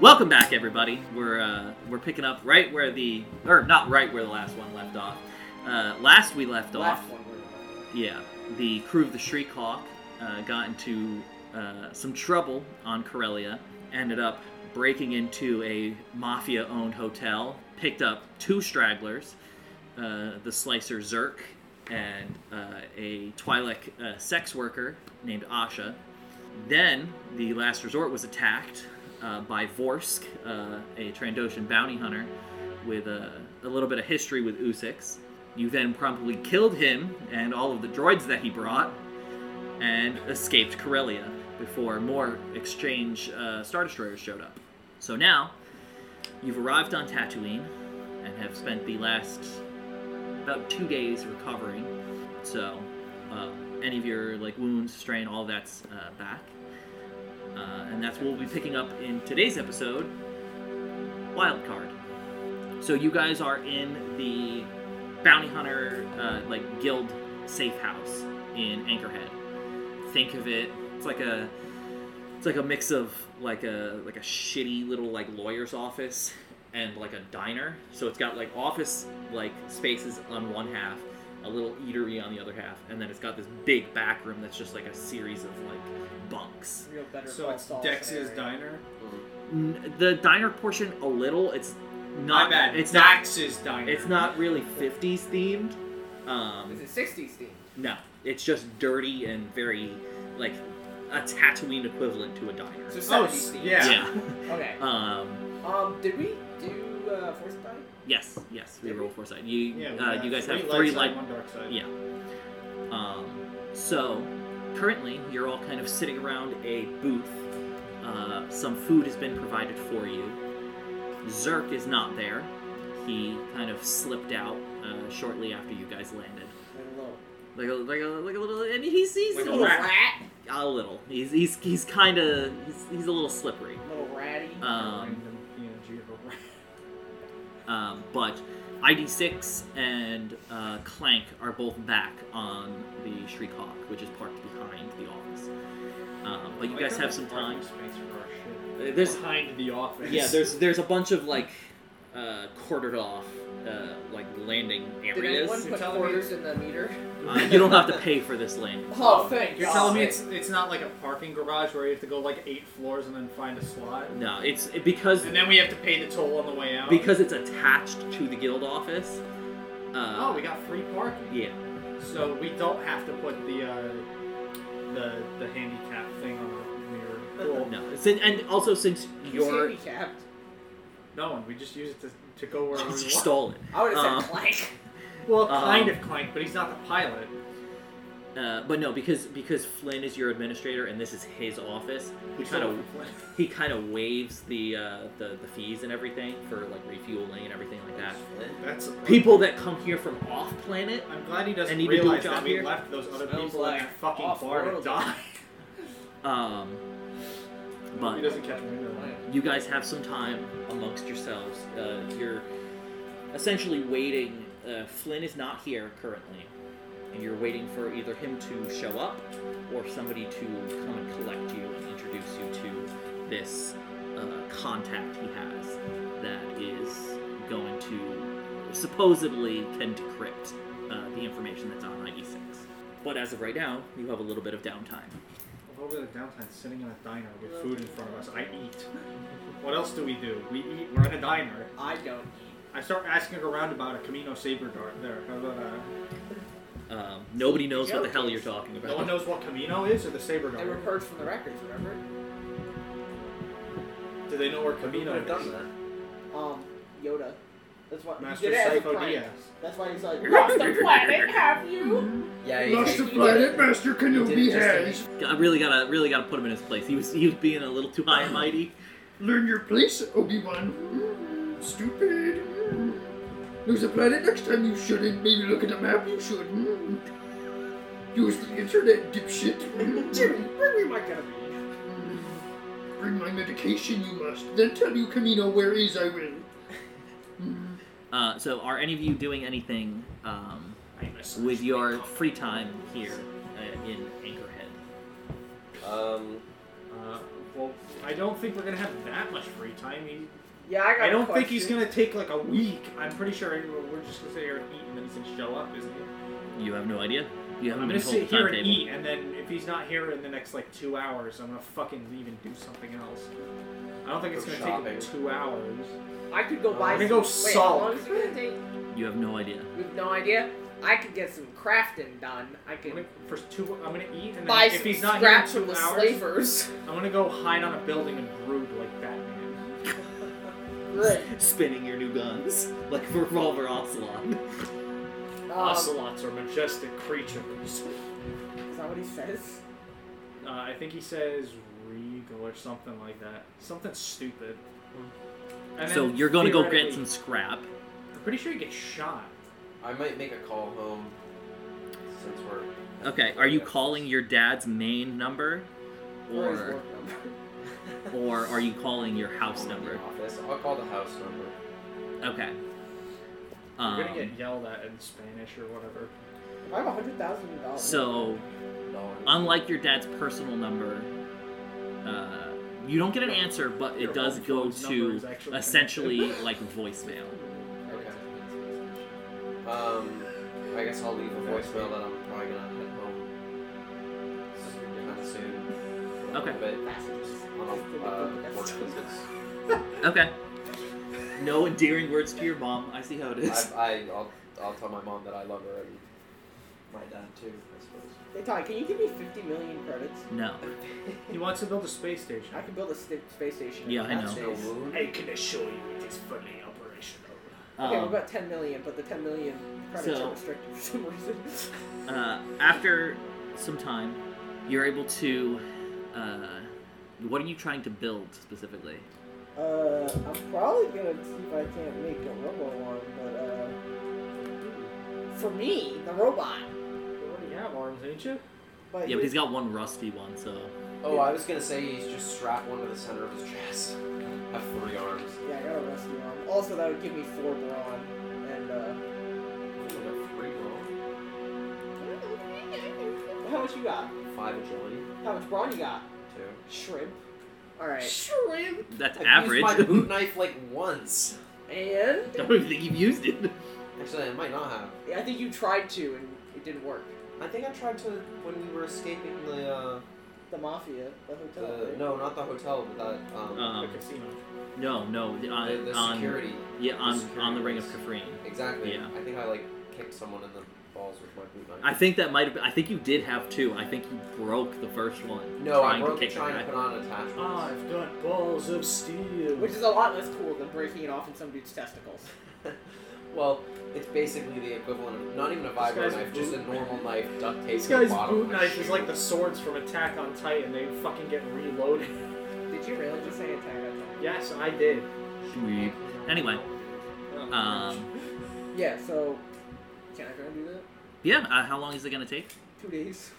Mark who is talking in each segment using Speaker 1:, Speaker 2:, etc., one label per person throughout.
Speaker 1: Welcome back, everybody. We're uh, we're picking up right where the or not right where the last one left off. Uh, last we left off,
Speaker 2: Last one. we're-
Speaker 1: yeah, the crew of the Shriekhawk uh, got into uh, some trouble on Corellia. Ended up breaking into a mafia-owned hotel, picked up two stragglers, uh, the Slicer Zerk and uh, a Twi'lek uh, sex worker named Asha. Then the last resort was attacked uh, by Vorsk, uh, a Trandoshan bounty hunter with a, a little bit of history with Usix. You then promptly killed him and all of the droids that he brought and escaped Corellia before more exchange uh, Star Destroyers showed up. So now, you've arrived on Tatooine and have spent the last about two days recovering. So, uh, any of your like wounds, strain, all that's uh, back, uh, and that's what we'll be picking up in today's episode, Wild Card. So you guys are in the bounty hunter uh, like guild safe house in Anchorhead. Think of it; it's like a it's like a mix of like a like a shitty little like lawyer's office and like a diner. So it's got like office like spaces on one half, a little eatery on the other half, and then it's got this big back room that's just like a series of like bunks.
Speaker 2: Real better
Speaker 3: So
Speaker 2: Call
Speaker 3: it's
Speaker 2: Saul
Speaker 3: Dex's
Speaker 2: scenario.
Speaker 3: diner.
Speaker 1: N- the diner portion a little. It's not.
Speaker 3: My bad.
Speaker 1: It's not.
Speaker 3: Dax's diner.
Speaker 1: It's not really '50s themed. Um,
Speaker 2: Is it 60s theme?
Speaker 1: no, it's just dirty and very like a Tatooine equivalent to a diner.
Speaker 2: So 70s
Speaker 3: Oh, s-
Speaker 2: theme.
Speaker 3: yeah.
Speaker 2: Okay.
Speaker 1: Um,
Speaker 2: Um, did we do uh, Force Bite?
Speaker 1: yes. Yes. We
Speaker 2: Did
Speaker 1: roll foresight. You.
Speaker 3: Yeah, we
Speaker 1: uh, you guys have
Speaker 3: lights
Speaker 1: three
Speaker 3: on
Speaker 1: light
Speaker 3: one dark side.
Speaker 1: Yeah. Um, so, currently, you're all kind of sitting around a booth. Uh, some food has been provided for you. Zerk is not there. He kind of slipped out uh, shortly after you guys landed.
Speaker 2: Like a little,
Speaker 1: Like a, like a, like a little, and he's, he's
Speaker 2: like
Speaker 3: Like
Speaker 2: a
Speaker 3: a
Speaker 2: little
Speaker 3: rat.
Speaker 2: rat,
Speaker 1: a little. He's, he's, he's kind of, he's, he's a little slippery.
Speaker 2: little ratty.
Speaker 3: Uh,
Speaker 1: Um,
Speaker 3: Random PNG of a rat.
Speaker 1: Um, but ID6 and uh, Clank are both back on the Shriekhawk, which is parked behind the office. Um, but you
Speaker 3: Like,
Speaker 1: guys have
Speaker 3: there's
Speaker 1: some time.
Speaker 3: parking Space for our shit.
Speaker 1: Uh, There's
Speaker 3: behind the office.
Speaker 1: yeah, there's there's a bunch of like uh, quartered off uh, like landing
Speaker 2: did anyone
Speaker 1: areas.
Speaker 3: You're
Speaker 2: put
Speaker 3: telling me-
Speaker 2: quarters in the meter?
Speaker 1: Uh, you don't have to pay for this landing.
Speaker 2: Oh, thank
Speaker 3: You're
Speaker 2: God.
Speaker 3: telling me it's it's not like a parking garage where you have to go like eight floors and then find a slot,
Speaker 1: No, it's it- because
Speaker 3: and then we have to pay the toll on the way out.
Speaker 1: because it's attached to the guild office.
Speaker 3: oh,
Speaker 1: Uh,
Speaker 3: we got free parking,
Speaker 1: yeah.
Speaker 3: so we don't have to put the uh, the the handicap thing on our mirror. Well,
Speaker 1: No, it's in- and also since
Speaker 2: He's
Speaker 1: you're
Speaker 2: handicapped.
Speaker 3: no one. We just use it to, to go wherever
Speaker 1: Oh, you
Speaker 3: we want.
Speaker 1: stole it.
Speaker 2: I would have
Speaker 1: Uh,
Speaker 2: said clank.
Speaker 3: Well,
Speaker 1: Um,
Speaker 3: kind of Clank, but he's not the pilot.
Speaker 1: Uh, but no, because because Flynn is your administrator and this is his office, he
Speaker 3: So
Speaker 1: kind of
Speaker 3: we're fine.
Speaker 1: he kind of waives the, uh, the the fees and everything for like refueling and everything like that.
Speaker 3: That's
Speaker 1: People that come here from off planet,
Speaker 3: I'm glad he doesn't
Speaker 1: And you do a
Speaker 3: realize
Speaker 1: job
Speaker 3: that we
Speaker 1: here?
Speaker 3: left those other
Speaker 2: Smells
Speaker 3: people in
Speaker 2: like
Speaker 3: that fucking bar to
Speaker 2: off-world.
Speaker 3: die.
Speaker 1: um,
Speaker 3: he
Speaker 1: but
Speaker 3: doesn't catch wind of that.
Speaker 1: you guys have some time amongst yourselves. Uh, you're essentially waiting. Uh, Flynn is not here currently, and you're waiting for either him to show up or somebody to come and collect you and introduce you to this uh, contact he has that is going to supposedly can decrypt uh, the information that's on ID6. But as of right now, you have a little bit of downtime.
Speaker 3: A little bit of downtime sitting in a diner with food in front of us. I eat. What else do we do? We eat. We're in a diner.
Speaker 2: I don't
Speaker 3: I start asking around about a Camino Saber dart there. How about, uh,
Speaker 1: Um, nobody knows what the hell you're talking about.
Speaker 3: no one knows what Camino is or the Saber
Speaker 2: eat. They were
Speaker 3: dart.
Speaker 2: purged from the records, remember?
Speaker 3: Do they know where Camino is?
Speaker 2: Um, Yoda. That's why
Speaker 3: Master
Speaker 2: he did it as a
Speaker 3: Sifo
Speaker 2: prank.
Speaker 3: Dyas.
Speaker 2: That's why he's like, lost the planet, have you?
Speaker 4: Yeah, he,
Speaker 3: Master
Speaker 4: he-
Speaker 3: Planet, Master
Speaker 4: Did
Speaker 3: Kenobi
Speaker 4: it just-
Speaker 3: has.
Speaker 1: I really gotta really gotta put him in his place. He was he was being a little too high and mighty.
Speaker 3: Learn your place, Obi Wan. Stupid.
Speaker 5: There's a planet next time you shouldn't. Maybe look at a map you should. Hmm. Use the internet, dipshit.
Speaker 2: Jimmy, bring me my gunny.
Speaker 5: Bring my medication, you must. Then tell you, Camino, where is I will. Hmm.
Speaker 1: Uh, so are any of you doing anything um,
Speaker 3: I'm a
Speaker 1: with your free time here uh, in Anchorhead?
Speaker 4: Um,
Speaker 3: Uh, Well, I don't think we're gonna have that much free time. He,
Speaker 2: Yeah, I got.
Speaker 3: I
Speaker 2: a
Speaker 3: don't think he's
Speaker 2: question.
Speaker 3: gonna take like a week. I'm pretty sure we're just gonna sit here and eat, and then he's gonna show up, isn't he?
Speaker 1: You have no idea. You haven't
Speaker 3: I'm
Speaker 1: been
Speaker 3: gonna
Speaker 1: told the
Speaker 3: sit here and
Speaker 1: timetable.
Speaker 3: eat, and then if he's not here in the next like two hours, I'm gonna fucking leave and do something else. I don't think it's
Speaker 4: Go
Speaker 3: gonna
Speaker 4: shopping.
Speaker 3: take him two hours.
Speaker 2: I could go
Speaker 3: Uh,
Speaker 2: buy.
Speaker 3: I'm gonna
Speaker 2: some-
Speaker 3: go
Speaker 2: Wait, how long
Speaker 3: solid.
Speaker 2: is it gonna take?
Speaker 1: You have no idea.
Speaker 2: We have no idea. I could get some crafting done. I
Speaker 3: I'm
Speaker 2: could
Speaker 3: gonna, for two, I'm gonna eat, and
Speaker 2: buy
Speaker 3: then if
Speaker 2: some
Speaker 3: he's not here in
Speaker 2: scraps from
Speaker 3: two
Speaker 2: the
Speaker 3: hours,
Speaker 2: slavers.
Speaker 3: I'm gonna go hide on a building and brood like Batman.
Speaker 2: Good.
Speaker 1: Spinning your new guns like revolver ocelot.
Speaker 2: Um, is
Speaker 3: Ocelots are majestic creatures.
Speaker 2: Um, that what he says?
Speaker 3: Uh, I think he says regal or something like that. Something stupid. And
Speaker 1: So
Speaker 3: then
Speaker 1: you're gonna go get some
Speaker 3: theoretically-
Speaker 1: scrap.
Speaker 3: I'm pretty sure he gets shot.
Speaker 4: I might make a call home since we're.
Speaker 1: Okay, are you calling your dad's main number,
Speaker 2: Or his
Speaker 1: or
Speaker 2: work number?
Speaker 1: or are you calling your house
Speaker 4: I'm in the
Speaker 1: number?
Speaker 4: Office. I'll call the house number.
Speaker 1: Okay.
Speaker 3: You're gonna
Speaker 1: Um,
Speaker 3: get yelled at in Spanish or whatever.
Speaker 2: I have a hundred thousand dollars.
Speaker 1: so
Speaker 4: Dollars.
Speaker 1: unlike your dad's personal number, uh, you don't get an answer, but it
Speaker 3: Your
Speaker 1: does
Speaker 3: home
Speaker 1: go
Speaker 3: phone's number
Speaker 1: to
Speaker 3: is actually
Speaker 1: essentially like voicemail.
Speaker 4: Okay. Um, I guess I'll leave a voicemail that I'm probably gonna head home. Kinda soon.
Speaker 1: Okay.
Speaker 4: But on a uh, work business.
Speaker 1: Okay. No endearing words to your mom. I see how it is.
Speaker 4: I, I, I'll, I'll tell my mom that I love her and my dad too, I suppose.
Speaker 2: Hey Ty, can you give me fifty million credits?
Speaker 1: No.
Speaker 3: He wants to build a space station.
Speaker 2: I can build a sta- space station. in
Speaker 1: Yeah, I
Speaker 2: that
Speaker 1: know.
Speaker 4: No
Speaker 2: space.
Speaker 4: wound?
Speaker 3: can assure you it is fully operational.
Speaker 2: Okay, we're
Speaker 1: Um,
Speaker 2: about ten million, but the ten million credits
Speaker 1: So-
Speaker 2: are restricted for some reason.
Speaker 1: uh, after some time, you're able to. Uh, what are you trying to build specifically?
Speaker 2: Uh, I'm probably gonna see if I can't make a robo arm, but uh, for me, the robot.
Speaker 3: You already have arms, ain't you?
Speaker 2: But
Speaker 1: Yeah, but he's got one rusty one, so
Speaker 4: Oh, I was gonna say he's just strapped one to the center of his chest. Have three arms.
Speaker 2: Yeah, I got a rusty arm. Also, that would give me four brawn, and uh,
Speaker 4: I think I got three wrong.
Speaker 2: how much you got?
Speaker 4: Five agility.
Speaker 2: How much brawn you got?
Speaker 4: Two.
Speaker 2: Shrimp. All right,
Speaker 4: Shrimp.
Speaker 1: that's
Speaker 4: I've
Speaker 1: average.
Speaker 4: used my boot knife like once.
Speaker 2: and
Speaker 1: Don't even think you've used it.
Speaker 4: Actually, I might not have.
Speaker 2: I think you tried to, and it didn't work.
Speaker 4: I think I tried to when we were escaping the uh,
Speaker 2: The mafia, the hotel.
Speaker 4: the
Speaker 2: right?
Speaker 4: no, not the hotel, but that um,
Speaker 1: Um,
Speaker 3: the casino.
Speaker 1: No, no,
Speaker 4: the,
Speaker 1: uh, on,
Speaker 4: the
Speaker 1: on
Speaker 4: security.
Speaker 1: yeah, on
Speaker 4: security
Speaker 1: on the ring of
Speaker 4: place.
Speaker 1: Kafrine.
Speaker 4: Exactly.
Speaker 1: Yeah.
Speaker 4: I think I like kicked someone in the balls with my boot knife.
Speaker 1: I think that might have. Been, I think you did have two. I think you broke the first one.
Speaker 4: No,
Speaker 1: trying
Speaker 4: I broke
Speaker 1: to
Speaker 4: it
Speaker 1: kick
Speaker 4: trying
Speaker 1: the
Speaker 4: to
Speaker 1: guy.
Speaker 4: put on attachments.
Speaker 3: I've got balls of steel.
Speaker 2: Which is a lot less cool than breaking it off in some dude's testicles.
Speaker 4: well, it's basically the equivalent of not even a vibro
Speaker 3: guy's
Speaker 4: knife, just a
Speaker 3: boot-
Speaker 4: normal knife duct
Speaker 3: this
Speaker 4: taped to the
Speaker 3: guy's
Speaker 4: bottom of
Speaker 3: boot
Speaker 4: my
Speaker 3: knife is
Speaker 4: shoe.
Speaker 3: like the swords from Attack on Titan. They fucking get reloaded.
Speaker 2: Did you really just say attack on
Speaker 3: yes, I did.
Speaker 1: Sweet. Anyway, um,
Speaker 2: Titan? Yeah, so can I try and do that?
Speaker 1: Yeah. Uh, how long is it gonna take?
Speaker 2: Two days.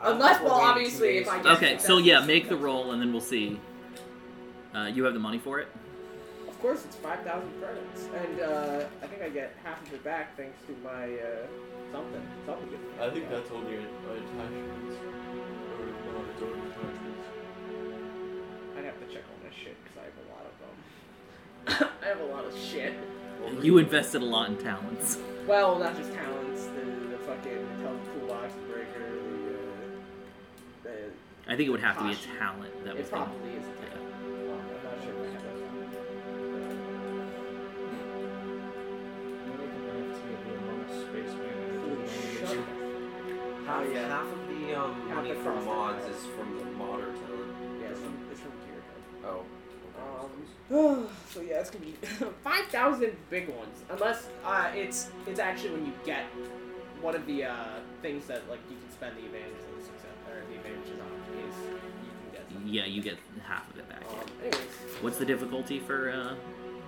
Speaker 4: I don't
Speaker 2: Unless-
Speaker 4: think we're
Speaker 2: well,
Speaker 4: waiting two
Speaker 2: obviously,
Speaker 4: days
Speaker 2: if I
Speaker 4: for
Speaker 2: get-
Speaker 4: this.
Speaker 1: Okay. So yeah, make the roll and then we'll see. Uh, you have the money for it.
Speaker 2: Of course, it's five thousand credits, and uh, I think I get half of it back thanks to my uh, something. Something. gets me
Speaker 4: I think
Speaker 2: back.
Speaker 4: that's only an attachments. Or not door attachments.
Speaker 2: I'd have to check on this shit because I have a lot of them. I have a lot of shit.
Speaker 4: Well,
Speaker 1: You invested a lot in talents.
Speaker 2: Well, not just talents. The, the fucking intelligent toolbox breaker. uh, The, uh,
Speaker 1: I think it would have to be
Speaker 2: Gosh.
Speaker 1: a talent that
Speaker 2: the it
Speaker 1: was. Gonna,
Speaker 2: probably is.
Speaker 1: yeah.
Speaker 2: Um, I'm not sure if I have that.
Speaker 3: Space man.
Speaker 4: half,
Speaker 2: Oh, yeah.
Speaker 4: half of the um,
Speaker 2: Half
Speaker 4: money
Speaker 2: the
Speaker 4: for
Speaker 2: profit.
Speaker 4: mods is from the modder talent.
Speaker 2: Yeah, it's from, it's from Gearhead.
Speaker 4: Oh. okay.
Speaker 2: Um, so yeah, it's gonna be five thousand big ones, unless uh, it's it's actually when you get one of the uh, things that like you can spend the advantage on the success or the advantages on is you can get. Them.
Speaker 1: yeah, you get half of it back.
Speaker 2: Um, anyways,
Speaker 1: What's the difficulty for uh,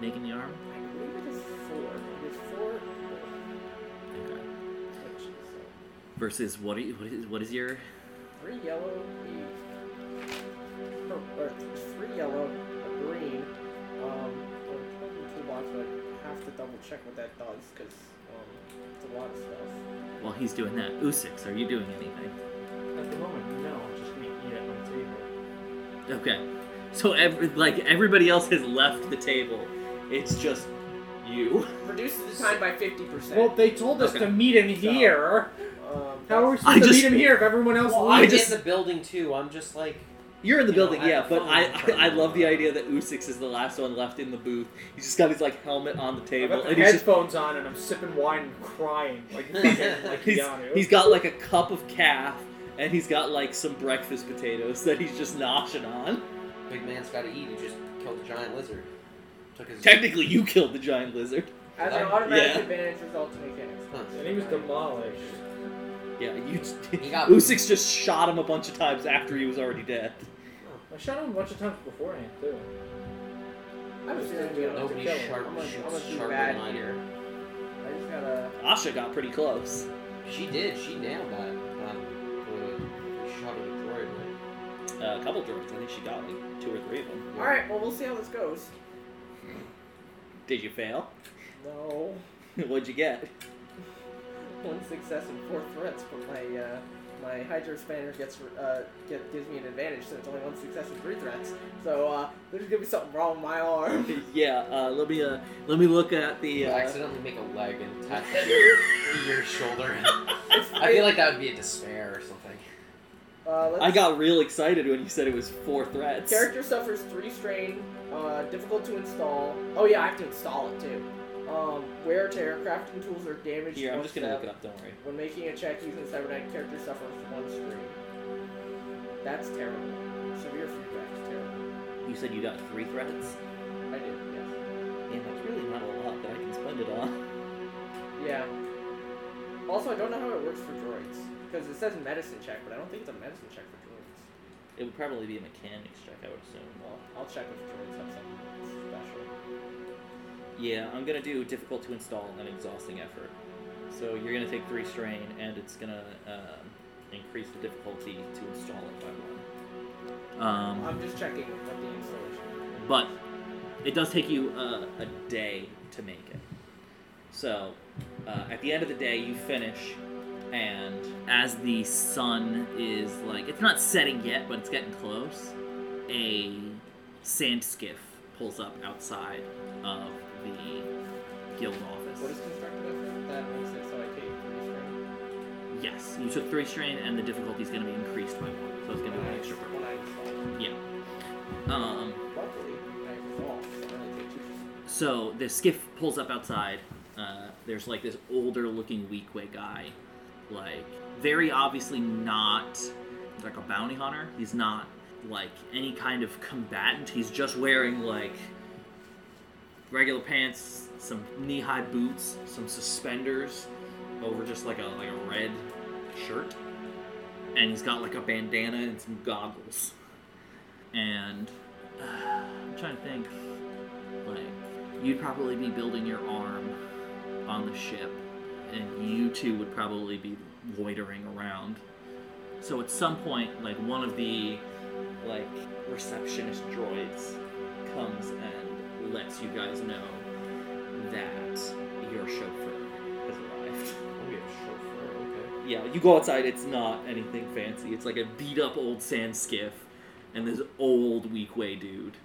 Speaker 1: making the arm?
Speaker 2: I believe it is four. It is four.
Speaker 1: Okay.
Speaker 2: Which is uh,
Speaker 1: Versus what? Are you, what is what is your?
Speaker 2: three yellow, a pur- or three yellow, a green. Um, or probably toolbox, but I have to double check what that does because um, it's a lot of stuff.
Speaker 1: While he's doing that, Usix, are you doing anything?
Speaker 3: At the moment, no. I'm just gonna eat at my table.
Speaker 1: Okay. So every, like everybody else has left the table. It's just you.
Speaker 2: Reduce the time by 50%.
Speaker 6: Well, they told us
Speaker 1: Okay.
Speaker 6: to meet him here.
Speaker 2: um,
Speaker 6: How are we
Speaker 2: that's-
Speaker 6: supposed
Speaker 1: I
Speaker 6: to
Speaker 1: just-
Speaker 6: meet him here if everyone else
Speaker 4: Well,
Speaker 1: I
Speaker 4: I'm
Speaker 6: leaves?
Speaker 1: just-
Speaker 4: in the building too. I'm just like
Speaker 1: You're in the
Speaker 4: You know,
Speaker 1: building,
Speaker 4: I
Speaker 1: yeah,
Speaker 4: have a
Speaker 1: but
Speaker 4: phone
Speaker 1: I,
Speaker 4: in front of
Speaker 1: I I
Speaker 4: me.
Speaker 1: love the idea that Usix is the last one left in the booth. He's just got his like helmet on the
Speaker 6: I
Speaker 1: table,
Speaker 6: got the
Speaker 1: and he's just
Speaker 6: headphones on and I'm sipping wine and crying like fucking like
Speaker 1: he's,
Speaker 6: Keanu.
Speaker 1: he's got like a cup of calf, and he's got like some breakfast potatoes that he's just noshing on.
Speaker 4: big man's got to eat. He just killed a giant lizard. Took his
Speaker 1: Technically, you killed the giant lizard.
Speaker 2: As an
Speaker 4: Yeah.
Speaker 2: automatic advantage result to mechanics.
Speaker 4: Huh.
Speaker 6: and he was demolished.
Speaker 1: Yeah, you.
Speaker 4: He got-
Speaker 1: Usix just shot him a bunch of times after he was already dead.
Speaker 6: I shot him a bunch of times beforehand too.
Speaker 2: I'm just gonna do it. I'm
Speaker 4: Nobody
Speaker 6: kill him.
Speaker 4: sharp
Speaker 2: I'm gonna- I'm
Speaker 4: shoots
Speaker 2: gonna do
Speaker 4: sharper
Speaker 2: bad
Speaker 4: than I
Speaker 2: here.
Speaker 4: do.
Speaker 2: just gotta.
Speaker 1: Asha got pretty close.
Speaker 4: She did. She nailed that. Um, with a shot of a droid. right?
Speaker 1: Uh, a couple droids. I think she got like two or three of them.
Speaker 2: Alright, well, we'll see how this goes.
Speaker 1: Did you fail?
Speaker 2: No.
Speaker 1: What'd you get?
Speaker 2: One success and four threats, but my uh, my Hydro Spanner gets uh, get, gives me an advantage, so it's only one success and three threats. So uh, there's gonna be something wrong with my arm.
Speaker 1: yeah. Uh, let me uh, let me look at the.
Speaker 4: You
Speaker 1: Uh,
Speaker 4: accidentally make a leg and attach it to your, your shoulder. I feel like that would be a despair or something.
Speaker 2: Uh, let's,
Speaker 1: I got real excited when you said it was four threats.
Speaker 2: Character suffers three strain, uh, difficult to install. Oh yeah, I have to install it too. Um, wear tear, crafting tools are damaged.
Speaker 1: Here, I'm
Speaker 2: one
Speaker 1: just gonna
Speaker 2: step.
Speaker 1: look it up. Don't worry.
Speaker 2: When making a check using Cyberdyne, character suffers one strain. That's terrible. Severe feedback is terrible.
Speaker 1: You said you got three threats.
Speaker 2: I did, yes.
Speaker 1: Man, that's really not a lot that I can spend it on.
Speaker 2: Yeah. Also, I don't know how it works for droids. Because it says medicine check, but I don't think it's a medicine check for droids.
Speaker 1: It would probably be a mechanics check, I would assume.
Speaker 2: Well, I'll check if droids have something special.
Speaker 1: Yeah, I'm gonna do difficult to install and exhausting effort. So you're gonna take three strain, and it's gonna um, increase the difficulty to install it by one. Um,
Speaker 2: I'm just checking what the installation
Speaker 1: but it does take you uh, a day to make it. So uh, at the end of the day, you finish, and as the sun is like it's not setting yet, but it's getting close, a sand skiff pulls up outside of the guild office.
Speaker 2: What is constructed effort? That makes it so I take three strain.
Speaker 1: Yes, you took three strain, and the difficulty is going to be increased by one, so it's going to be an extra purple.
Speaker 2: When I install.
Speaker 1: Um,
Speaker 2: Luckily, I install, so I only take two strain.
Speaker 1: so the skiff pulls up outside. Uh, there's like this older-looking weak-way guy, like very obviously not like a bounty hunter. He's not like any kind of combatant. He's just wearing like regular pants, some knee-high boots, some suspenders over just like a like a red shirt, and he's got like a bandana and some goggles. And uh, I'm trying to think, like you'd probably be building your arm on the ship, and you two would probably be loitering around. So at some point, like one of the like receptionist droids comes and lets you guys know that your chauffeur has arrived.
Speaker 4: We have a chauffeur. Okay.
Speaker 1: Yeah, you go outside, it's not anything fancy. It's like a beat up old sand skiff and this old weak way dude.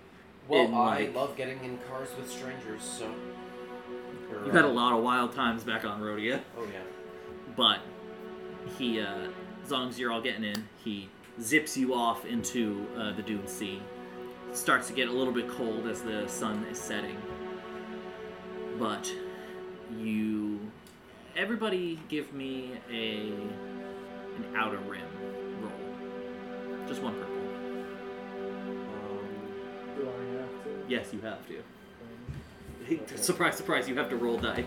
Speaker 4: Well,
Speaker 1: In,
Speaker 4: I
Speaker 1: like-
Speaker 4: love getting in cars with strangers, so. Or,
Speaker 1: You've had a
Speaker 4: uh,
Speaker 1: lot of wild times back on Rhodia.
Speaker 4: Oh yeah.
Speaker 1: But he, uh, as long as you're all getting in, he zips you off into uh, the Dune Sea. Starts to get a little bit cold as the sun is setting. But you. Everybody give me a an outer rim roll. Just one purple.
Speaker 4: Um,
Speaker 6: Do I have to?
Speaker 1: Yes, you have to.
Speaker 4: Um,
Speaker 1: surprise, surprise, you have to roll dice.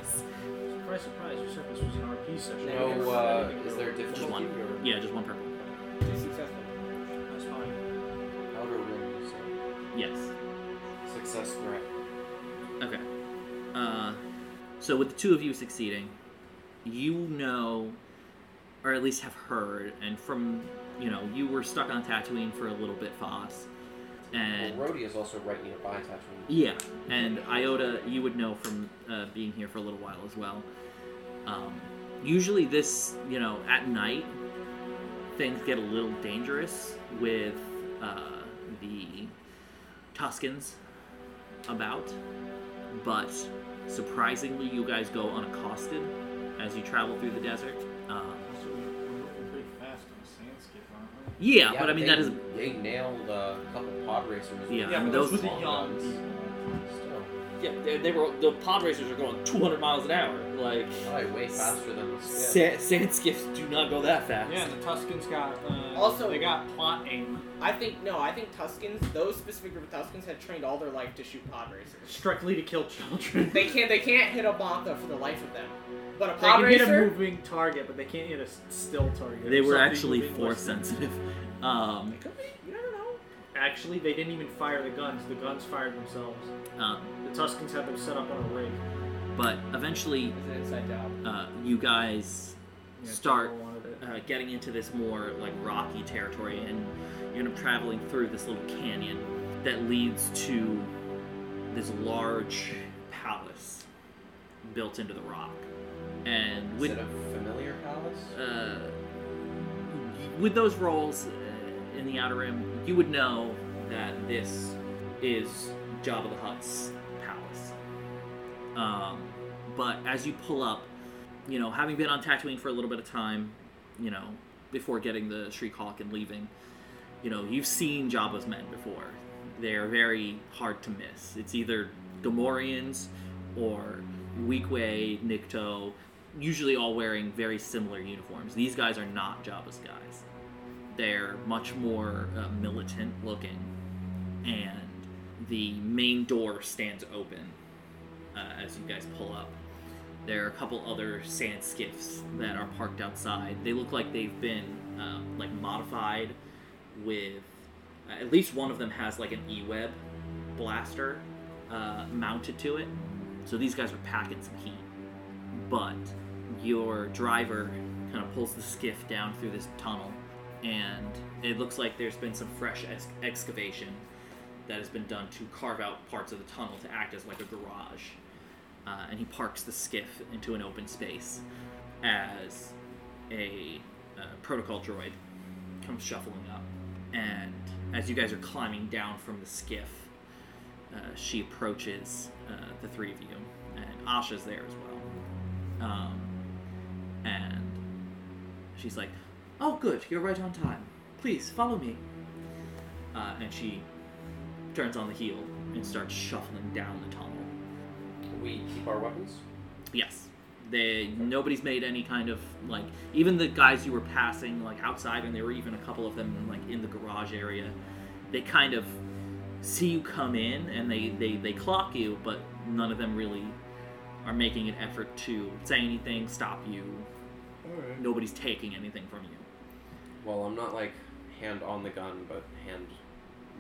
Speaker 3: Surprise, surprise! You said this was an RP session.
Speaker 4: no, uh, is there a difficulty?
Speaker 1: one.
Speaker 4: or-
Speaker 1: Yeah, just one purple.
Speaker 2: Two successful.
Speaker 3: That's fine.
Speaker 4: Outer rim, so
Speaker 1: Yes.
Speaker 4: success threat.
Speaker 1: Okay. Uh, so with the two of you succeeding, you know, or at least have heard, and from you know, you were stuck on Tatooine for a little bit, Foss, and
Speaker 4: Well, Rhodey is also right nearby Tatooine.
Speaker 1: yeah, and Iota, you would know from uh, being here for a little while as well. Um, usually, this, you know, at night, things get a little dangerous with uh, the Tuscans about, but surprisingly, you guys go unaccosted as you travel through the desert. Um,
Speaker 3: Also, we- we're moving pretty fast on a sand skip, aren't
Speaker 1: yeah,
Speaker 4: Yeah,
Speaker 1: but I mean
Speaker 4: they,
Speaker 1: that is
Speaker 4: They nailed uh, a couple pod racers. with
Speaker 1: Yeah,
Speaker 6: Yeah,
Speaker 1: I mean,
Speaker 6: but those
Speaker 1: those
Speaker 6: were the
Speaker 4: long
Speaker 6: young
Speaker 4: guns.
Speaker 6: people.
Speaker 4: Still,
Speaker 1: yeah they, they were the pod racers are going 200 miles an hour. Like
Speaker 4: probably way faster than the skip.
Speaker 1: sand, sand skiffs do not go that fast.
Speaker 6: Yeah, and the Tuscans got. Uh,
Speaker 2: Also-
Speaker 6: they got plot aim.
Speaker 2: I think no. I think Tuscans, those specific group of Tuscans, had trained all their life to shoot pod racers.
Speaker 6: Strictly to kill children.
Speaker 2: They can't. They can't hit a Bantha for the life of them. But a
Speaker 6: They
Speaker 2: pod
Speaker 6: can hit a
Speaker 2: racer.
Speaker 6: moving target, but they can't hit a s- still target.
Speaker 1: They
Speaker 6: or
Speaker 1: were
Speaker 6: something
Speaker 1: actually
Speaker 6: moving
Speaker 1: force
Speaker 6: less-
Speaker 1: sensitive. Um,
Speaker 2: They could be. You never know.
Speaker 6: Actually, they didn't even fire the guns. The guns fired themselves.
Speaker 1: um,
Speaker 6: The Tuscans had them set up on a rig.
Speaker 1: but eventually,
Speaker 2: It's an inside job.
Speaker 1: uh, you guys
Speaker 6: Yeah,
Speaker 1: Start.
Speaker 6: General wanted it.
Speaker 1: uh, getting into this more like rocky territory, and you end up traveling through this little canyon that leads to this large palace built into the rock. And
Speaker 4: Is
Speaker 1: with
Speaker 4: it a familiar palace?
Speaker 1: uh, with those roles uh, in the Outer Rim, you would know that this is Jabba the Hutt's palace. Um, but as you pull up, you know, having been on Tatooine for a little bit of time, you know, before getting the Shriek Hawk and leaving, you know, you've seen Jabba's men before. They're very hard to miss. It's either Gamorreans or Weekway, Nikto, usually all wearing very similar uniforms. These guys are not Jabba's guys. They're much more uh, militant looking, and the main door stands open uh, as you guys pull up. There are a couple other sand skiffs that are parked outside. They look like they've been um, like modified with uh, at least one of them has like an e-web blaster uh, mounted to it. So these guys are packing some heat but your driver kind of pulls the skiff down through this tunnel and it looks like there's been some fresh ex- excavation that has been done to carve out parts of the tunnel to act as like a garage uh, and he parks the skiff into an open space as a uh, protocol droid comes shuffling up and as you guys are climbing down from the skiff uh, she approaches uh, the three of you and asha's there as well um, and she's like, "Oh, good, you're right on time. Please follow me." Uh, and she turns on the heel and starts shuffling down the tunnel.
Speaker 4: We keep our weapons.
Speaker 1: Yes, they nobody's made any kind of like even the guys you were passing like outside, and there were even a couple of them like in the garage area. They kind of see you come in and they they they clock you, but none of them really are making an effort to say anything, stop you, nobody's taking anything from you.
Speaker 4: Well, I'm not like hand on the gun, but hand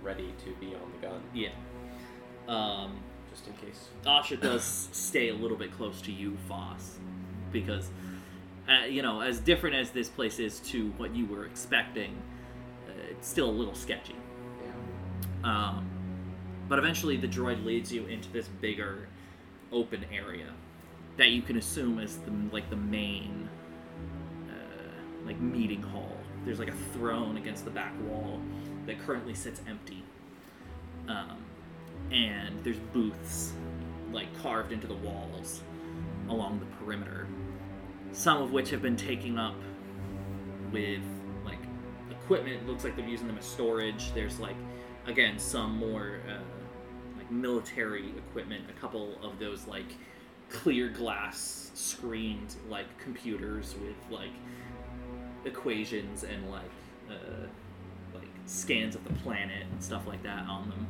Speaker 4: ready to be on the gun,
Speaker 1: Yeah. Um,
Speaker 4: just in case.
Speaker 1: Asha does stay a little bit close to you, Foss, because, uh, you know, as different as this place is to what you were expecting, uh, it's still a little sketchy.
Speaker 4: Yeah.
Speaker 1: Um, but eventually, the droid leads you into this bigger, open area that you can assume is the like the main, uh, like meeting hall. There's like a throne against the back wall that currently sits empty, um, and there's booths like carved into the walls along the perimeter. Some of which have been taken up with like equipment. It looks like they're using them as storage. There's like again some more uh, like military equipment a couple of those like clear glass screened like computers with like equations and like uh, like scans of the planet and stuff like that on them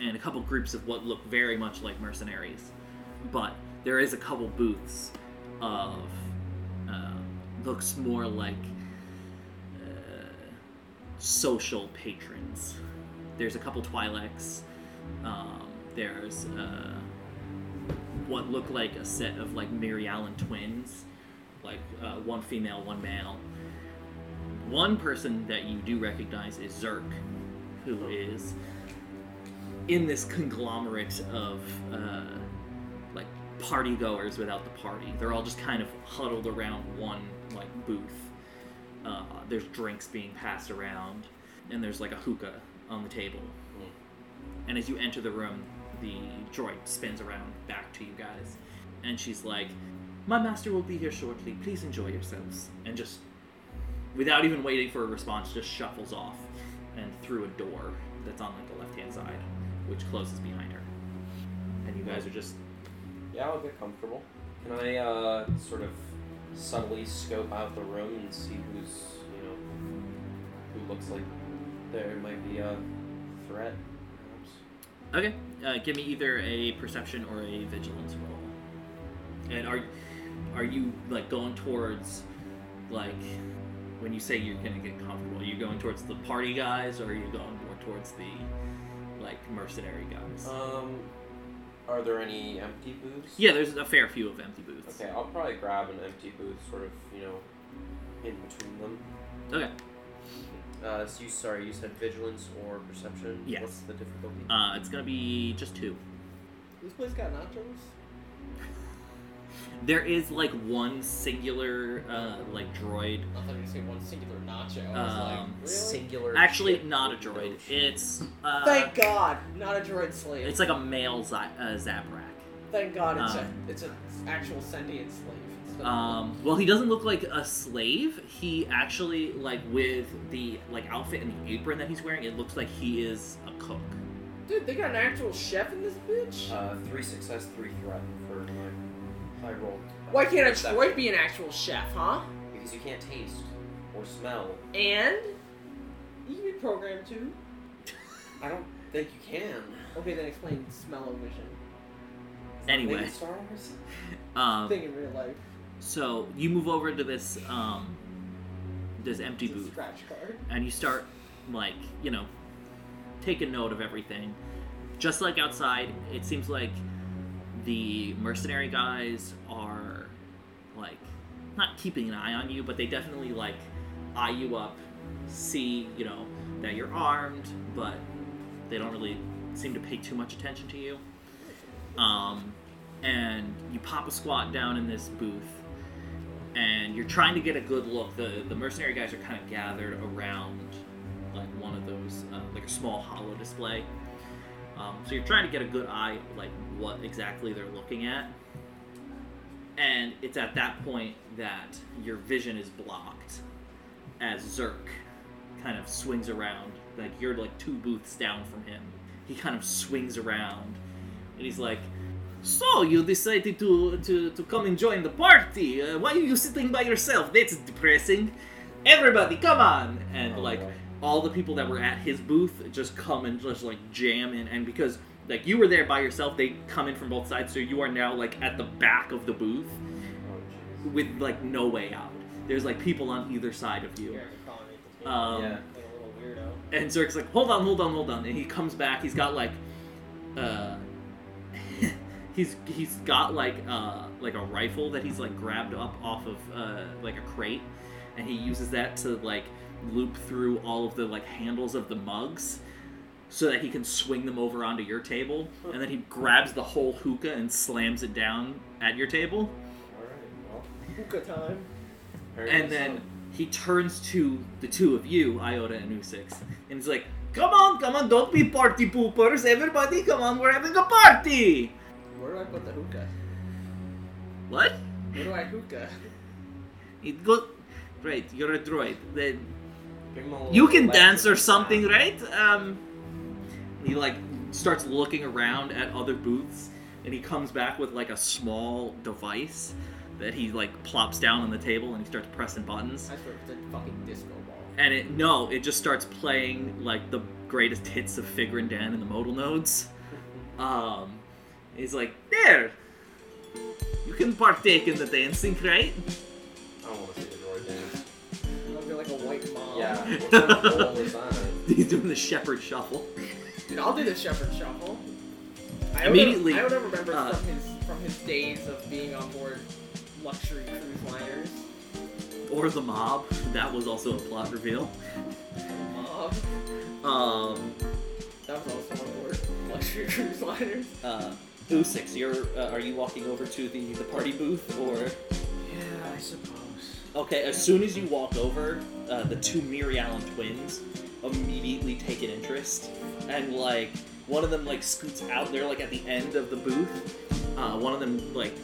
Speaker 1: and a couple groups of what look very much like mercenaries but there is a couple booths of uh, looks more like uh, social patrons. There's a couple Twi'leks. Um, there's uh, what look like a set of like Mary Allen twins, like uh, one female, one male. One person that you do recognize is Zerk, who is in this conglomerate of uh, like party goers without the party. They're all just kind of huddled around one like booth. Uh, there's drinks being passed around, and there's like a hookah on the table. And as you enter the room, the droid spins around back to you guys. And she's like, My master will be here shortly. Please enjoy yourselves. And just, without even waiting for a response, just shuffles off and through a door that's on like the left hand side, which closes behind her. And you guys are just
Speaker 4: Yeah, I'll get comfortable. Can I uh, sort of subtly scope out the room and see who's, you know, who looks like there might be a threat? Perhaps.
Speaker 1: Okay. Uh, give me either a perception or a vigilance roll. And are are you like going towards like when you say you're gonna get comfortable, are you going towards the party guys or are you going more towards the like mercenary guys?
Speaker 4: Um, are there any empty booths?
Speaker 1: yeah, there's a fair few of empty booths.
Speaker 4: Okay, I'll probably grab an empty booth, sort of, you know, in between them.
Speaker 1: Okay.
Speaker 4: Uh, so you, sorry, you said vigilance or perception.
Speaker 1: Yes.
Speaker 4: What's the difficulty?
Speaker 1: Uh, it's gonna be just two.
Speaker 2: This place got nachos.
Speaker 1: There is like one singular uh, like droid
Speaker 2: I thought you were gonna say one singular nacho. I was
Speaker 1: um,
Speaker 2: like, really?
Speaker 4: Singular.
Speaker 1: actually
Speaker 4: shit.
Speaker 1: not a droid. It's uh,
Speaker 2: Thank God, not a droid slave.
Speaker 1: it's like a male zi- uh, Zaprak.
Speaker 2: Thank God, it's
Speaker 1: um,
Speaker 2: a it's an actual sentient slave. It's the-
Speaker 1: Um, well, he doesn't look like a slave. He actually, like, with the like outfit and the apron that he's wearing, it looks like he is a cook.
Speaker 2: dude, they got an actual chef in this bitch.
Speaker 4: Uh, three success, three threat for my. I rolled.
Speaker 2: Why can't a
Speaker 4: Perception.
Speaker 2: droid be an actual chef, huh?
Speaker 4: Because you can't taste or smell.
Speaker 2: And you can be programmed too.
Speaker 4: I don't think you can.
Speaker 2: Okay, then explain smell-o-vision
Speaker 1: Anyway,
Speaker 4: Star Wars?
Speaker 1: um,
Speaker 2: thing in real life.
Speaker 1: so you move over to this um, this empty
Speaker 2: It's a
Speaker 1: booth,
Speaker 2: scratch card.
Speaker 1: and you start like you know taking note of everything. Just like outside, it seems like the mercenary guys are like not keeping an eye on you, but they definitely like eye you up, see you know that you're armed, but they don't really seem to pay too much attention to you. Um, and you pop a squat down in this booth, and you're trying to get a good look. The the mercenary guys are kind of gathered around like one of those uh, like a small hollow display. Um, so you're trying to get a good eye like what exactly they're looking at. And it's at that point that your vision is blocked as Zerk kind of swings around. Like you're like two booths down from him. He kind of swings around and he's like, so you decided to to, to come and join the party. Uh, why are you sitting by yourself? That's depressing. Everybody, come on! And
Speaker 4: Oh,
Speaker 1: like
Speaker 4: boy.
Speaker 1: all the people that were at his booth just come and just like jam in, and because like you were there by yourself, they come in from both sides, so you are now like at the back of the booth
Speaker 4: Oh, jeez.
Speaker 1: with like no way out. There's like people on either side of you.
Speaker 2: You're calling me the
Speaker 1: Um,
Speaker 4: yeah.
Speaker 2: like a little weirdo.
Speaker 1: And Zerk's like, hold on, hold on, hold on. And he comes back. He's got like, uh, he's he's got like uh like a rifle that he's like grabbed up off of uh like a crate, and he uses that to like loop through all of the like handles of the mugs. So that he can swing them over onto your table, and then he grabs the whole hookah and slams it down at your table.
Speaker 4: Alright, well.
Speaker 2: Hookah time.
Speaker 4: apparently
Speaker 1: And then
Speaker 4: so.
Speaker 1: he turns to the two of you, Iota and Usix, and he's like, Come on, come on, don't be party poopers. Everybody, come on, we're having a party.
Speaker 2: Where do I put the hookah?
Speaker 1: What?
Speaker 2: Where do I hookah?
Speaker 1: It go. Right, you're a droid. Then
Speaker 4: Give him a little
Speaker 1: you can
Speaker 4: electric
Speaker 1: dance or something,
Speaker 4: slap.
Speaker 1: right? Um, he like starts looking around at other booths, and he comes back with like a small device that he like plops down on the table and he starts pressing buttons.
Speaker 2: I swear it's a fucking disco ball.
Speaker 1: and it no, it just starts playing like the greatest hits of Figrandan and the modal nodes. Um, he's like, there, you can partake in the dancing, right?
Speaker 4: I don't want to see the droid dance.
Speaker 2: I feel like a white mom.
Speaker 4: Yeah. What kind of role is that?
Speaker 1: He's doing the shepherd shuffle.
Speaker 2: Dude, I'll do the shepherd shuffle. I don't-
Speaker 1: Immediately,
Speaker 2: I don't remember
Speaker 1: uh,
Speaker 2: from his from his days of being on board luxury cruise liners.
Speaker 1: Or the mob. That was also a plot reveal.
Speaker 2: Um,
Speaker 1: Um,
Speaker 2: that was also on board luxury cruise liners.
Speaker 1: uh, Usix, you're uh, are you walking over to the the party booth or?
Speaker 3: Yeah, I suppose.
Speaker 1: Okay, as soon as you walk over, uh, the two Miri Allen twins immediately take an interest, and like one of them like scoots out. They're like at the end of the booth. Uh, one of them like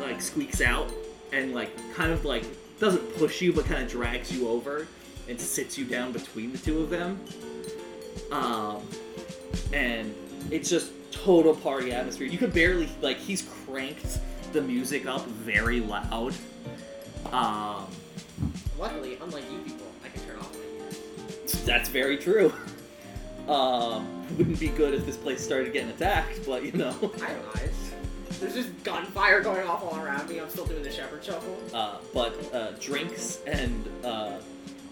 Speaker 1: like squeaks out and like kind of like doesn't push you, but kind of drags you over and sits you down between the two of them. Um, and it's just total party atmosphere. You can barely like he's cranked the music up very loud. Um,
Speaker 2: Luckily, unlike you people, I can turn off my ears.
Speaker 1: that's very true. Um, wouldn't be good if this place started getting attacked, but you know.
Speaker 2: I have eyes. There's just gunfire going off all around me. I'm still doing the shepherd shuffle.
Speaker 1: Uh, but uh, drinks and uh,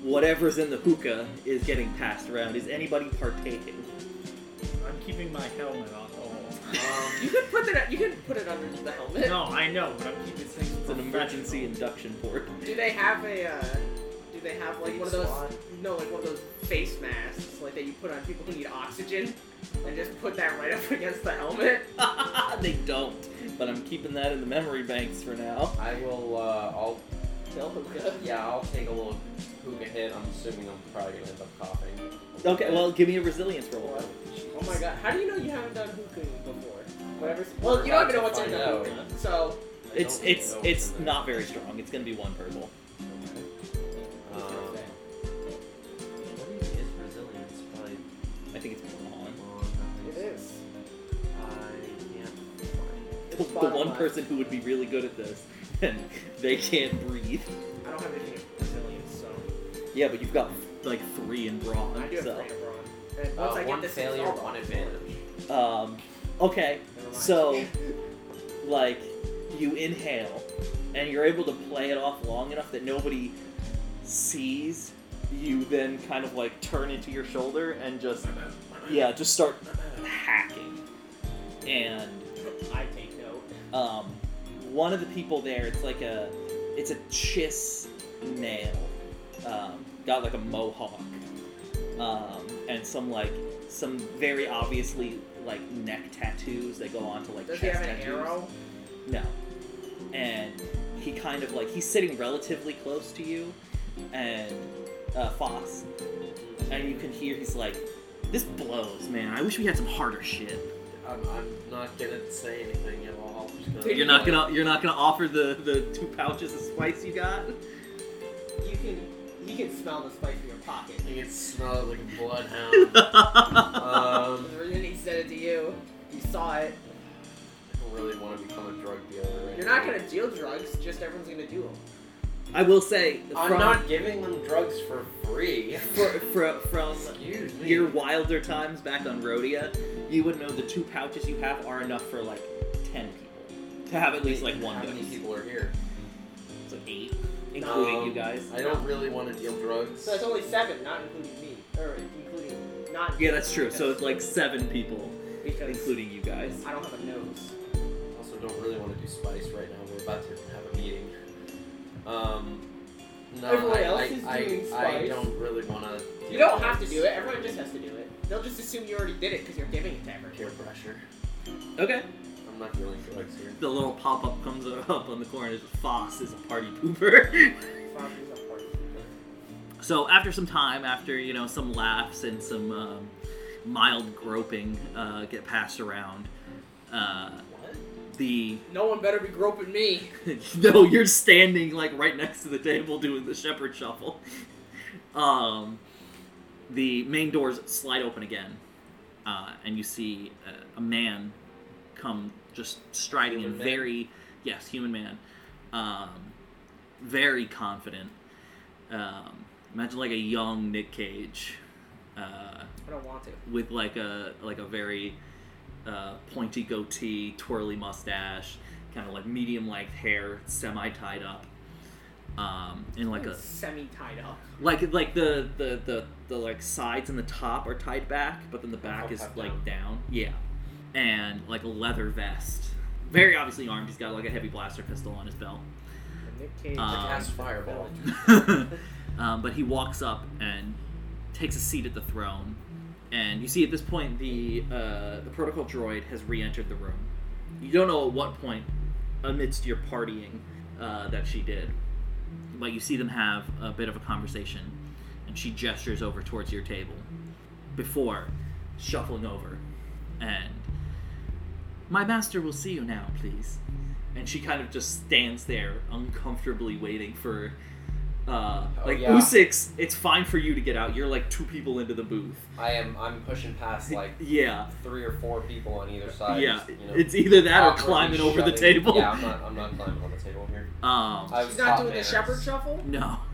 Speaker 1: whatever's in the hookah is getting passed around. Is anybody partaking?
Speaker 3: I'm keeping my helmet on.
Speaker 2: You could put that. You could put it under the
Speaker 6: Um,
Speaker 2: helmet.
Speaker 3: no, I know, but I'm keeping things.
Speaker 1: It's an emergency induction board.
Speaker 2: Do they have a? Uh, do they have like one of those?
Speaker 6: Slot.
Speaker 2: No, like one of those face masks, like that you put on people who need oxygen, and just put that right up against the helmet.
Speaker 1: they don't. But I'm keeping that in the memory banks for now.
Speaker 4: I will. Uh, I'll.
Speaker 2: No, okay.
Speaker 4: Yeah, I'll take a little hookah hit. I'm assuming I'm probably gonna end up coughing.
Speaker 1: Okay, well, give me a resilience roll.
Speaker 2: Oh my god! How do you know you haven't done hookah before? Whatever.
Speaker 4: We're
Speaker 2: Well, you don't
Speaker 4: about
Speaker 2: even know
Speaker 4: to
Speaker 2: what's in
Speaker 4: find
Speaker 2: the
Speaker 4: out.
Speaker 2: hookah. So
Speaker 4: I
Speaker 1: It's
Speaker 4: don't
Speaker 1: it's
Speaker 4: know what's
Speaker 1: it's
Speaker 4: in there.
Speaker 1: not very strong. It's gonna be one per roll.
Speaker 4: Um,
Speaker 2: Okay.
Speaker 4: what is his resilience? Probably
Speaker 1: I think it's one.
Speaker 4: long.
Speaker 2: it is. Uh,
Speaker 4: I can't find it.
Speaker 1: The, the one person who would be really good at this, and they can't breathe.
Speaker 2: I don't have anything of resilience, so
Speaker 1: Yeah, but you've got like three in brawn.
Speaker 2: I do have
Speaker 1: so.
Speaker 2: three abroad. And
Speaker 4: Uh,
Speaker 2: once I get
Speaker 4: one
Speaker 2: this
Speaker 4: failure,
Speaker 2: installed-
Speaker 4: one advantage.
Speaker 1: Um, okay,
Speaker 2: Never mind.
Speaker 1: so like you inhale, and you're able to play it off long enough that nobody sees. You then kind of like turn into your shoulder and just yeah, just start hacking, and
Speaker 2: I take note.
Speaker 1: um, one of the people there, it's like a, it's a chiss nail, um, got like a mohawk, um, and some like some very obviously like neck tattoos that go on to like
Speaker 2: Does he
Speaker 1: chest
Speaker 2: have an
Speaker 1: tattoos.
Speaker 2: arrow?
Speaker 1: No, and he kind of like he's sitting relatively close to you, and uh, Foss, and you can hear he's like, this blows, man. I wish we had some harder shit.
Speaker 4: I'm, I'm not gonna say anything at all. I'm just gonna
Speaker 1: You're not gonna you're not gonna offer the the two pouches of spice you got.
Speaker 2: You can you can smell the spice in your pocket.
Speaker 4: I can smell it like a bloodhound. um,
Speaker 2: The reason he said it to you, you saw it.
Speaker 4: I don't really want to become a drug dealer. Right
Speaker 2: You're not
Speaker 4: now.
Speaker 2: gonna deal drugs, just everyone's gonna do them.
Speaker 1: I will say
Speaker 4: I'm
Speaker 1: from
Speaker 4: not giving them drugs for free.
Speaker 1: fr- fr- from
Speaker 4: Excuse me.
Speaker 1: your wilder times back on Rhodia, you would know the two pouches you have are enough for like ten people to have at least like one
Speaker 4: How many
Speaker 1: dose.
Speaker 4: people are here?
Speaker 1: So eight, including
Speaker 4: Um,
Speaker 1: you guys.
Speaker 4: I don't really want to deal drugs.
Speaker 2: So it's only seven, not including me. Or including not
Speaker 1: Yeah, that's true. So it's like seven people,
Speaker 2: because
Speaker 1: including you guys.
Speaker 2: I don't have a nose.
Speaker 4: Also, don't really want to do spice right now. We're about to have a meeting. Um, no,
Speaker 2: Everyone
Speaker 4: I,
Speaker 2: else
Speaker 4: I,
Speaker 2: is
Speaker 4: I,
Speaker 2: doing
Speaker 4: I
Speaker 2: spice.
Speaker 4: don't really want to.
Speaker 2: You don't have to do it, everyone just has to do it. They'll just assume you already did it because you're giving it to
Speaker 4: Peer
Speaker 2: everyone.
Speaker 4: pressure.
Speaker 1: Okay.
Speaker 4: I'm not dealing drugs here.
Speaker 1: The little pop up comes up on the corner. It's Foss is a party pooper.
Speaker 2: Foxy's a party pooper.
Speaker 1: So after some time, after you know some laughs and some um, mild groping uh, get passed around, uh,
Speaker 4: What?
Speaker 1: the
Speaker 2: No one better be groping me.
Speaker 1: no, you're standing like right next to the table doing the shepherd shuffle. um, the main doors slide open again, uh, and you see uh, a man come just striding
Speaker 4: Human
Speaker 1: in,
Speaker 4: man?
Speaker 1: very yes, human man, um, very confident. Um, imagine like a young Nick Cage. Uh,
Speaker 2: I don't want to.
Speaker 1: with like a like a very uh, pointy goatee, twirly mustache, kind of like medium length hair, semi tied up, um, and like a
Speaker 2: semi tied up.
Speaker 1: like like the, the the the like sides and the top are tied back, but then the back
Speaker 4: Half
Speaker 1: is
Speaker 4: up,
Speaker 1: like
Speaker 4: down.
Speaker 1: down. Yeah, and like a leather vest, very obviously armed. He's got like a heavy blaster pistol on his belt.
Speaker 2: And Nick Cage.
Speaker 1: Um,
Speaker 4: Cast fireball.
Speaker 1: um, but he walks up and takes a seat at the throne. And you see at this point the uh, the protocol droid has re-entered the room. You don't know at what point, amidst your partying, uh, that she did, but you see them have a bit of a conversation, and she gestures over towards your table before shuffling over and my master will see you now please and she kind of just stands there uncomfortably waiting for uh
Speaker 4: Oh,
Speaker 1: like
Speaker 4: yeah.
Speaker 1: Usix, it's fine for you to get out you're like two people into the booth
Speaker 4: I am. I'm pushing past like
Speaker 1: yeah
Speaker 4: three or four people on either side.
Speaker 1: yeah
Speaker 4: just, you know,
Speaker 1: it's either that or
Speaker 4: awkwardly
Speaker 1: climbing over the
Speaker 4: shoving-
Speaker 1: table
Speaker 4: Yeah, I'm not. I'm not climbing on the table here.
Speaker 1: um
Speaker 4: I
Speaker 2: She's
Speaker 4: was
Speaker 2: not
Speaker 4: taught
Speaker 2: doing
Speaker 4: manners.
Speaker 2: the shepherd shuffle.
Speaker 1: No.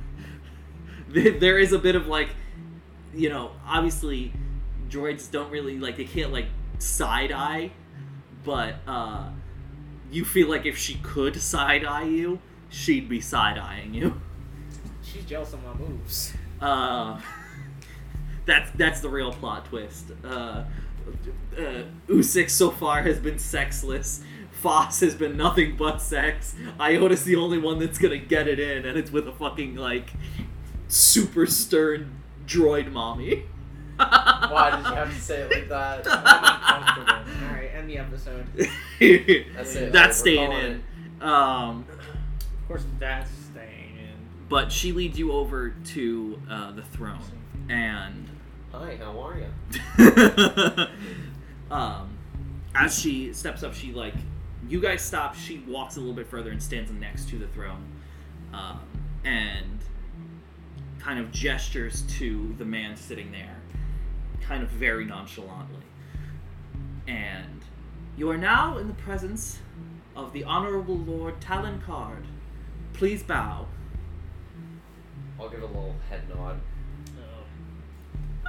Speaker 1: There there is a bit of like, you know, obviously droids don't really like they can't like side eye, but uh you feel like if she could side eye you, she'd be side eyeing you.
Speaker 2: She's jealous of my moves.
Speaker 1: Uh, that's that's the real plot twist. Uh, uh, Usyk so far has been sexless. Foss has been nothing but sex. Iota's the only one that's gonna get it in, and it's with a fucking like super stern droid mommy.
Speaker 6: Why did you have to say it like that? I'm uncomfortable.
Speaker 2: All right, end the episode.
Speaker 4: That's it.
Speaker 1: That's
Speaker 4: We're
Speaker 1: staying
Speaker 4: calling
Speaker 1: in. Um,
Speaker 6: Of course, that's staying in.
Speaker 1: but she leads you over to uh, the throne, and
Speaker 4: Hi, how are you?
Speaker 1: um, as she steps up, she like you guys stop. She walks a little bit further and stands next to the throne, um, and kind of gestures to the man sitting there, kind of very nonchalantly. And you are now in the presence of the Honorable Lord Talon Card. Please bow.
Speaker 4: I'll give a little head nod.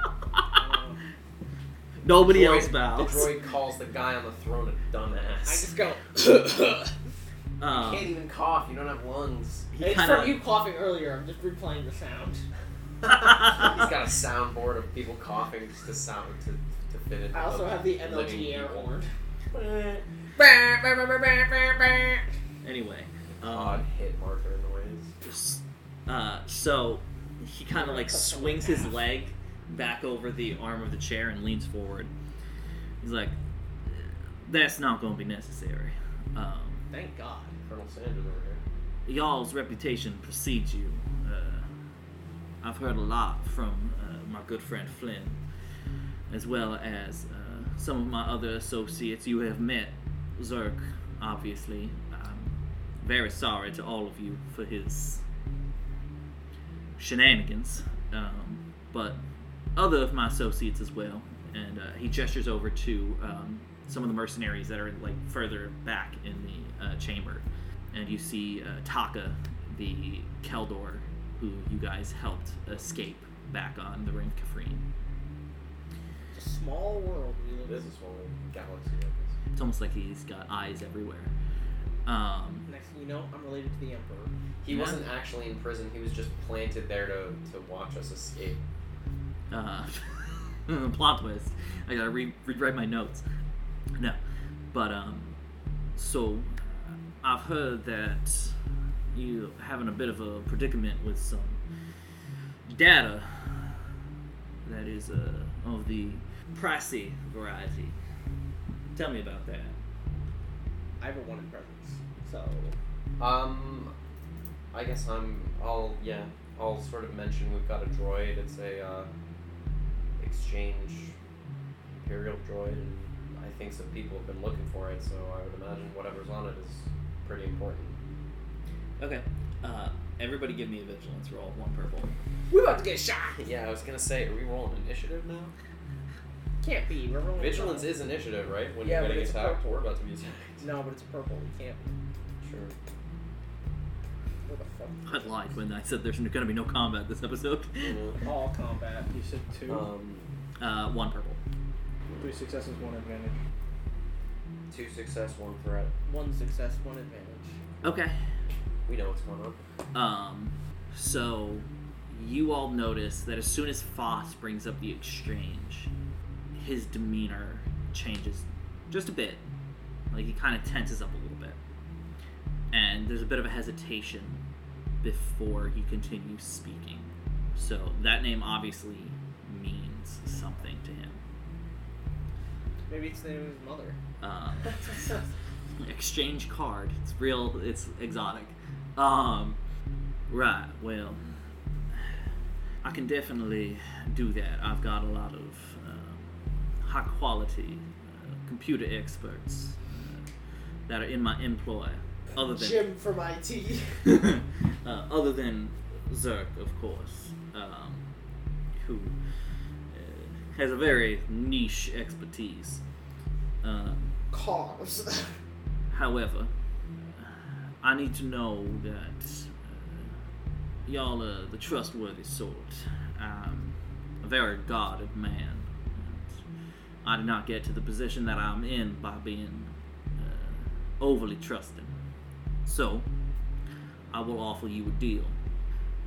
Speaker 6: um,
Speaker 2: Um,
Speaker 1: Nobody
Speaker 4: Droid-
Speaker 1: else bows.
Speaker 4: The droid calls the guy on the throne a dumbass.
Speaker 2: I just go.
Speaker 1: Um,
Speaker 4: can't even cough. You don't have lungs.
Speaker 1: he
Speaker 2: It's
Speaker 1: kinda-
Speaker 2: from you coughing earlier. I'm just replaying the sound.
Speaker 4: He's got a soundboard of people coughing just to sound to, to fit it.
Speaker 2: I also have the
Speaker 4: Living
Speaker 2: MLG air
Speaker 4: people.
Speaker 2: horn.
Speaker 1: Anyway,
Speaker 4: Odd
Speaker 1: um,
Speaker 4: hit marker noise.
Speaker 1: s- uh, so he kind of like swings his leg back over the arm of the chair and leans forward. He's like, "That's not going to be necessary. Um,
Speaker 2: Thank God.
Speaker 4: Colonel Sanders over here.
Speaker 1: y'all's reputation precedes you. Uh, I've heard a lot from uh, my good friend Flynn, as well as uh, some of my other associates. You have met Zerk, obviously. I'm very sorry to all of you for his shenanigans, um, but other of my associates as well. And uh, he gestures over to um, some of the mercenaries that are like further back in the uh, chamber, and you see uh, Taka, the Keldor, who you guys helped escape back on the Rim Kafrine.
Speaker 2: It's a small world we live
Speaker 4: This
Speaker 2: in.
Speaker 4: is one of the galaxy like
Speaker 1: It's almost like he's got eyes everywhere. Um,
Speaker 2: Next thing you know, I'm related to the Emperor.
Speaker 4: this. He
Speaker 1: Yeah.
Speaker 4: wasn't actually in prison. He was just planted there to, to watch us escape.
Speaker 1: uh, plot twist. I gotta re- rewrite my notes. No, but um, so I've heard that you having a bit of a predicament with some data that is uh, of the pricey variety. Tell me about that.
Speaker 2: I have a one in presence. So,
Speaker 4: Um, I guess I'm. I'll yeah. I'll sort of mention we've got a droid. It's a uh, exchange imperial droid, and I think some people have been looking for it. So I would imagine whatever's on it is pretty important.
Speaker 1: Okay. Uh, everybody, give me a vigilance roll. One purple.
Speaker 2: we're about to get shot.
Speaker 4: Yeah, I was gonna say, are we rolling initiative now?
Speaker 2: Can't be. We're rolling.
Speaker 4: Vigilance
Speaker 2: purple.
Speaker 4: is initiative, right? When
Speaker 2: Yeah,
Speaker 4: you're
Speaker 2: but
Speaker 4: getting
Speaker 2: it's
Speaker 4: attacked,
Speaker 2: purple.
Speaker 4: we're about to be attacked.
Speaker 2: No, but it's purple. We can't.
Speaker 4: Sure.
Speaker 2: What the fuck?
Speaker 1: I lied when I said there's going to be no combat this episode.
Speaker 4: You
Speaker 2: All combat.
Speaker 6: You said two.
Speaker 4: know, um,
Speaker 1: Uh, one purple.
Speaker 6: Three successes, one advantage.
Speaker 4: two success, one threat.
Speaker 2: One success, one advantage.
Speaker 1: Okay.
Speaker 4: We know what's going on.
Speaker 1: Um, so you all notice that as soon as Foss brings up the exchange, his demeanor changes just a bit. Like he kind of tenses up a little bit. And there's a bit of a hesitation before he continues speaking. So that name obviously means something to him.
Speaker 2: Maybe it's the name of his mother.
Speaker 1: Um, exchange card. It's real. It's exotic. Um, right. Well, I can definitely do that. I've got a lot of um, high quality uh, computer experts uh, that are in my employ, other than
Speaker 7: Jim from IT.
Speaker 1: uh, other than Zerk, of course, um, who uh, has a very niche expertise. Um,
Speaker 7: Cars.
Speaker 1: however, I need to know that uh, y'all are the trustworthy sort. I'm a very guarded man. And I did not get to the position that I'm in by being uh, overly trusting. So, I will offer you a deal.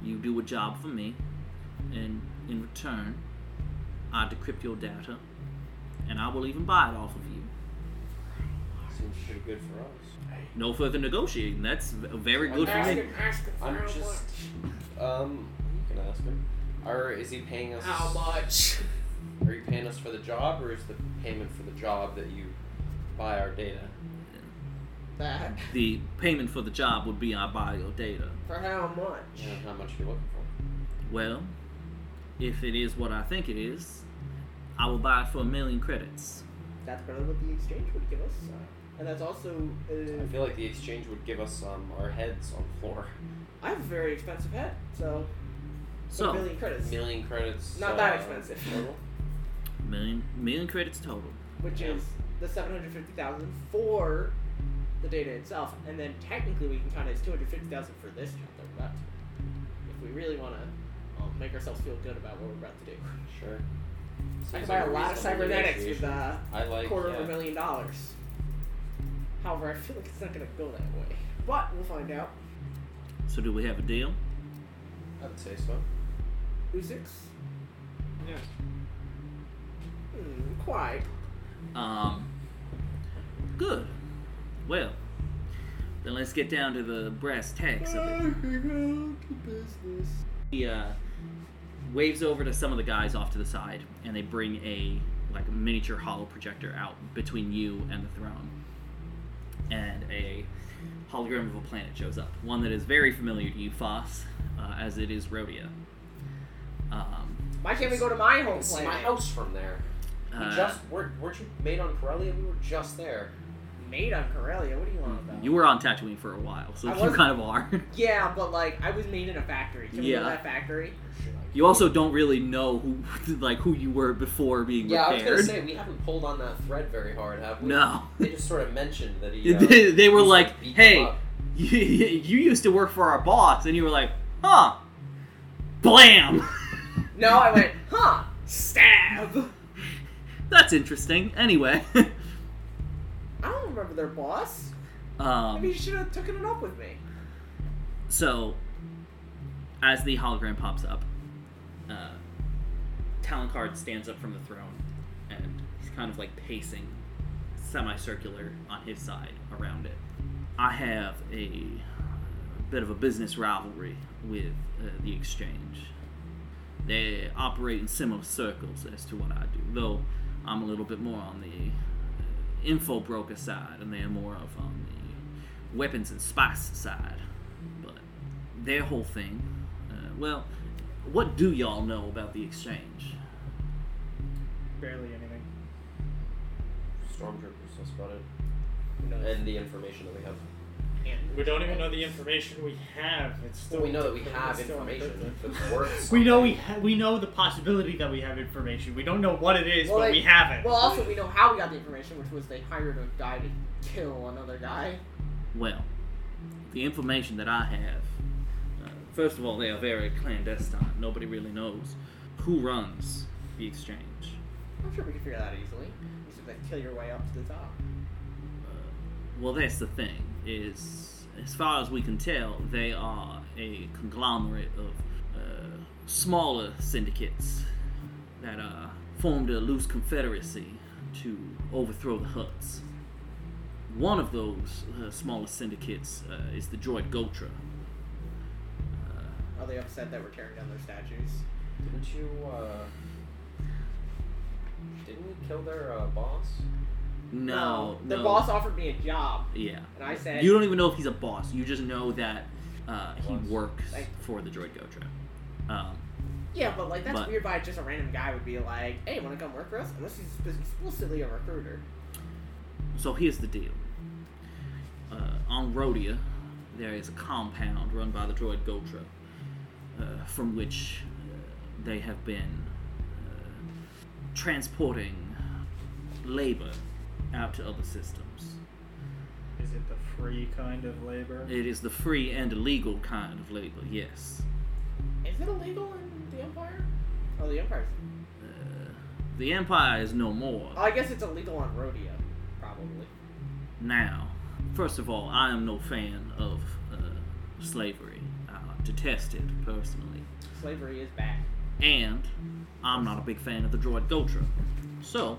Speaker 1: You do a job for me, and in return, I decrypt your data, and I will even buy it off of you.
Speaker 4: Seems pretty good for us.
Speaker 1: No further negotiating. That's v- very good for
Speaker 2: ask
Speaker 1: me.
Speaker 2: him, ask him for
Speaker 4: I'm
Speaker 2: how
Speaker 4: just. Um, you can ask him. Or is he paying us?
Speaker 7: much. How much?
Speaker 4: Are you paying us for the job, or is the payment for the job that you buy our data?
Speaker 7: That.
Speaker 1: The payment for the job would be I buy your data.
Speaker 2: For how much?
Speaker 4: And how much you're looking for?
Speaker 1: Well, if it is what I think it is, I will buy it for a million credits.
Speaker 2: That's better than what the exchange would give us. uh, and that's also. Uh,
Speaker 4: I feel like the exchange would give us um, our heads on the floor.
Speaker 2: I have a very expensive head, so.
Speaker 1: So,
Speaker 2: a million credits.
Speaker 4: million credits.
Speaker 2: Not
Speaker 4: uh,
Speaker 2: that expensive.
Speaker 4: total?
Speaker 1: million million credits total.
Speaker 2: which is the 750,000 for the data itself, and then technically we can count it as 250,000 for this job that we're about to. do, If we really want to um, make ourselves feel good about what we're about to do,
Speaker 4: Sure.
Speaker 2: I can
Speaker 4: Seems
Speaker 2: buy
Speaker 4: like
Speaker 2: a lot of
Speaker 4: reasonable
Speaker 2: cybernetics with
Speaker 4: negotiation.
Speaker 2: uh,
Speaker 4: I
Speaker 2: a
Speaker 4: like.
Speaker 2: quarter of
Speaker 4: yeah.
Speaker 2: a million dollars. However, I feel like it's not gonna go that way, but we'll find out.
Speaker 1: So, do we have a deal?
Speaker 4: I would say so.
Speaker 2: Uzix,
Speaker 3: Yeah.
Speaker 2: hmm, quiet.
Speaker 1: Um, good. Well, then let's get down to the brass tacks of it.
Speaker 7: business.
Speaker 1: He uh, waves over to some of the guys off to the side, and they bring a like miniature hollow projector out between you and the throne, and a hologram of a planet shows up. One that is very familiar to you, Foss, uh, as it is Rhodia. Um,
Speaker 2: Why can't we go to my home
Speaker 4: It's my
Speaker 2: planet?
Speaker 4: house from there. We
Speaker 1: uh,
Speaker 4: just weren't, weren't you made on Corellia? We were just there.
Speaker 2: Made on Corellia. What do you want about?
Speaker 1: you were on Tatooine for a while, so
Speaker 2: I
Speaker 1: you
Speaker 2: wasn't-
Speaker 1: kind of are.
Speaker 2: Yeah, but like I was made in a factory. Can we go
Speaker 1: Yeah.
Speaker 2: to that factory?
Speaker 1: you also don't really know who like who you were before being
Speaker 4: Yeah, I was
Speaker 1: repaired.
Speaker 4: gonna say we haven't pulled on that thread very hard, have we?
Speaker 1: no.
Speaker 4: They just sort of mentioned that he. Uh,
Speaker 1: they, they were
Speaker 4: used to
Speaker 1: like,
Speaker 4: beat them
Speaker 1: hey,
Speaker 4: up."
Speaker 1: you, you used to work for our boss, and you were like, huh, blam.
Speaker 2: No, I went, huh? Stab.
Speaker 1: That's interesting. Anyway,
Speaker 2: I don't remember their boss. Maybe
Speaker 1: um,
Speaker 2: you should have taken it up with me.
Speaker 1: so as the hologram pops up, uh, Talon Card stands up from the throne, and he's kind of like pacing semicircular on his side around it. I have a bit of a business rivalry with uh, the exchange. They operate in similar circles as to what I do, though I'm a little bit more on the uh, info broker side, and they're more of on the weapons and spice side. But their whole thing, uh, well, what do y'all know about the exchange?
Speaker 6: Barely anything.
Speaker 4: Stormtroopers, that's about it.
Speaker 2: Who knows?
Speaker 4: And the information that we have.
Speaker 6: We don't even know the information we have. It's still.
Speaker 4: Well, we know that we
Speaker 6: it's
Speaker 4: have
Speaker 6: still
Speaker 4: information.
Speaker 6: encrypted.
Speaker 4: That's worth
Speaker 6: We know we
Speaker 4: something.
Speaker 6: ha- we know the possibility that we have information. We don't know what it is,
Speaker 2: Well,
Speaker 6: but
Speaker 2: like-
Speaker 6: we have it.
Speaker 2: well, also we know how we got the information, which was they hired a guy to kill another guy.
Speaker 1: Well, the information that I have, uh, first of all, they are very clandestine. Nobody really knows who runs the exchange.
Speaker 2: I'm sure we can figure that out easily. You just have to kill your way up to the top.
Speaker 1: Uh, well, that's the thing. Is as far as we can tell, they are a conglomerate of uh, smaller syndicates that uh, formed a loose confederacy to overthrow the Huts. One of those uh, smaller syndicates uh, is the droid Gotra. Uh,
Speaker 2: Are they upset that we're tearing down their statues?
Speaker 4: Didn't you? Uh, didn't we kill their uh, boss?
Speaker 1: No,
Speaker 2: Their
Speaker 1: no.
Speaker 2: boss offered me a job,
Speaker 1: Yeah.
Speaker 2: and I said,
Speaker 1: You don't even know if he's a boss. You just know that uh, he
Speaker 4: Boss.
Speaker 1: works
Speaker 2: Like-
Speaker 1: for the droid Gotra. Um,
Speaker 2: Yeah, but like that's
Speaker 1: But-
Speaker 2: weird. By just a random guy would be like, "Hey, want to come work for us?" Unless he's spe- explicitly a recruiter.
Speaker 1: So here's the deal. Uh, on Rhodia, there is a compound run by the droid Gotra, uh, from which uh, they have been uh, transporting labor out to other systems.
Speaker 6: Is it the free kind of labor?
Speaker 1: It is the free and illegal kind of labor, yes.
Speaker 2: Is it illegal in the Empire? Oh, the Empire's.
Speaker 1: The Empire is no more
Speaker 2: Oh, I guess it's illegal on rodeo, probably.
Speaker 1: now. First of all, I am no fan of uh, slavery. I detest it personally.
Speaker 2: Slavery is bad.
Speaker 1: and I'm not a big fan of the droid Gotra. So,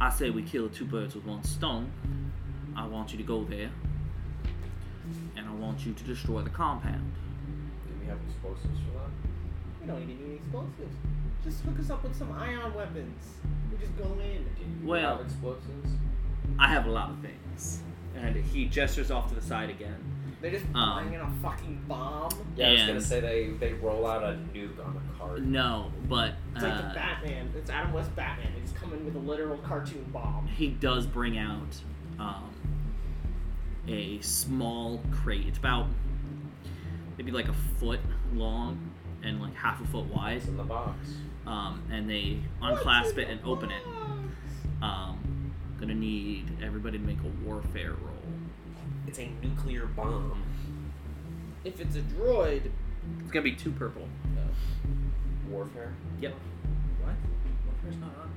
Speaker 1: I say we kill two birds with one stone. I want you to go there, and I want you to destroy the compound.
Speaker 4: Do we have explosives for that?
Speaker 2: We don't need any explosives. Just hook us up with some ion weapons. We just go in.
Speaker 4: Do you
Speaker 1: Well-
Speaker 4: have explosives?
Speaker 1: I have a lot of things. And he gestures off to the side again.
Speaker 2: They just
Speaker 1: Um.
Speaker 2: bring in a fucking bomb.
Speaker 4: Yeah, I was gonna
Speaker 1: And-
Speaker 4: say they they roll out a nuke on a card.
Speaker 1: No, but
Speaker 2: It's like the
Speaker 1: uh,
Speaker 2: Batman. It's Adam West Batman. They just come in with a literal cartoon bomb.
Speaker 1: he does bring out um, a small crate. It's about maybe like a foot long and like half a foot wide.
Speaker 4: It's in the box.
Speaker 1: um, and they unclasp it and open it. Um, gonna need everybody to make a warfare roll.
Speaker 4: It's a nuclear bomb.
Speaker 2: If it's a droid,
Speaker 1: It's gonna be two purple.
Speaker 4: Warfare.
Speaker 1: Yep.
Speaker 6: What? Warfare's not on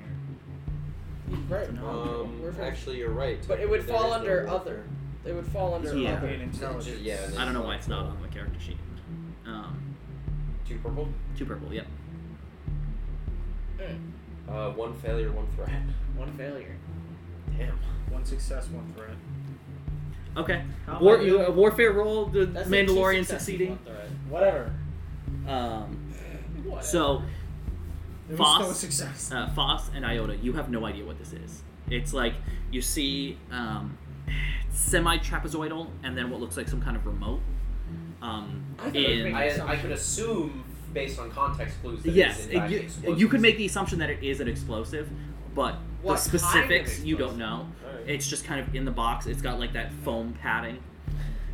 Speaker 6: here.
Speaker 2: right?
Speaker 1: No.
Speaker 4: Um,
Speaker 2: Warfare.
Speaker 4: actually, you're right.
Speaker 2: But it would
Speaker 4: There
Speaker 2: fall
Speaker 4: is no
Speaker 2: under
Speaker 4: warfare.
Speaker 2: other. It would fall under
Speaker 1: Yeah.
Speaker 2: other.
Speaker 6: Arcane intelligence.
Speaker 4: Yeah, and
Speaker 1: I don't know why it's not on the character sheet. Um,
Speaker 4: Two purple.
Speaker 1: two purple. Yep.
Speaker 4: Uh, one failure, one threat.
Speaker 2: One failure.
Speaker 4: Damn.
Speaker 6: One success, one threat.
Speaker 1: Okay.
Speaker 6: How
Speaker 1: War,
Speaker 6: am I
Speaker 1: you,
Speaker 6: doing?
Speaker 1: a warfare roll. The
Speaker 2: That's like two
Speaker 1: Mandalorian
Speaker 2: successes,
Speaker 1: succeeding.
Speaker 2: one threat.
Speaker 6: Whatever.
Speaker 1: Um,
Speaker 2: Whatever.
Speaker 1: so
Speaker 6: There was
Speaker 1: Foss.
Speaker 6: no success.
Speaker 1: uh, Foss and Iota, you have no idea what this is. It's like you see um, semi trapezoidal, and then what looks like some kind of remote. Um,
Speaker 2: I thought it was
Speaker 1: in,
Speaker 2: making
Speaker 4: I, I could assume based on context clues that
Speaker 1: Yes,
Speaker 4: it's in
Speaker 1: it-
Speaker 4: fact
Speaker 1: you,
Speaker 4: explosives.
Speaker 1: you could make the assumption that it is an explosive, but
Speaker 2: What kind
Speaker 1: the
Speaker 2: of
Speaker 1: specifics you don't
Speaker 2: explosive?
Speaker 1: know.
Speaker 4: Alright.
Speaker 1: It's just kind of in the box. It's got like that foam padding.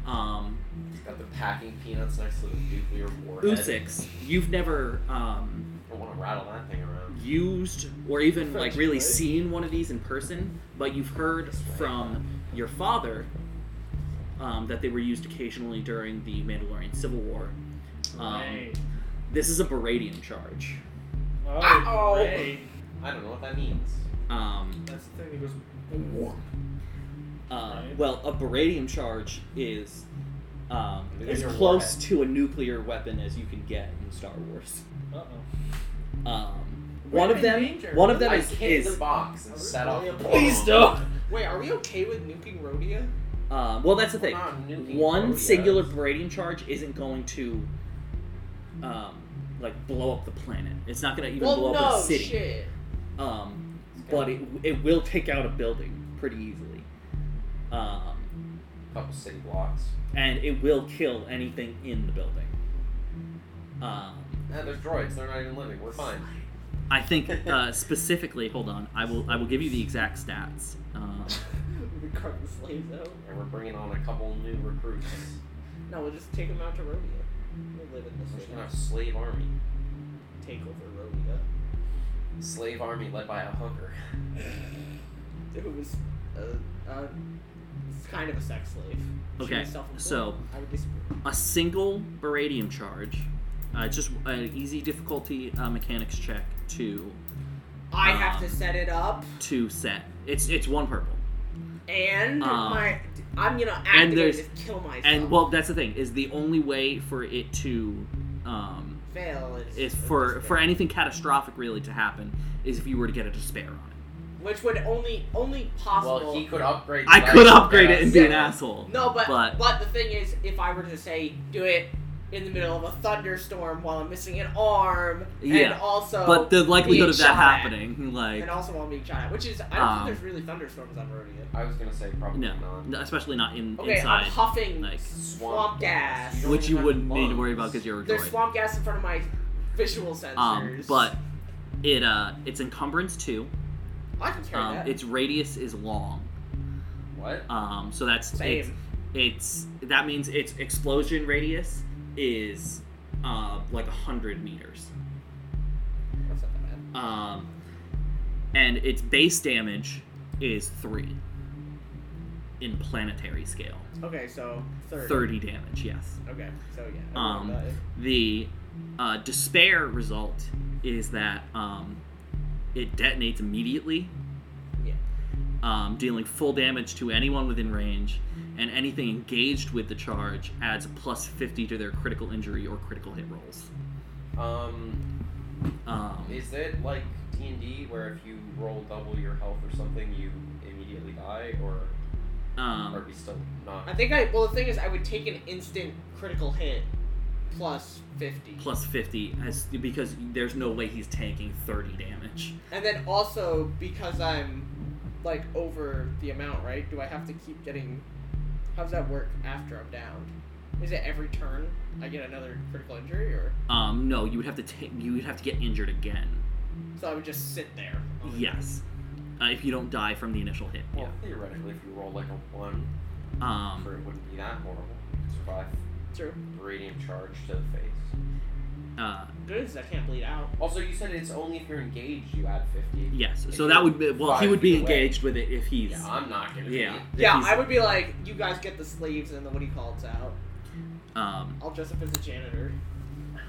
Speaker 1: Um,
Speaker 4: It's got the packing peanuts next to the nuclear warhead.
Speaker 1: Usix, you've never um,
Speaker 4: I want to rattle that thing around.
Speaker 1: used or even like
Speaker 2: French,
Speaker 1: really
Speaker 2: right?
Speaker 1: seen one of these in person, but you've heard from your father um, that they were used occasionally during the Mandalorian Civil War. Um,
Speaker 6: Right.
Speaker 1: this is a Baradium charge.
Speaker 6: Oh,
Speaker 2: Ow.
Speaker 6: great.
Speaker 4: I don't know what that means.
Speaker 1: Um,
Speaker 6: That's the thing that goes.
Speaker 1: Uh,
Speaker 6: Right.
Speaker 1: well, a baradium charge is um,
Speaker 4: It
Speaker 1: as
Speaker 4: is your
Speaker 1: close
Speaker 4: warhead.
Speaker 1: to a nuclear weapon as you can get in Star Wars.
Speaker 6: Uh oh.
Speaker 1: Um,
Speaker 2: We're
Speaker 1: one of
Speaker 2: in
Speaker 1: them,
Speaker 2: danger.
Speaker 1: one of them
Speaker 4: I
Speaker 1: is,
Speaker 4: kicked the
Speaker 1: is
Speaker 4: box and
Speaker 2: Are we
Speaker 4: set off.
Speaker 2: really
Speaker 4: the
Speaker 2: a-
Speaker 1: please
Speaker 4: bomb.
Speaker 1: don't.
Speaker 2: Wait, are we okay with nuking Rhodia?
Speaker 1: Um, well, that's the
Speaker 4: We're
Speaker 1: thing.
Speaker 4: not nuking
Speaker 1: One
Speaker 2: Oh,
Speaker 4: Rodias.
Speaker 1: singular baradium charge isn't going to, um, like blow up the planet. It's not going to even blow
Speaker 2: well,
Speaker 1: up
Speaker 2: no
Speaker 1: a city.
Speaker 2: shit.
Speaker 1: Um,
Speaker 4: It's got
Speaker 1: but it, it will take out a building pretty easily. Um,
Speaker 4: a couple city blocks.
Speaker 1: and it will kill anything in the building. Um,
Speaker 4: Nah, there's droids. They're not even living. We're fine.
Speaker 1: I think uh, specifically, hold on, I will I will give you the exact stats. Um,
Speaker 2: we carve the slaves out.
Speaker 4: And we're bringing on a couple new recruits.
Speaker 2: No, we'll just take them out to Rhodia. We'll live in
Speaker 4: We're
Speaker 2: this
Speaker 4: just
Speaker 2: city.
Speaker 4: gonna have a slave army.
Speaker 2: Take over Rhodia.
Speaker 4: Slave army led by a hooker.
Speaker 2: Who was uh, uh, kind of a sex slave. She
Speaker 1: Okay,
Speaker 2: was self-employed.
Speaker 1: so-
Speaker 2: I would disagree.
Speaker 1: a single baradium charge, uh, just an easy difficulty uh, mechanics check to
Speaker 2: I
Speaker 1: Um,
Speaker 2: have to set it up,
Speaker 1: to set. It's it's one purple,
Speaker 2: and
Speaker 1: um,
Speaker 2: my I'm gonna activate and
Speaker 1: there's-
Speaker 2: just kill myself.
Speaker 1: and well, that's the thing is the only way for it to um,
Speaker 2: fail is,
Speaker 1: is
Speaker 2: is
Speaker 1: for
Speaker 2: despair.
Speaker 1: for anything catastrophic really to happen is if you were to get a despair on it.
Speaker 2: which would only only possible.
Speaker 4: Well, he could upgrade.
Speaker 1: I
Speaker 4: that
Speaker 1: could
Speaker 4: to
Speaker 1: upgrade
Speaker 4: get
Speaker 1: it and
Speaker 4: us-
Speaker 1: be an asshole.
Speaker 2: No, but,
Speaker 1: but-
Speaker 2: but the thing is, if I were to say do it in the middle of a thunderstorm while I'm missing an arm,
Speaker 1: Yeah,
Speaker 2: and also
Speaker 1: but the likelihood
Speaker 2: being
Speaker 1: of
Speaker 2: shot
Speaker 1: that
Speaker 2: at,
Speaker 1: happening, like
Speaker 2: and also while being shot at, which is I don't
Speaker 1: Um,
Speaker 2: think there's really thunderstorms on Rhodia.
Speaker 4: I was gonna say probably
Speaker 1: No,
Speaker 4: not.
Speaker 1: no, especially not in
Speaker 2: Okay, I'm
Speaker 1: inside,
Speaker 2: huffing
Speaker 1: like
Speaker 2: swamp gas,
Speaker 4: You don't
Speaker 1: which you
Speaker 4: even have
Speaker 1: wouldn't need to
Speaker 4: lungs.
Speaker 1: worry about because you're a
Speaker 2: There's
Speaker 1: droid.
Speaker 2: swamp gas in front of my visual sensors.
Speaker 1: Um, but it uh, it's encumbrance two.
Speaker 2: I can carry
Speaker 1: Um,
Speaker 2: that.
Speaker 1: its radius is long.
Speaker 4: What?
Speaker 1: Um, so that's
Speaker 2: Same.
Speaker 1: It's, it's that means its explosion radius is uh, like hundred meters.
Speaker 2: That's not that bad.
Speaker 1: Um, and its base damage is three in planetary scale.
Speaker 2: Okay, so third.
Speaker 1: 30 damage, yes.
Speaker 2: Okay, so yeah.
Speaker 1: Um,
Speaker 2: everyone died.
Speaker 1: The uh, despair result is that um, it detonates immediately,
Speaker 2: yeah.
Speaker 1: um, dealing full damage to anyone within range, and anything engaged with the charge adds plus 50 to their critical injury or critical hit rolls.
Speaker 4: Um,
Speaker 1: Um,
Speaker 4: is it like D and D where if you roll double your health or something, you immediately die, or are
Speaker 1: um,
Speaker 4: we still not?
Speaker 2: I think I. Well, the thing is, I would take an instant critical hit plus 50.
Speaker 1: plus 50 as, because there's no way he's tanking 30 damage.
Speaker 2: And then also, because I'm like over the amount, right? Do I have to keep getting. How does that work after I'm downed? Is it every turn I get another critical injury, or.
Speaker 1: Um, no, you would have to ta- you would have to get injured again.
Speaker 2: So I would just sit there.
Speaker 1: Yes, uh, if you don't die from the initial hit.
Speaker 4: Well, theoretically, if you roll like a one,
Speaker 1: Um,
Speaker 4: for it wouldn't be that horrible. Survive
Speaker 2: True.
Speaker 4: radiant charge to the face.
Speaker 1: uh,
Speaker 2: Good, 'cause I can't bleed out.
Speaker 4: Also, you said it's only if you're engaged you add fifty.
Speaker 1: yes.
Speaker 4: If
Speaker 1: So that
Speaker 4: you're
Speaker 1: would be well. He
Speaker 4: five
Speaker 1: would be
Speaker 4: feet away.
Speaker 1: engaged with it if he's
Speaker 4: Yeah, I'm not gonna.
Speaker 1: yeah.
Speaker 4: Be.
Speaker 1: if
Speaker 2: Yeah,
Speaker 1: he's-
Speaker 2: I would be like, you guys get the sleeves and the what do you call it's out.
Speaker 1: Um,
Speaker 2: I'll dress up as a janitor.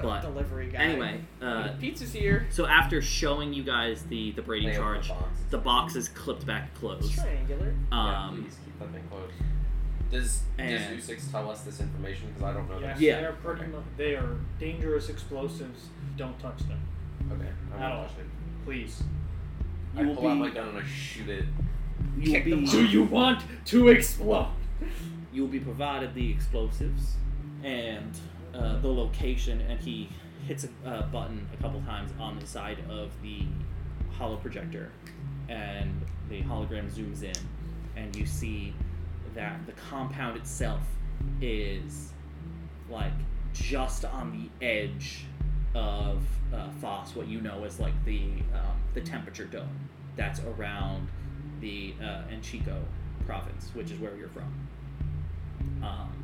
Speaker 1: But,
Speaker 2: delivery guy.
Speaker 1: anyway, uh,
Speaker 2: pizza's here.
Speaker 1: so after showing you guys the the Brady
Speaker 4: They open
Speaker 1: charge,
Speaker 4: The box.
Speaker 1: the box is clipped back
Speaker 2: It's
Speaker 1: closed.
Speaker 2: triangular.
Speaker 4: Yeah,
Speaker 1: Um,
Speaker 4: please keep that thing closed. Does
Speaker 1: and-
Speaker 4: does U6 tell us this information? Because I don't know.
Speaker 6: Yes,
Speaker 4: that.
Speaker 1: Yeah.
Speaker 6: They're pretty
Speaker 4: Okay.
Speaker 6: much, they are dangerous explosives. Don't touch them,
Speaker 4: Okay. I'm
Speaker 6: At
Speaker 4: not
Speaker 6: all.
Speaker 4: touching it.
Speaker 6: please.
Speaker 4: I pull out my gun and I shoot it.
Speaker 1: you will
Speaker 2: Kick them
Speaker 1: be
Speaker 2: Do
Speaker 6: you want to explode?
Speaker 1: you will be provided the explosives and uh, the location, and he hits a uh, button a couple times on the side of the hollow projector, and the hologram zooms in, and you see that the compound itself is like just on the edge of uh, Foss, what you know as like the um, the temperature dome that's around the uh, Enchico province, which is where you're from. Um,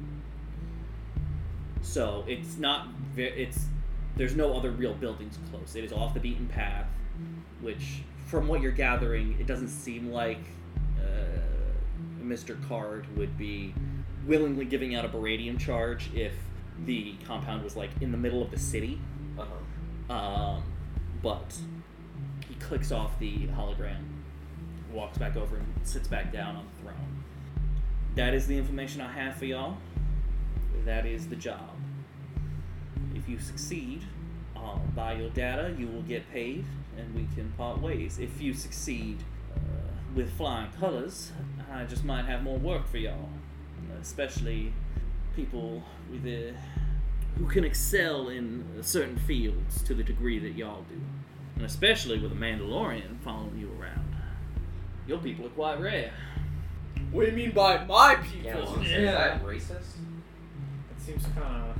Speaker 1: so it's not ve- it's there's no other real buildings close. It is off the beaten path, which from what you're gathering, it doesn't seem like uh, Mr. Card would be willingly giving out a baradium charge if the compound was like in the middle of the city.
Speaker 4: Uh huh.
Speaker 1: Um, but he clicks off the hologram, walks back over, and sits back down on the throne. That is the information I have for y'all. That is the job. If you succeed, I'll buy your data, you will get paid, and we can part ways. If you succeed uh, with flying colors, I just might have more work for y'all. Especially people with a who can excel in uh, certain fields to the degree that y'all do. And especially with a Mandalorian following you around. Your people are quite rare.
Speaker 2: What do you mean by my people?
Speaker 4: Yeah. I was gonna say, Is that racist?
Speaker 6: It seems kind of.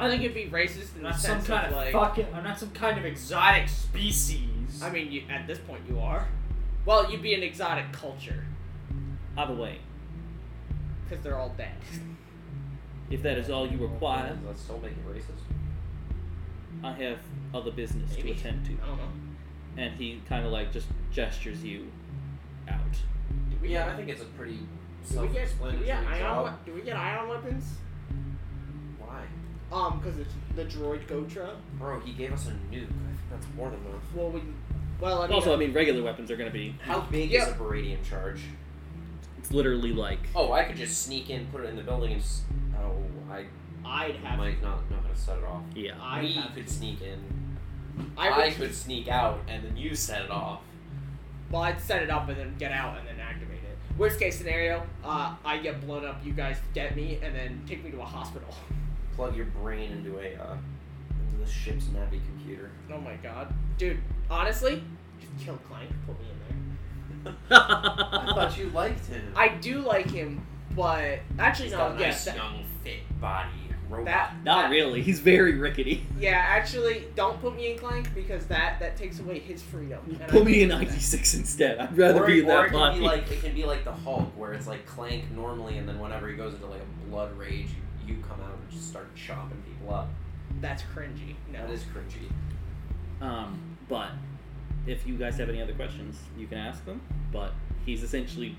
Speaker 2: I think it'd be racist in the
Speaker 6: not some
Speaker 2: sense
Speaker 6: kind
Speaker 2: of
Speaker 6: of
Speaker 2: like.
Speaker 6: fucking. I'm not some kind of exotic species.
Speaker 2: I mean, you, at this point, you are. Well, you'd be an exotic culture
Speaker 1: Either way,
Speaker 2: because they're all dead.
Speaker 1: if that is all you require,
Speaker 4: Let's still make it racist.
Speaker 1: I have other business
Speaker 2: Maybe.
Speaker 1: to attend to.
Speaker 2: I don't know.
Speaker 1: And he kind of like just gestures you out.
Speaker 2: Do we
Speaker 4: Yeah, I
Speaker 2: get,
Speaker 4: think it's a pretty
Speaker 2: do we get, do we
Speaker 4: self-explanatory
Speaker 2: get ion?
Speaker 4: job.
Speaker 2: we- Do we get ion weapons?
Speaker 4: Why,
Speaker 2: Um, because it's the droid Gotra.
Speaker 4: bro? He gave us a nuke. I think that's more than enough.
Speaker 2: Well, we. Well, I mean,
Speaker 1: Also, I mean, regular weapons are going to be.
Speaker 4: How big
Speaker 2: Yeah.
Speaker 4: is a beradium charge?
Speaker 1: It's literally like.
Speaker 4: Oh, I could just sneak in, put it in the building, and s- oh, I
Speaker 2: I'd have.
Speaker 4: might not know how to set it off.
Speaker 1: Yeah.
Speaker 2: I
Speaker 4: we
Speaker 2: have
Speaker 4: could
Speaker 2: to-
Speaker 4: sneak in.
Speaker 2: I would.
Speaker 4: could sneak out, and then you set it off.
Speaker 2: Well, I'd set it up and then get out and then activate it. Worst case scenario, uh, I get blown up. You guys get me and then take me to a hospital.
Speaker 4: Plug your brain into a uh, into the ship's Navi computer.
Speaker 2: Oh my god, dude. Honestly, just kill Clank. Put me in
Speaker 4: I thought you liked him.
Speaker 2: there. I do like him, but actually
Speaker 4: He's
Speaker 2: no.
Speaker 4: got a nice
Speaker 2: yes, that-
Speaker 4: young, fit body. rope.
Speaker 2: That
Speaker 1: Not
Speaker 2: that-
Speaker 1: really. He's very rickety.
Speaker 2: Yeah, actually, don't put me in Clank because that that takes away his freedom. and I
Speaker 1: Put me in
Speaker 2: can't do that.
Speaker 1: ID6 instead. I'd rather
Speaker 4: or,
Speaker 1: be in
Speaker 4: or
Speaker 1: that
Speaker 4: it can
Speaker 1: body.
Speaker 4: be like it can be like the Hulk, where it's like Clank normally, and then whenever he goes into like a blood rage, you come out and just start chopping people up.
Speaker 2: That's cringy. No.
Speaker 4: That is cringy.
Speaker 1: Um, but if you guys have any other questions, you can ask them. But he's essentially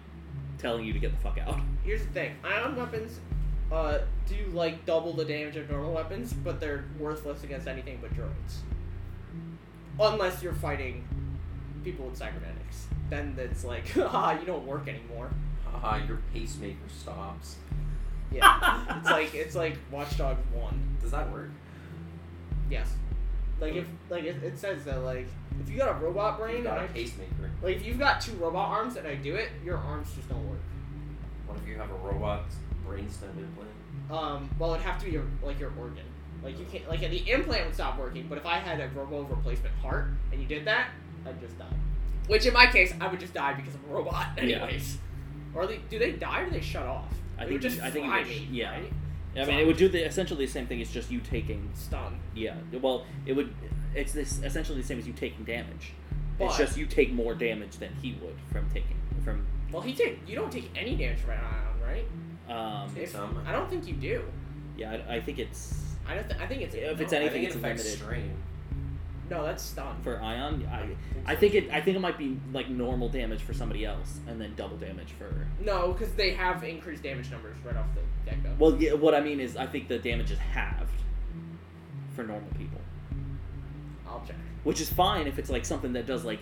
Speaker 1: telling you to get the fuck out.
Speaker 2: Here's the thing: ion weapons uh, do like double the damage of normal weapons, but they're worthless against anything but droids. Unless you're fighting people with cybernetics, then it's like, haha, you don't work anymore.
Speaker 4: Haha, your pacemaker stops.
Speaker 2: Yeah, it's like it's like Watchdog One.
Speaker 4: Does that work?
Speaker 2: Yes, like if like it, it says that like if you got a robot brain,
Speaker 4: You got a
Speaker 2: and I-
Speaker 4: pacemaker.
Speaker 2: like if you've got two robot arms and I do it, your arms just don't work.
Speaker 4: What if you have a robot brainstem implant?
Speaker 2: Um, well, it'd have to be your like your organ. Like you can't like the implant would stop working. But if I had a robo replacement heart and you did that, I'd just die. Which in my case, I would just die because I'm a robot,
Speaker 1: Yeah.
Speaker 2: anyways. Or they, do they die or do they shut off?
Speaker 1: I
Speaker 2: They
Speaker 1: think
Speaker 2: would just
Speaker 1: you- I think you
Speaker 2: fry
Speaker 1: would sh-
Speaker 2: me,
Speaker 1: yeah.
Speaker 2: right?
Speaker 1: I mean, it would do the essentially the same thing. It's just you taking.
Speaker 2: Stun.
Speaker 1: Yeah. Well, it would. It's this essentially the same as you taking damage.
Speaker 2: But
Speaker 1: It's just you take more damage than he would from taking from.
Speaker 2: well, he take you don't take any damage from an ion, right?
Speaker 1: Um,
Speaker 4: Take
Speaker 2: If-
Speaker 4: some.
Speaker 2: I don't think you do.
Speaker 1: yeah, I, I think it's
Speaker 2: I don't. Th- I think it's
Speaker 1: If it's
Speaker 2: no,
Speaker 1: any-
Speaker 4: I think
Speaker 1: it's
Speaker 4: it affects
Speaker 1: limited.
Speaker 4: strain.
Speaker 2: no, that's stun.
Speaker 1: for Ion. I I think it. I think it might be like normal damage for somebody else, and then double damage for.
Speaker 2: no, because they have increased damage numbers right off the get go.
Speaker 1: Well, yeah, what I mean is, I think the damage is halved for normal people,
Speaker 2: I'll check.
Speaker 1: which is fine if it's like something that does like,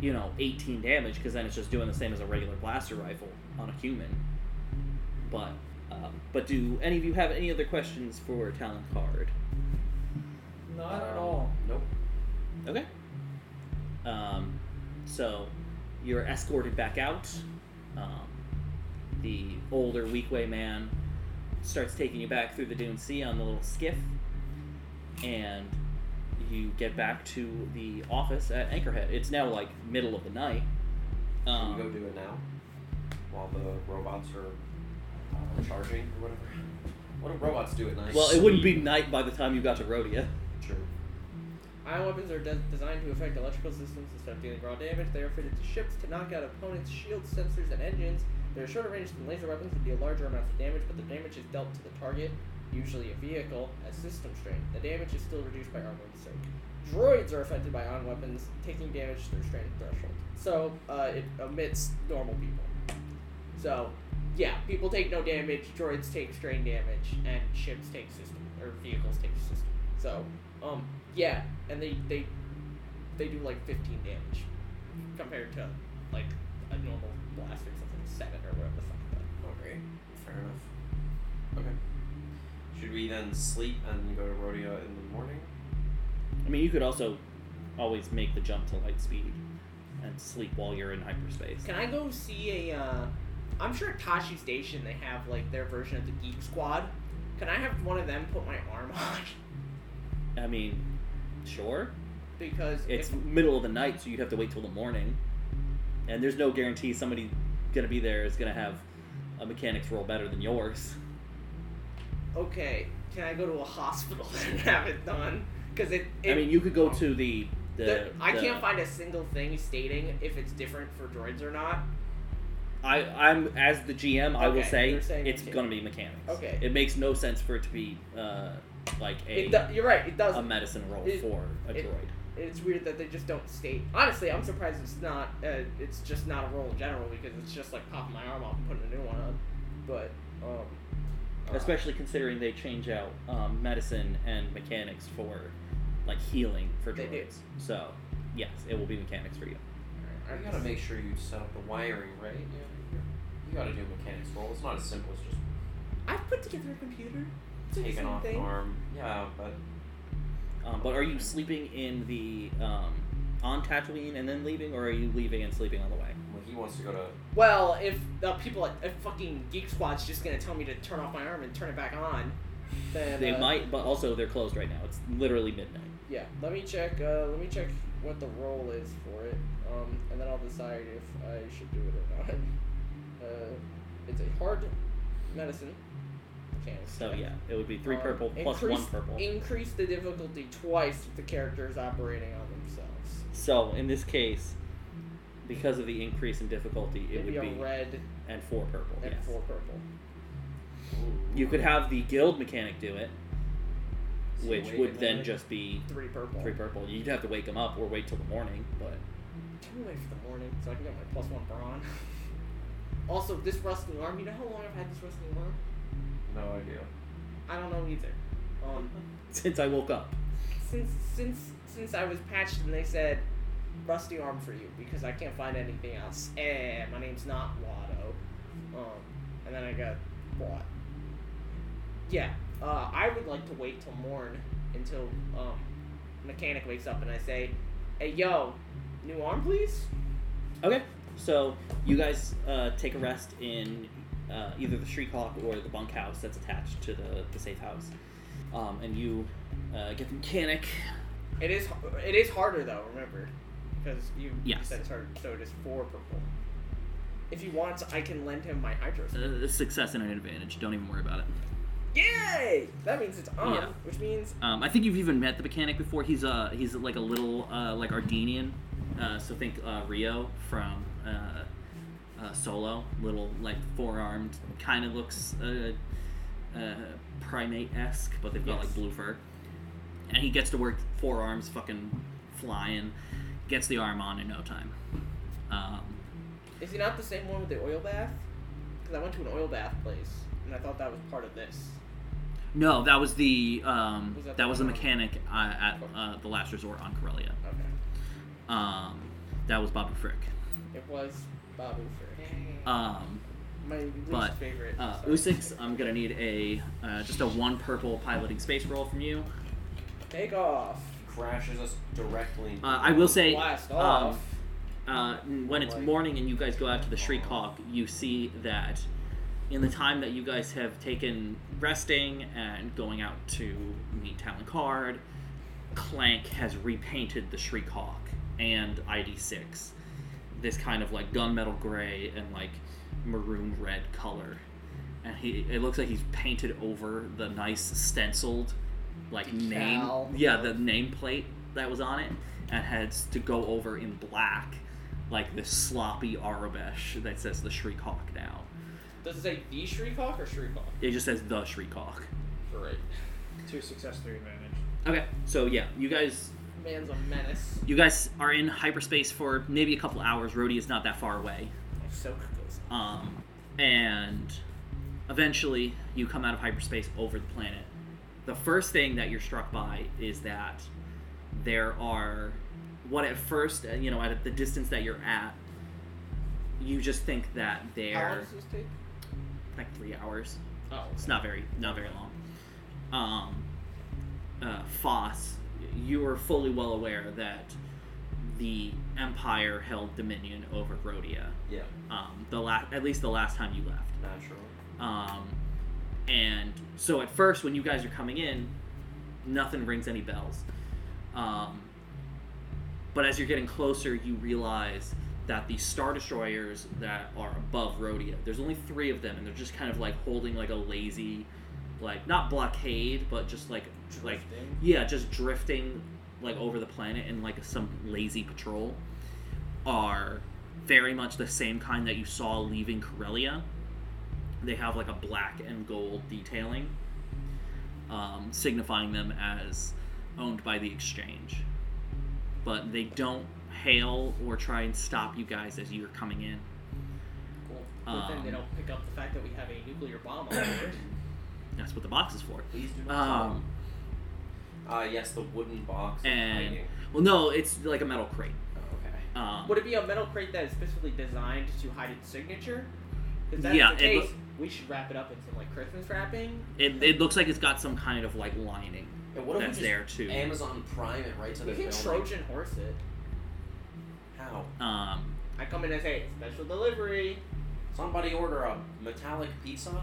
Speaker 1: you know, eighteen damage, because then it's just doing the same as a regular blaster rifle on a human. But, um, but do any of you have any other questions for Talon Card?
Speaker 6: Not at
Speaker 4: Um,
Speaker 6: all.
Speaker 4: Nope.
Speaker 1: Okay. Um, so you're escorted back out. Um, the older Weekway man starts taking you back through the Dune Sea on the little skiff, and you get back to the office at Anchorhead. It's now like middle of the night.
Speaker 4: Can we go
Speaker 1: Um,
Speaker 4: do it now? While the robots are uh, charging or whatever. What do robots do at night?
Speaker 1: well, it wouldn't be night by the time you got to Rhodia.
Speaker 4: True.
Speaker 2: Ion weapons are de- designed to affect electrical systems instead of dealing raw damage. They are fitted to ships to knock out opponents' shield sensors and engines. They are shorter range than laser weapons and deal larger amounts of damage, but the damage is dealt to the target, usually a vehicle, as system strain. The damage is still reduced by armor and soak. Droids are affected by ion weapons, taking damage to their strain threshold. So uh, it omits normal people. So yeah, people take no damage, droids take strain damage, and ships take system or vehicles take system. So um, yeah, and they they they do like 15 damage compared to like a normal blast or something seven or whatever the fuck. But.
Speaker 4: Okay. Fair enough. Okay. Should we then sleep and go to rodeo in the morning?
Speaker 1: I mean, you could also always make the jump to light speed and sleep while you're in hyperspace.
Speaker 2: Can I go see a? Uh, I'm sure at Tashi Station they have like their version of the Geek Squad. Can I have one of them put my arm on?
Speaker 1: I mean, sure.
Speaker 2: because
Speaker 1: it's
Speaker 2: if,
Speaker 1: middle of the night, so you'd have to wait till the morning. And there's no guarantee somebody gonna be there is gonna have a mechanics roll better than yours.
Speaker 2: okay. Can I go to a hospital and have it done? Because it, it.
Speaker 1: I mean, you could go to the the.
Speaker 2: the- I
Speaker 1: the-
Speaker 2: can't find a single thing stating if it's different for droids or not.
Speaker 1: I I'm as the GM. I will
Speaker 2: Okay,
Speaker 1: say
Speaker 2: you're saying
Speaker 1: it's
Speaker 2: mechanics.
Speaker 1: gonna be mechanics.
Speaker 2: Okay.
Speaker 1: It makes no sense for it to be uh like a
Speaker 2: It do- you're right. It does.
Speaker 1: a medicine roll
Speaker 2: it-
Speaker 1: for a
Speaker 2: it-
Speaker 1: droid.
Speaker 2: it's weird that they just don't state. Honestly, I'm surprised it's not. Uh, it's just not a roll in general because it's just like popping my arm off and putting a new one on. But um, uh,
Speaker 1: Especially considering they change out um, medicine and mechanics for like healing for
Speaker 2: They do.
Speaker 1: droids. So yes, it will be mechanics for you.
Speaker 4: I
Speaker 2: I
Speaker 4: gotta make sure you set up the wiring right. Yeah, you're- you gotta do a mechanics roll. It's not as simple as just
Speaker 2: I've put together a computer. It's the
Speaker 4: taking
Speaker 2: same
Speaker 4: off an
Speaker 2: thing.
Speaker 4: arm. Yeah, but
Speaker 1: Um, but are you sleeping in the um, on Tatooine and then leaving, or are you leaving and sleeping on the way?
Speaker 4: well, he wants to go to.
Speaker 2: Well, if the people at, at fucking Geek Squad's just gonna tell me to turn off my arm and turn it back on, then
Speaker 1: They
Speaker 2: uh,
Speaker 1: might, but also they're closed right now. It's literally midnight.
Speaker 2: Yeah, let me check. Uh, let me check what the role is for it, um, and then I'll decide if I should do it or not. Uh, it's a hard medicine. chance.
Speaker 1: So yeah, it would be three
Speaker 2: Um,
Speaker 1: purple plus one
Speaker 2: increase-
Speaker 1: purple.
Speaker 2: Increase the difficulty twice if the character is operating on themselves.
Speaker 1: So in this case, because of the increase in difficulty, it
Speaker 2: It'd
Speaker 1: would
Speaker 2: be a
Speaker 1: be
Speaker 2: red
Speaker 1: and four purple.
Speaker 2: and
Speaker 1: yes.
Speaker 2: four purple.
Speaker 1: You could have the guild mechanic do it,
Speaker 4: So
Speaker 1: which
Speaker 4: wait a
Speaker 1: would then
Speaker 4: minute.
Speaker 1: just be
Speaker 2: Three purple.
Speaker 1: three purple. You'd have to wake him up or wait till the morning, but
Speaker 2: Can we wait for the morning so I can get my plus one brawn? also, this rusting arm. You know how long I've had this rusting arm?
Speaker 4: No idea.
Speaker 2: I don't know either. Um,
Speaker 1: since I woke up,
Speaker 2: since since since I was patched and they said rusty arm for you because I can't find anything else. And my name's not Watto. Um, and then I got bought. Yeah, uh, I would like to wait till morn until um, mechanic wakes up and I say, "Hey, yo, new arm, please."
Speaker 1: okay. So you guys uh, take a rest in uh, either the street hawk or the bunkhouse that's attached to the, the safe house, um, and you uh, get the mechanic.
Speaker 2: It is it is harder though. Remember, because you you
Speaker 1: Yes.
Speaker 2: said it's hard. So it is four purple. If you want, I can lend him my hydro.
Speaker 1: Uh, success and an advantage. Don't even worry about it.
Speaker 2: Yay! That means it's on,
Speaker 1: Yeah.
Speaker 2: which means
Speaker 1: Um, I think you've even met the mechanic before. He's uh he's like a little uh, like Ardenian, uh, so think uh, Rio from uh, uh, Solo, little like four armed, kind of looks uh, uh, primate esque, but they've got
Speaker 2: Yes.
Speaker 1: like blue fur. And he gets to work four arms, fucking flying, gets the arm on in no time. Um,
Speaker 2: is he not the same one with the oil bath? Because I went to an oil bath place and I thought that was part of this.
Speaker 1: no, that was the um,
Speaker 2: Was that
Speaker 1: that,
Speaker 2: the
Speaker 1: was the
Speaker 2: one?
Speaker 1: mechanic uh, at uh, the last resort on Corellia.
Speaker 2: Okay,
Speaker 1: Um, that was Bob Frick.
Speaker 2: it was Babu for
Speaker 1: Um,
Speaker 2: my least
Speaker 1: but,
Speaker 2: favorite.
Speaker 1: Uh,
Speaker 2: sorry.
Speaker 1: Usix, I'm gonna need a uh, just a one purple piloting space roll from you.
Speaker 2: Take off.
Speaker 4: Crashes us directly.
Speaker 1: Uh, I will say,
Speaker 2: Blast
Speaker 1: um,
Speaker 2: off.
Speaker 1: uh, when it's morning and you guys go out to the Shriek Hawk, you see that in the time that you guys have taken resting and going out to meet Talon Card, Clank has repainted the Shriek Hawk and ID6 this kind of like gunmetal gray and like maroon red color. And he it looks like he's painted over the nice stenciled like
Speaker 7: Decal.
Speaker 1: name yeah, the nameplate that was on it and has to go over in black like this sloppy Arabesh that says the Shriek Hawk now.
Speaker 2: Does it say the Shriekhawk or Shriekhawk?
Speaker 1: It just says the Shriek Hawk.
Speaker 2: Great.
Speaker 3: Two success, three advantage.
Speaker 1: Okay. So yeah, you guys
Speaker 2: Man's a menace.
Speaker 1: you guys are in hyperspace for maybe a couple hours. Rhodey is not that far away.
Speaker 2: My soak goes on.
Speaker 1: Um, and eventually you come out of hyperspace over the planet. The first thing that you're struck by is that there are what at first, uh, you know, at the distance that you're at, you just think that
Speaker 2: How long
Speaker 1: they're
Speaker 2: does this take?
Speaker 1: like three hours.
Speaker 2: Oh,
Speaker 1: It's not very not very long. Um, uh, Foss, you are fully well aware that the Empire held dominion over Rhodia.
Speaker 4: Yeah,
Speaker 1: Um, the la- at least the last time you left.
Speaker 4: natural.
Speaker 1: Um, and so at first, when you guys are coming in, nothing rings any bells. Um, but as you're getting closer, you realize that the star destroyers that are above Rhodia, there's only three of them, and they're just kind of like holding like a lazy, like not blockade, but just like like
Speaker 2: Drifting.
Speaker 1: yeah, just drifting like over the planet in like some lazy patrol. Are very much the same kind that you saw leaving Corellia they have like a black and gold detailing, um, signifying them as owned by the exchange. But they don't hail or try and stop you guys as you're coming in.
Speaker 2: cool. But then they
Speaker 1: um,
Speaker 2: don't pick up the fact that we have a nuclear bomb on board.
Speaker 1: That's what the box is for.
Speaker 4: Please do not.
Speaker 1: Um,
Speaker 4: uh, yes, the wooden box. is
Speaker 1: and-
Speaker 4: hiding.
Speaker 1: well, no, it's like a metal crate.
Speaker 4: Oh, okay.
Speaker 1: Um,
Speaker 2: Would it be a metal crate that is specifically designed to hide its signature? If that's
Speaker 1: Yeah,
Speaker 2: the
Speaker 1: it
Speaker 2: case,
Speaker 1: loo-
Speaker 2: we should wrap it up in some like Christmas wrapping.
Speaker 1: it, it looks like it's got some kind of like lining
Speaker 4: And what if
Speaker 1: that's
Speaker 4: we just
Speaker 1: there too.
Speaker 4: Amazon Prime it right to
Speaker 2: We
Speaker 4: the
Speaker 2: can
Speaker 4: building?
Speaker 2: Trojan horse it.
Speaker 4: How?
Speaker 1: Um,
Speaker 2: I come in and say special delivery.
Speaker 4: Somebody order a metallic pizza.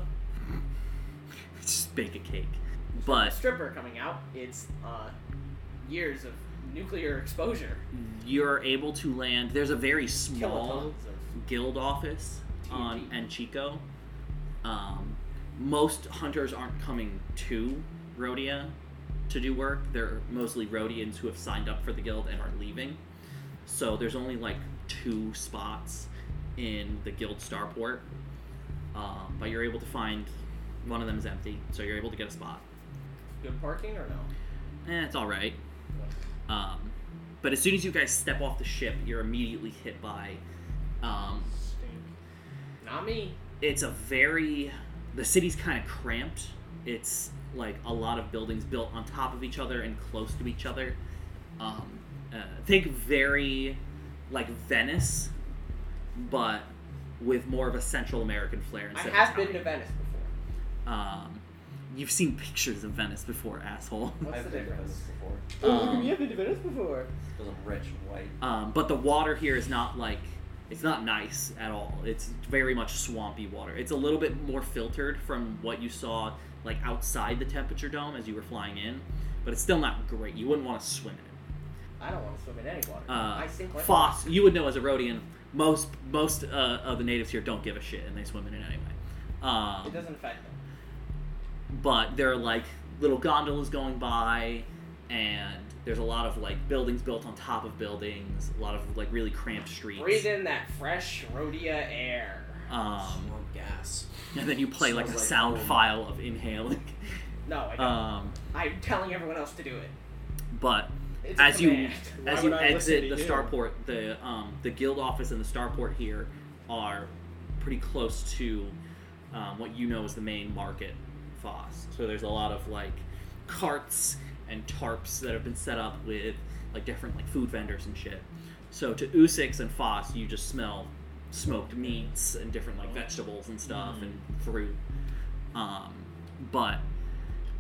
Speaker 1: just bake a cake. But
Speaker 2: Stripper coming out. It's uh, years of nuclear exposure.
Speaker 1: you're able to land. There's a very small.
Speaker 2: Kilotons of
Speaker 1: guild office on
Speaker 2: TNT.
Speaker 1: Enchico. Um, most hunters aren't coming to Rhodia to do work. They're mostly Rhodians who have signed up for the guild and are leaving. So there's only like two spots in the guild starport. Um, but you're able to find one of them is empty, so you're able to get a spot.
Speaker 2: Good parking or no?
Speaker 1: Eh, it's all right. Um, but as soon as you guys step off the ship, you're immediately hit by. Um,
Speaker 2: Not me.
Speaker 1: it's a very. The city's kind of cramped. It's like a lot of buildings built on top of each other and close to each other. Um, uh, think very like Venice, but with more of a Central American flair.
Speaker 2: I
Speaker 1: instead of
Speaker 2: have been to
Speaker 1: Italian.
Speaker 2: Venice before.
Speaker 1: Um, you've seen pictures of Venice before, asshole.
Speaker 2: What's
Speaker 4: I've
Speaker 2: the
Speaker 4: been to
Speaker 2: difference? Oh,
Speaker 4: Venice before.
Speaker 1: Um,
Speaker 7: been to Venice before.
Speaker 4: Because I'm rich and white.
Speaker 1: Um, but the water here is not like it's not nice at all. It's very much swampy water. It's a little bit more filtered from what you saw like outside the temperature dome as you were flying in, but it's still not great. You wouldn't want to swim in it.
Speaker 2: I don't want to swim in any water.
Speaker 1: Uh,
Speaker 2: I sink like
Speaker 1: Foss, you would know as a Rhodian, most most uh, of the natives here don't give a shit and they swim in it anyway.
Speaker 2: It
Speaker 1: Um,
Speaker 2: doesn't affect them.
Speaker 1: but there are like little gondolas going by and there's a lot of like buildings built on top of buildings, a lot of like really cramped streets.
Speaker 2: Breathe in that fresh Rhodia air.
Speaker 1: Um,
Speaker 4: Swamp gas.
Speaker 1: And then you play like a
Speaker 4: Sounds like
Speaker 1: sound
Speaker 4: home.
Speaker 1: file of inhaling.
Speaker 2: No, I don't.
Speaker 1: Um,
Speaker 2: I'm telling everyone else to do it.
Speaker 1: but
Speaker 2: It's a
Speaker 1: as you
Speaker 2: command.
Speaker 3: Why
Speaker 1: as
Speaker 3: would
Speaker 1: you
Speaker 3: I listen
Speaker 1: exit
Speaker 3: to
Speaker 1: the
Speaker 3: you?
Speaker 1: starport, the um, the guild office and the starport here are pretty close to um, what you know is the main market, Foss. So there's a lot of like carts and tarps that have been set up with like different like food vendors and shit. So to Usix and Foss, you just smell smoked meats and different
Speaker 3: Oh.
Speaker 1: like vegetables and
Speaker 3: Mm.
Speaker 1: stuff and fruit. Um, but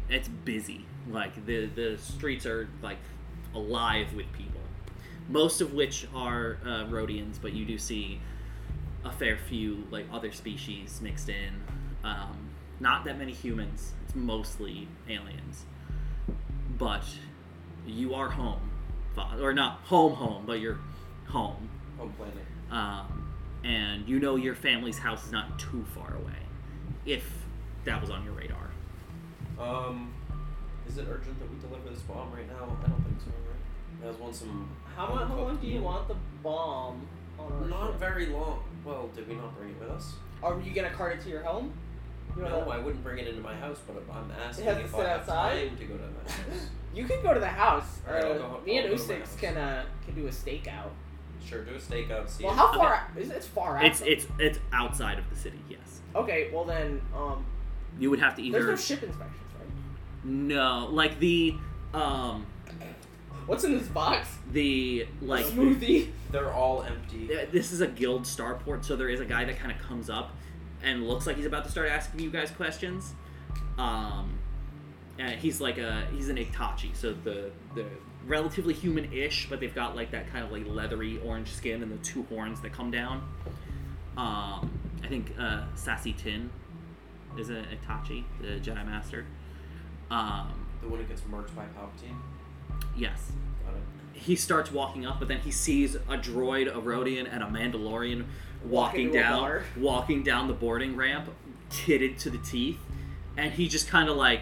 Speaker 1: it's busy. Like the the streets are like alive with people, most of which are uh, Rhodians, but you do see a fair few like other species mixed in. Um, not that many humans. It's mostly aliens, but you are home, Fa- or not home home, but you're home
Speaker 4: Home planet.
Speaker 1: um, and you know your family's house is not too far away, if that was on your radar.
Speaker 4: Um, is it urgent that we deliver this bomb right now? I don't think so, right? You guys want some.
Speaker 2: How, mu- how long do you want the bomb on our
Speaker 4: Not
Speaker 2: ship?
Speaker 4: very long. Well, did we not bring it with us?
Speaker 2: Are you gonna cart it to your home? You, don't
Speaker 4: No,
Speaker 2: know-
Speaker 4: I wouldn't bring it into my house, but I'm asking
Speaker 2: has to
Speaker 4: if
Speaker 2: sit
Speaker 4: I have
Speaker 2: outside?
Speaker 4: time to go to my house.
Speaker 2: you can go to the house.
Speaker 4: Alright, I'll
Speaker 2: uh,
Speaker 4: go-
Speaker 2: me and
Speaker 4: I'll go to my
Speaker 2: Usix
Speaker 4: house.
Speaker 2: can uh, can do a stakeout.
Speaker 4: sure, do a stakeout. See
Speaker 2: Well,
Speaker 4: if-
Speaker 2: how far? out- It's, it's far out.
Speaker 1: It's
Speaker 2: though.
Speaker 1: it's it's outside of the city. Yes,
Speaker 2: okay. Well then, um,
Speaker 1: you would have to
Speaker 2: there's
Speaker 1: either
Speaker 2: no ship inspections, right?
Speaker 1: no like the um
Speaker 2: What's in this box?
Speaker 1: the like
Speaker 2: Smoothie.
Speaker 4: They're all empty.
Speaker 1: Yeah, this is a guild starport, so there is a guy that kind of comes up and looks like he's about to start asking you guys questions. Um, and he's like a he's an Itachi, so the the relatively human-ish, but they've got like that kind of like leathery orange skin and the two horns that come down. Um, I think uh, Sassy Tin is an Itachi, the Jedi Master. Um,
Speaker 4: The one who gets murked by Palpatine.
Speaker 1: yes,
Speaker 4: Got it.
Speaker 1: he starts walking up, but then he sees a droid, a Rhodian, and a Mandalorian
Speaker 2: Walking
Speaker 1: walking
Speaker 2: to a
Speaker 1: down,
Speaker 2: bar.
Speaker 1: walking down the boarding ramp, kitted to the teeth, and he just kind of like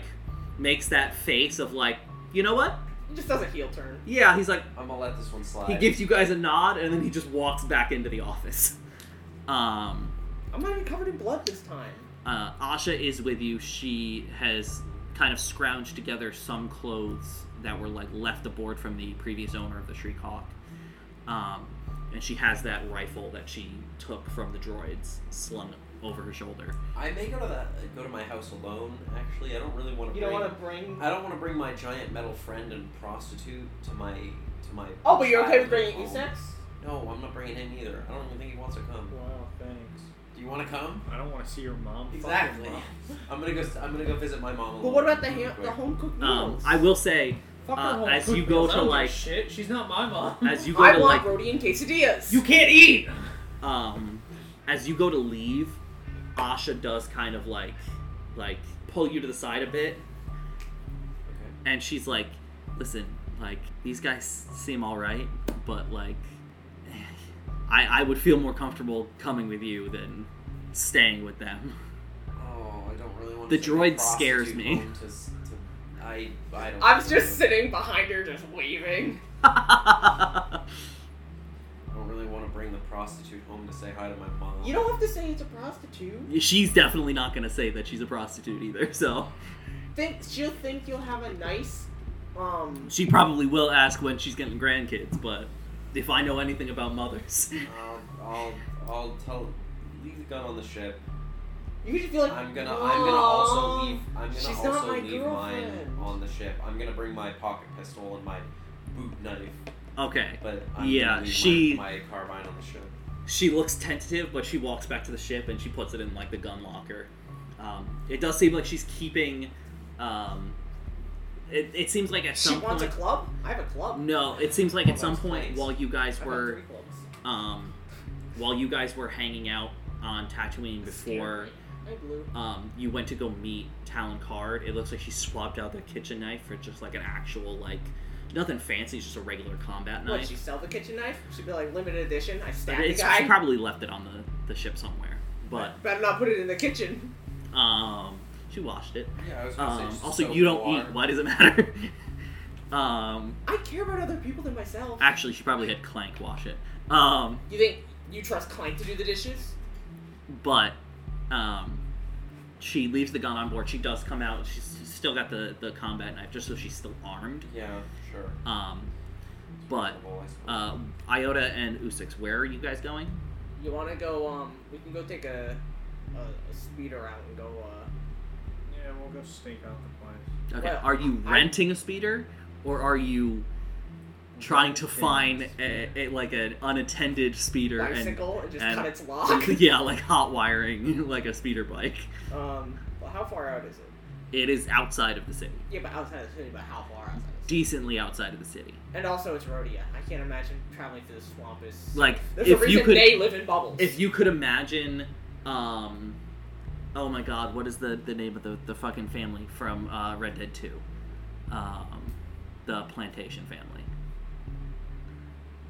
Speaker 1: makes that face of like, you know what?
Speaker 2: It just does a heel turn.
Speaker 1: Yeah, he's like,
Speaker 4: I'm gonna let this one slide.
Speaker 1: he gives you guys a nod, and then he just walks back into the office. Um,
Speaker 2: I'm not even covered in blood this time.
Speaker 1: uh, Asha is with you. She has kind of scrounged together some clothes that were like left aboard from the previous owner of the Shriekhawk. Um, and she has that rifle that she took from the droids slung over her shoulder.
Speaker 4: I may go to that. Go to my house alone. Actually, I don't really want to.
Speaker 2: You
Speaker 4: bring,
Speaker 2: don't want to bring.
Speaker 4: I don't want to bring my giant metal friend and prostitute to my to my.
Speaker 2: Oh, but you're okay with
Speaker 4: childhood
Speaker 2: bringing
Speaker 4: home.
Speaker 2: Usix?
Speaker 4: No, I'm not bringing him either. I don't even think he wants to come.
Speaker 3: Wow, thanks.
Speaker 4: Do you want to come?
Speaker 3: I don't want to see your mom. fuck your
Speaker 4: Exactly.
Speaker 3: mom.
Speaker 4: I'm gonna go. I'm gonna go visit my mom.
Speaker 2: But
Speaker 4: alone
Speaker 2: what about the
Speaker 4: really
Speaker 2: ham- the
Speaker 4: quick.
Speaker 2: home cooked
Speaker 1: Um,
Speaker 2: meals?
Speaker 1: I will say,
Speaker 3: Fuck her
Speaker 1: Uh,
Speaker 3: home
Speaker 1: as
Speaker 3: cooked
Speaker 1: you go
Speaker 3: meals. I
Speaker 1: to,
Speaker 3: don't give a
Speaker 1: like-
Speaker 3: shit, she's not my mom.
Speaker 1: as you go
Speaker 2: I
Speaker 1: to like,
Speaker 2: want Rhodian quesadillas.
Speaker 3: you can't eat.
Speaker 1: um, as you go to leave, Asha does kind of like, like pull you to the side a bit,
Speaker 4: Okay.
Speaker 1: and she's like, "Listen, like these guys seem all right, but like, I I would feel more comfortable coming with you than staying with them."
Speaker 4: Oh, I don't really want
Speaker 1: The
Speaker 4: to send a
Speaker 1: droid scares
Speaker 4: prostitute
Speaker 1: me.
Speaker 4: home To, s- to, I, I don't
Speaker 2: I'm
Speaker 4: really
Speaker 2: just
Speaker 4: wanna-
Speaker 2: sitting behind her, just waving.
Speaker 4: I don't really want to bring the prostitute home to say hi to my mom.
Speaker 2: You don't have to say it's a prostitute.
Speaker 1: she's definitely not going to say that she's a prostitute either. So
Speaker 2: Think she'll think you'll have a nice, um.
Speaker 1: she probably will ask when she's getting grandkids. But if I know anything about mothers,
Speaker 4: I'll, Um, I'll, I'll tell. Leave the gun on the ship.
Speaker 2: You could just be like,
Speaker 4: I'm gonna. I'm gonna also
Speaker 2: "Aw,
Speaker 4: leave. I'm gonna
Speaker 2: she's
Speaker 4: also
Speaker 2: not my
Speaker 4: leave
Speaker 2: girlfriend."
Speaker 4: mine on the ship. I'm gonna bring my pocket pistol and my boot knife,
Speaker 1: okay.
Speaker 4: but I'm
Speaker 1: Yeah,
Speaker 4: gonna leave
Speaker 1: she-
Speaker 4: my, my carbine on the ship.
Speaker 1: She looks tentative, but she walks back to the ship and she puts it in like the gun locker. Um, it does seem like she's keeping. Um, it, it seems like at
Speaker 2: She
Speaker 1: some
Speaker 2: wants
Speaker 1: point.
Speaker 2: a club? I have a club.
Speaker 1: No, it seems like at
Speaker 4: Well,
Speaker 1: some
Speaker 4: that's
Speaker 1: point
Speaker 4: nice.
Speaker 1: while you guys
Speaker 2: I've got
Speaker 1: were
Speaker 2: three clubs.
Speaker 1: um, while you guys were hanging out on Tatooine before
Speaker 2: I blew.
Speaker 1: um, you went to go meet Talon Card, it looks like she swapped out the kitchen knife for just like an actual like nothing fancy, it's just a regular combat
Speaker 2: What,
Speaker 1: knife.
Speaker 2: she sell the kitchen knife? She'd be like, limited edition. I
Speaker 1: But
Speaker 2: stabbed the
Speaker 1: it's,
Speaker 2: guy.
Speaker 1: she probably left it on the, the ship somewhere, but
Speaker 2: Better not put it in the kitchen.
Speaker 1: um, she washed it.
Speaker 4: Yeah, I was gonna say.
Speaker 1: Um,
Speaker 4: just
Speaker 1: also,
Speaker 4: soak
Speaker 1: you don't
Speaker 4: water.
Speaker 1: eat. Why does it matter? um,
Speaker 2: I care about other people than myself.
Speaker 1: actually, she probably had Clank wash it. Um,
Speaker 2: You think you trust Clank to do the dishes?
Speaker 1: but um, she leaves the gun on board. She does come out. She's she's still got the, the combat knife, just so she's still armed.
Speaker 4: Yeah, sure.
Speaker 1: Um, but
Speaker 4: Well, I suppose.
Speaker 1: uh, Iota and Usix, where are you guys going?
Speaker 2: You want to go? Um, we can go take a a, a speeder route and go. Uh,
Speaker 3: Yeah, we'll go stake out the place.
Speaker 1: Okay,
Speaker 2: Well,
Speaker 1: are you
Speaker 2: I-
Speaker 1: renting a speeder, or are you trying to
Speaker 3: Renting a
Speaker 1: find a, a, like an unattended speeder and
Speaker 2: bicycle and just
Speaker 1: and-
Speaker 2: cut its lock.
Speaker 1: yeah, like hot wiring like a speeder bike?
Speaker 2: um, well, how far out is it?
Speaker 1: It is outside of the city,
Speaker 2: Yeah, but outside of the city, but how far outside? Of the city?
Speaker 1: decently outside of the city.
Speaker 2: And also, it's Rhodia. I can't imagine traveling through the swamp is.
Speaker 1: Like
Speaker 2: There's
Speaker 1: if
Speaker 2: a reason
Speaker 1: you could
Speaker 2: they live in bubbles.
Speaker 1: if you could imagine um oh my god what is the the name of the the fucking family from uh red dead 2 um the plantation family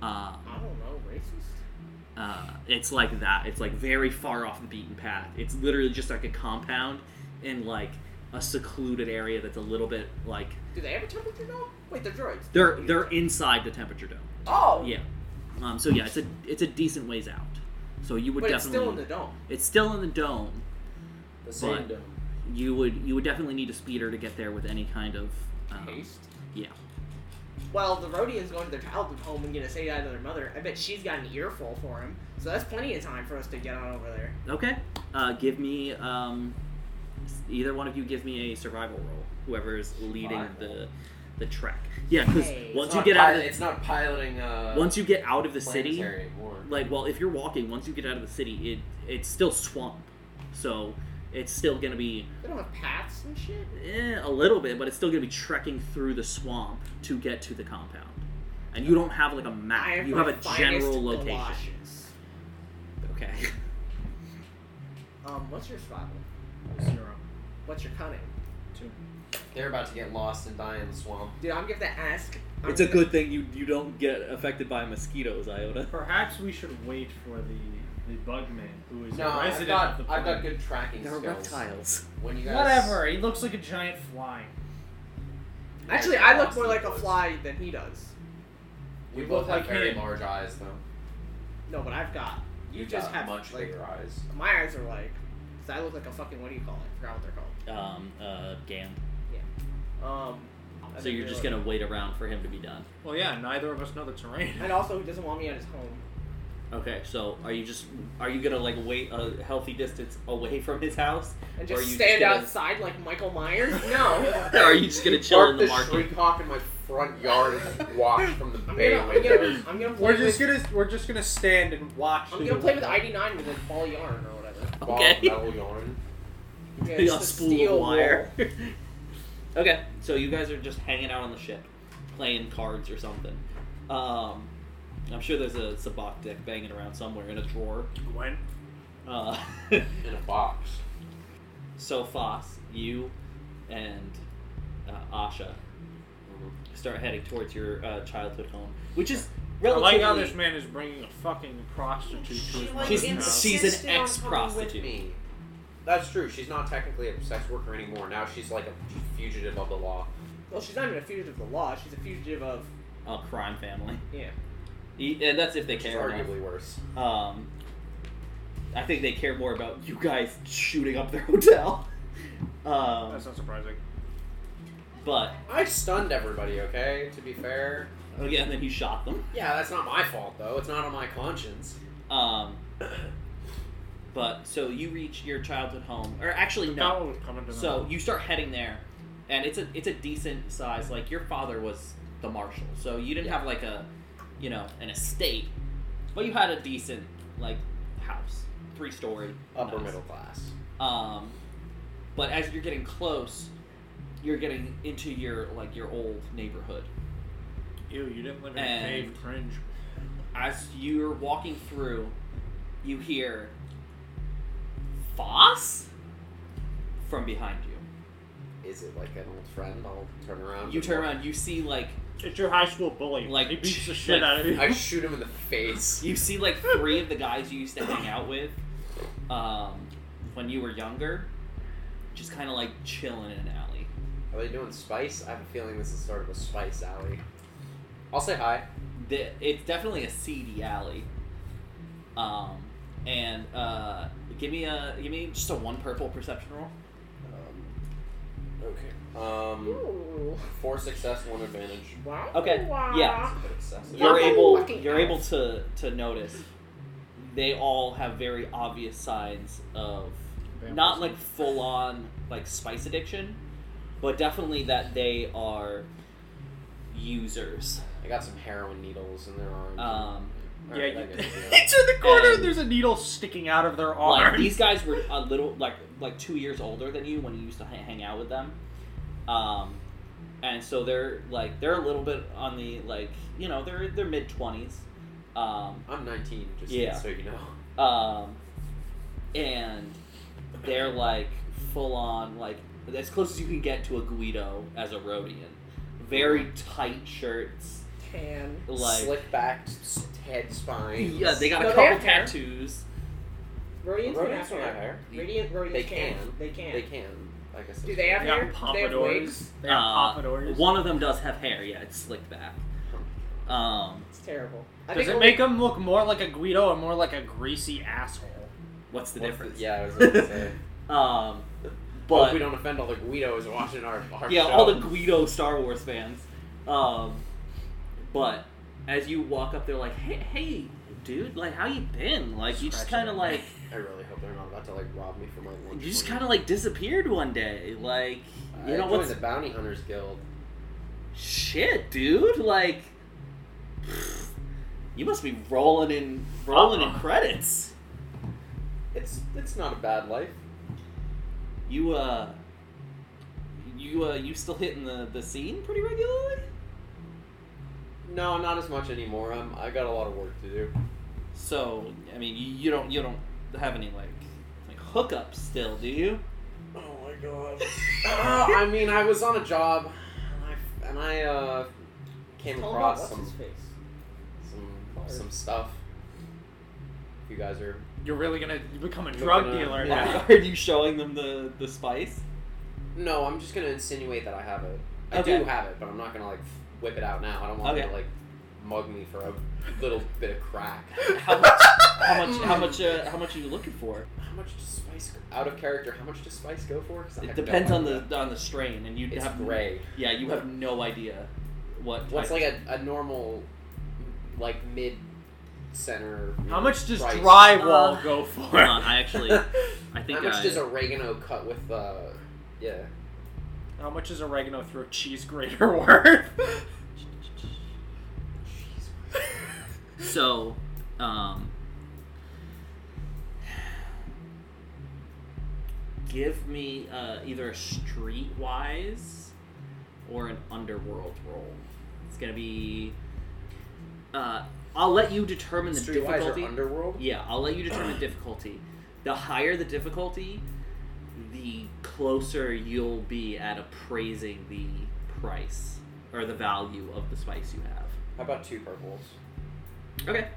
Speaker 1: uh,
Speaker 2: I don't know, racist.
Speaker 1: uh it's like that it's like very far off the beaten path it's literally just like a compound in like a secluded area that's a little bit like
Speaker 2: Do they have a temperature dome? Wait, they're droids.
Speaker 1: they're they're inside the temperature dome
Speaker 2: Oh.
Speaker 1: yeah um so yeah it's a it's a decent ways out so you would
Speaker 2: But
Speaker 1: definitely
Speaker 2: it's still in the dome.
Speaker 1: it's still in the dome
Speaker 4: the same
Speaker 1: but-
Speaker 4: dome.
Speaker 1: you would you would definitely need a speeder to get there with any kind of um,
Speaker 2: Haste.
Speaker 1: yeah
Speaker 2: Well, the Rhodian's going to their childhood home and gonna say that to their mother. I bet she's got an earful for him. So that's plenty of time for us to get on over there.
Speaker 1: okay uh, give me um, s- either one of you give me a survival roll whoever is leading the
Speaker 4: Survival?
Speaker 1: the trek yeah because
Speaker 2: Hey.
Speaker 1: once
Speaker 4: It's
Speaker 1: you
Speaker 4: not
Speaker 1: get out
Speaker 4: pil-
Speaker 1: of
Speaker 4: it's not piloting. Uh,
Speaker 1: the, once you get out of the city
Speaker 4: planetary anymore.
Speaker 1: like well if you're walking once you get out of the city it it's still swamp so it's still gonna be
Speaker 2: They don't have paths and shit.
Speaker 1: eh, a little bit but it's still gonna be trekking through the swamp to get to the compound and you don't have like a map
Speaker 2: I am
Speaker 1: you have
Speaker 2: my
Speaker 1: a general
Speaker 2: finest
Speaker 1: location
Speaker 2: galoshes.
Speaker 1: okay
Speaker 2: Um, what's your survival?
Speaker 3: Zero.
Speaker 2: What's your cunning?
Speaker 3: Two.
Speaker 4: They're about to get lost and die in the swamp.
Speaker 2: Dude, I'm gonna ask. I'm
Speaker 1: It's a
Speaker 2: gonna-
Speaker 1: good thing you you don't get affected by mosquitoes, Iota.
Speaker 3: Perhaps we should wait for the the bugman who is
Speaker 4: No,
Speaker 3: a
Speaker 4: I've
Speaker 3: resident
Speaker 4: got,
Speaker 3: of the
Speaker 4: I've got
Speaker 3: planet.
Speaker 4: good tracking
Speaker 1: They're
Speaker 4: skills.
Speaker 1: reptiles.
Speaker 4: When you guys,
Speaker 3: Whatever. He looks like a giant fly.
Speaker 2: Actually, I look more like a fly than he does.
Speaker 4: We
Speaker 3: You
Speaker 4: both
Speaker 3: look
Speaker 4: have
Speaker 3: like
Speaker 4: very
Speaker 3: him.
Speaker 4: large eyes, though.
Speaker 2: No, but I've got. You
Speaker 4: You've
Speaker 2: just
Speaker 4: got
Speaker 2: have
Speaker 4: much
Speaker 2: like
Speaker 4: bigger eyes.
Speaker 2: my eyes are like. Cause I look like a fucking what do you call it? I forgot what they're called.
Speaker 1: Um, uh, Gam.
Speaker 2: Um. I
Speaker 1: So
Speaker 2: think
Speaker 1: you're
Speaker 2: they're
Speaker 1: just
Speaker 2: like-
Speaker 1: gonna wait around for him to be done.
Speaker 6: Well, yeah, neither of us know the terrain.
Speaker 2: And also, he doesn't want me at his home.
Speaker 1: Okay. So are you just are you gonna like wait a healthy distance away from his house?
Speaker 2: and
Speaker 1: Or
Speaker 2: just
Speaker 1: you
Speaker 2: stand
Speaker 1: just gonna-
Speaker 2: outside like Michael Myers? No.
Speaker 1: Or are you just gonna chill in the market?
Speaker 4: cock in my front yard and walk from the
Speaker 2: I'm gonna, I'm gonna, I'm gonna play
Speaker 6: We're just
Speaker 2: with,
Speaker 6: gonna we're just gonna stand and watch.
Speaker 2: I'm gonna play with ID9 with like ball yarn or whatever.
Speaker 1: Okay.
Speaker 4: yarn.
Speaker 2: Yeah,
Speaker 1: A
Speaker 2: just a
Speaker 1: spool
Speaker 2: steel
Speaker 1: of wire. okay. So you guys are just hanging out on the ship, playing cards or something. Um, I'm sure there's a sabacc deck banging around somewhere in a drawer.
Speaker 6: Gwen.
Speaker 1: Uh,
Speaker 4: in a box.
Speaker 1: so Foss, you and uh, Asha start heading towards your uh, childhood home, which is
Speaker 6: I like
Speaker 1: relatively.
Speaker 6: how this man is bringing a fucking prostitute to his
Speaker 1: she's
Speaker 6: mother's house.
Speaker 1: she's an ex prostitute.
Speaker 4: That's true. She's not technically a sex worker anymore. Now she's like a fugitive of the law.
Speaker 2: Well, she's not even a fugitive of the law. She's a fugitive of
Speaker 1: a crime family.
Speaker 2: yeah.
Speaker 1: E- And that's if they
Speaker 4: Which is
Speaker 1: care. enough.
Speaker 4: arguably worse.
Speaker 1: Um, I think they care more about you guys shooting up their hotel. Um,
Speaker 3: That's not surprising.
Speaker 1: but
Speaker 4: I stunned everybody. Okay, to be fair.
Speaker 1: again, Oh, then he shot them.
Speaker 4: Yeah, that's not my fault though. It's not on my conscience.
Speaker 1: Um, but so you reach your childhood home, or actually
Speaker 3: That
Speaker 1: no.
Speaker 3: one was coming to them.
Speaker 1: So you start heading there, and it's a it's a decent size. Like your father was the marshal, so you didn't have like a, you know, an estate, but you had a decent like house, three story,
Speaker 4: Upper middle class.
Speaker 1: Um, but as you're getting close, you're getting into your like your old neighborhood.
Speaker 3: Ew, you didn't live in
Speaker 1: And-
Speaker 3: a cave. Cringe.
Speaker 1: As you're walking through, you hear Foss from behind you.
Speaker 4: Is it like an old friend? I'll turn around.
Speaker 1: You
Speaker 4: and
Speaker 1: turn
Speaker 4: look.
Speaker 1: around, you see like
Speaker 3: It's your high school bully.
Speaker 1: Like,
Speaker 3: he beats the
Speaker 1: like-
Speaker 3: shit out of you.
Speaker 4: I shoot him in the face.
Speaker 1: you see like three of the guys you used to hang out with um, when you were younger, just kind of like chilling in an alley.
Speaker 4: Are they doing spice? I have a feeling this is sort of a spice alley. I'll say hi.
Speaker 1: the, it's definitely a seedy alley. Um, and uh, give me a give me just a one purple perception roll.
Speaker 4: Um, okay. Um,
Speaker 2: Ooh.
Speaker 4: four success, one advantage.
Speaker 2: Wow.
Speaker 1: Mm. Okay,
Speaker 2: Wow.
Speaker 1: yeah.
Speaker 4: But excessive.
Speaker 1: You're
Speaker 2: Yeah.
Speaker 1: able
Speaker 2: Fucking
Speaker 1: you're
Speaker 2: ass.
Speaker 1: able to to notice. They all have very obvious signs of not like full on like spice addiction, but definitely that they are users.
Speaker 4: I got some heroin needles in their arms.
Speaker 1: Um,
Speaker 4: All
Speaker 3: Yeah,
Speaker 4: right,
Speaker 3: you,
Speaker 4: I get it, yeah.
Speaker 3: it's in the corner.
Speaker 1: And-
Speaker 3: and there's a needle sticking out of their arm.
Speaker 1: like these guys were a little like like two years older than you when you used to ha- hang out with them um and so they're like they're a little bit on the like you know they're they're mid-20s um
Speaker 4: I'm 19, just
Speaker 1: Yeah.
Speaker 4: so you know.
Speaker 1: um and they're like full on like as close as you can get to a guido as a rhodian very tight shirts
Speaker 2: Tan.
Speaker 1: like
Speaker 4: Slick back, s- head spine.
Speaker 1: yeah they got a
Speaker 2: No, they
Speaker 1: couple
Speaker 2: have hair.
Speaker 1: tattoos
Speaker 2: Radiant's gonna
Speaker 4: Rodents
Speaker 2: have
Speaker 4: don't have
Speaker 2: hair.
Speaker 4: hair.
Speaker 2: Radiant, Radiant
Speaker 4: They can.
Speaker 2: They can.
Speaker 4: They can. I guess.
Speaker 2: Do they have
Speaker 3: They
Speaker 2: hair? Do
Speaker 3: got
Speaker 2: they have wigs?
Speaker 3: pompadours. They got
Speaker 1: Uh,
Speaker 3: pompadours.
Speaker 1: one of them does have hair yeah it's slicked back um
Speaker 2: It's terrible. I
Speaker 3: Does
Speaker 2: think
Speaker 3: it make him look more like a Guido or more like a greasy asshole?
Speaker 1: what's the
Speaker 4: What's the-
Speaker 1: difference
Speaker 4: yeah, I was gonna say.
Speaker 1: Um,
Speaker 4: Hope we
Speaker 1: but
Speaker 4: don't offend all the Guidos watching our, our
Speaker 1: yeah,
Speaker 4: show.
Speaker 1: all the Guido Star Wars fans. Um, but as you walk up, they're like, "Hey, hey, dude, like, how you been? Like, you just kind
Speaker 3: Scratching
Speaker 1: of like,
Speaker 3: it.
Speaker 4: I really hope they're not about to like rob me for my lunch.
Speaker 1: you just
Speaker 4: money.
Speaker 1: kind of like disappeared one day. Like,
Speaker 4: I
Speaker 1: you know
Speaker 4: joined
Speaker 1: what's
Speaker 4: the Bounty Hunters Guild.
Speaker 1: shit, dude? Like, you must be rolling in rolling in
Speaker 3: Uh-uh.
Speaker 1: credits.
Speaker 4: It's it's not a bad life.
Speaker 1: You uh, you uh, you still hitting the the scene pretty regularly.
Speaker 4: No, not as much anymore. I'm, I got a lot of work to do.
Speaker 1: So I mean, you, you don't you don't have any like like hookups still, do you?
Speaker 4: Oh my god. I mean, I was on a job, and I, and I uh, came
Speaker 2: Tell about
Speaker 4: across
Speaker 2: what's
Speaker 4: some
Speaker 2: his face.
Speaker 4: some some stuff. If you guys are
Speaker 3: You're really gonna become a
Speaker 4: Look
Speaker 3: drug
Speaker 4: at him.
Speaker 3: dealer
Speaker 4: Yeah.
Speaker 3: now.
Speaker 1: Are you showing them the the spice?
Speaker 4: no, I'm just gonna insinuate that I have it. I
Speaker 1: Okay.
Speaker 4: do have it, but I'm not gonna like whip it out now. I don't want them
Speaker 1: Okay.
Speaker 4: to like mug me for a little bit of crack.
Speaker 1: How much? How much? How much? Uh, how much are you looking for?
Speaker 4: How much does spice go- out of character? How much does spice go for? 'Cause I
Speaker 1: It
Speaker 4: have
Speaker 1: depends
Speaker 4: no
Speaker 1: on
Speaker 4: idea.
Speaker 1: the on the strain, and you
Speaker 4: It's
Speaker 1: have
Speaker 4: gray.
Speaker 1: Yeah, you have no idea what.
Speaker 4: What's
Speaker 1: type-
Speaker 4: like a, a normal, like mid center?
Speaker 3: How much does
Speaker 4: price?
Speaker 3: drywall
Speaker 1: Uh,
Speaker 3: go for?
Speaker 1: Hold on, I actually, I think uh,
Speaker 4: How much
Speaker 1: I,
Speaker 4: does oregano cut with? Uh, yeah,
Speaker 3: How much is oregano through a cheese grater worth?
Speaker 1: so, um, give me uh, either a streetwise or an underworld roll. It's gonna be. Uh, I'll let you determine the
Speaker 4: Streetwise
Speaker 1: difficulty.
Speaker 4: or underworld?
Speaker 1: Yeah, I'll let you determine difficulty. The higher the difficulty, the closer you'll be at appraising the price or the value of the spice you have.
Speaker 4: How about two purples?
Speaker 1: Okay.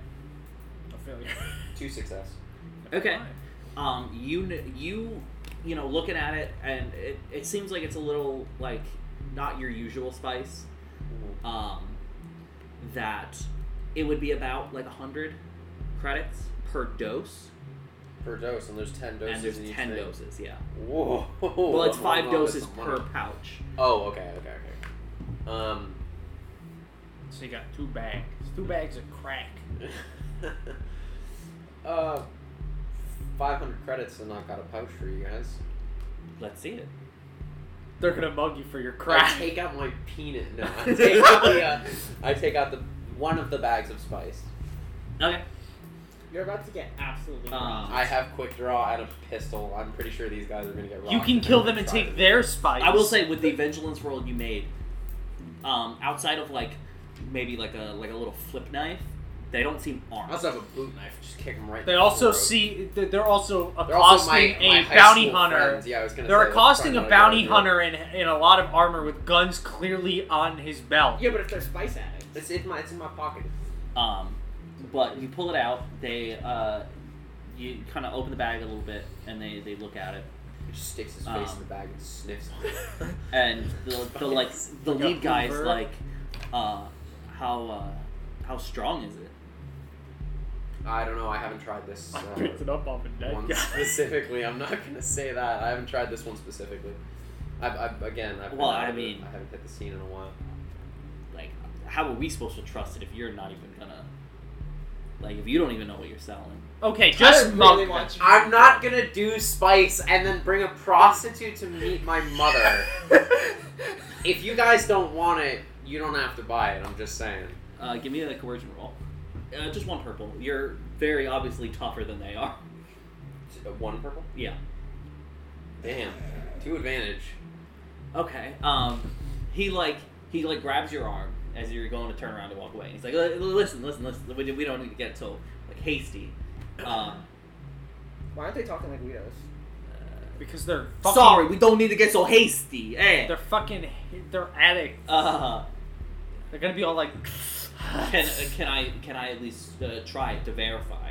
Speaker 3: A failure.
Speaker 4: Two success.
Speaker 1: Okay. Um, you kn- you you know, looking at it, and it, it seems like it's a little like not your usual spice. Um, that it would be about like a hundred credits per dose,
Speaker 4: per dose, and there's ten doses.
Speaker 1: and there's
Speaker 4: in each
Speaker 1: ten
Speaker 4: thing.
Speaker 1: doses. Yeah.
Speaker 4: Whoa.
Speaker 1: Well, it's five
Speaker 4: Hold on, that's
Speaker 1: doses
Speaker 4: a
Speaker 1: per
Speaker 4: hundred.
Speaker 1: pouch.
Speaker 4: Oh, okay, okay, okay. Um.
Speaker 3: So you got two bags. Two bags of crack.
Speaker 4: uh, five hundred credits to knock out a pouch for you guys.
Speaker 1: Let's see it.
Speaker 3: They're gonna mug you for your
Speaker 4: I
Speaker 3: crack.
Speaker 4: take out my peanut. No, I take out the. Uh, I take out the one of the bags of spice.
Speaker 1: Okay.
Speaker 2: You're about to get absolutely.
Speaker 1: Um,
Speaker 4: I have quick draw and a pistol. I'm pretty sure these guys are gonna get. Rocked
Speaker 3: You can
Speaker 4: if
Speaker 3: kill
Speaker 4: they
Speaker 3: them and
Speaker 4: try
Speaker 3: take
Speaker 4: to-
Speaker 3: their spice.
Speaker 1: I will say with the vigilance roll you made, um, outside of like maybe like a like a little flip knife, they don't seem
Speaker 4: I
Speaker 1: armed.
Speaker 4: also have a boot knife. Just kick them right.
Speaker 3: They
Speaker 4: in the
Speaker 3: also
Speaker 4: throat.
Speaker 3: see. th- They're also
Speaker 4: They're also my,
Speaker 3: accosting
Speaker 4: my
Speaker 3: a
Speaker 4: high
Speaker 3: bounty
Speaker 4: school
Speaker 3: hunter.
Speaker 4: friends. Yeah, I was gonna.
Speaker 3: They're
Speaker 4: say, that's
Speaker 3: accosting a
Speaker 4: probably what I
Speaker 3: bounty
Speaker 4: do.
Speaker 3: hunter in, in a lot of armor with guns clearly on his belt.
Speaker 2: yeah, but if they're spice addicts,
Speaker 4: It's in my. It's in my pocket.
Speaker 1: Um, but you pull it out. They uh, you kind of open the bag a little bit, and they they look at it,
Speaker 4: He just sticks his face
Speaker 1: Um,
Speaker 4: in the bag and sniffs. on it.
Speaker 1: and the, the like the
Speaker 3: Like a
Speaker 1: lead guy's
Speaker 3: Hoover.
Speaker 1: like, uh, how uh, how strong is it?
Speaker 4: I don't know. I haven't tried this
Speaker 3: I
Speaker 4: uh,
Speaker 3: picked it up off a dead
Speaker 4: one
Speaker 3: guy.
Speaker 4: specifically. I'm not gonna say that. I haven't tried this one specifically. I've, I've again. I've been
Speaker 1: Well,
Speaker 4: out
Speaker 1: I
Speaker 4: of it.
Speaker 1: mean-
Speaker 4: I haven't hit the scene in a while.
Speaker 1: Like, how are we supposed to trust it if you're not even gonna like if you don't even know what you're selling?
Speaker 3: Okay, just
Speaker 2: I
Speaker 3: mug
Speaker 2: really
Speaker 3: them.
Speaker 2: want you.
Speaker 4: I'm not gonna do spice and then bring a prostitute to meet my mother. if you guys don't want it, you don't have to buy it. I'm just saying.
Speaker 1: Uh, give me a coercion roll. Uh, just one purple. You're very obviously tougher than they are.
Speaker 4: Uh, One purple.
Speaker 1: Yeah.
Speaker 4: Damn. Two advantage.
Speaker 1: Okay. Um, he like he like grabs your arm as you're going to turn around to walk away. He's like, "Li- listen, listen, listen. We, we don't need to get so like hasty. Um,
Speaker 2: why aren't they talking like weirdos?
Speaker 3: Because they're fucking.
Speaker 1: sorry, we don't need to get so hasty. Eh.
Speaker 3: They're fucking. They're addicts.
Speaker 1: Uh,
Speaker 3: They're gonna be all like.
Speaker 1: can uh, can I can I at least uh, try to verify?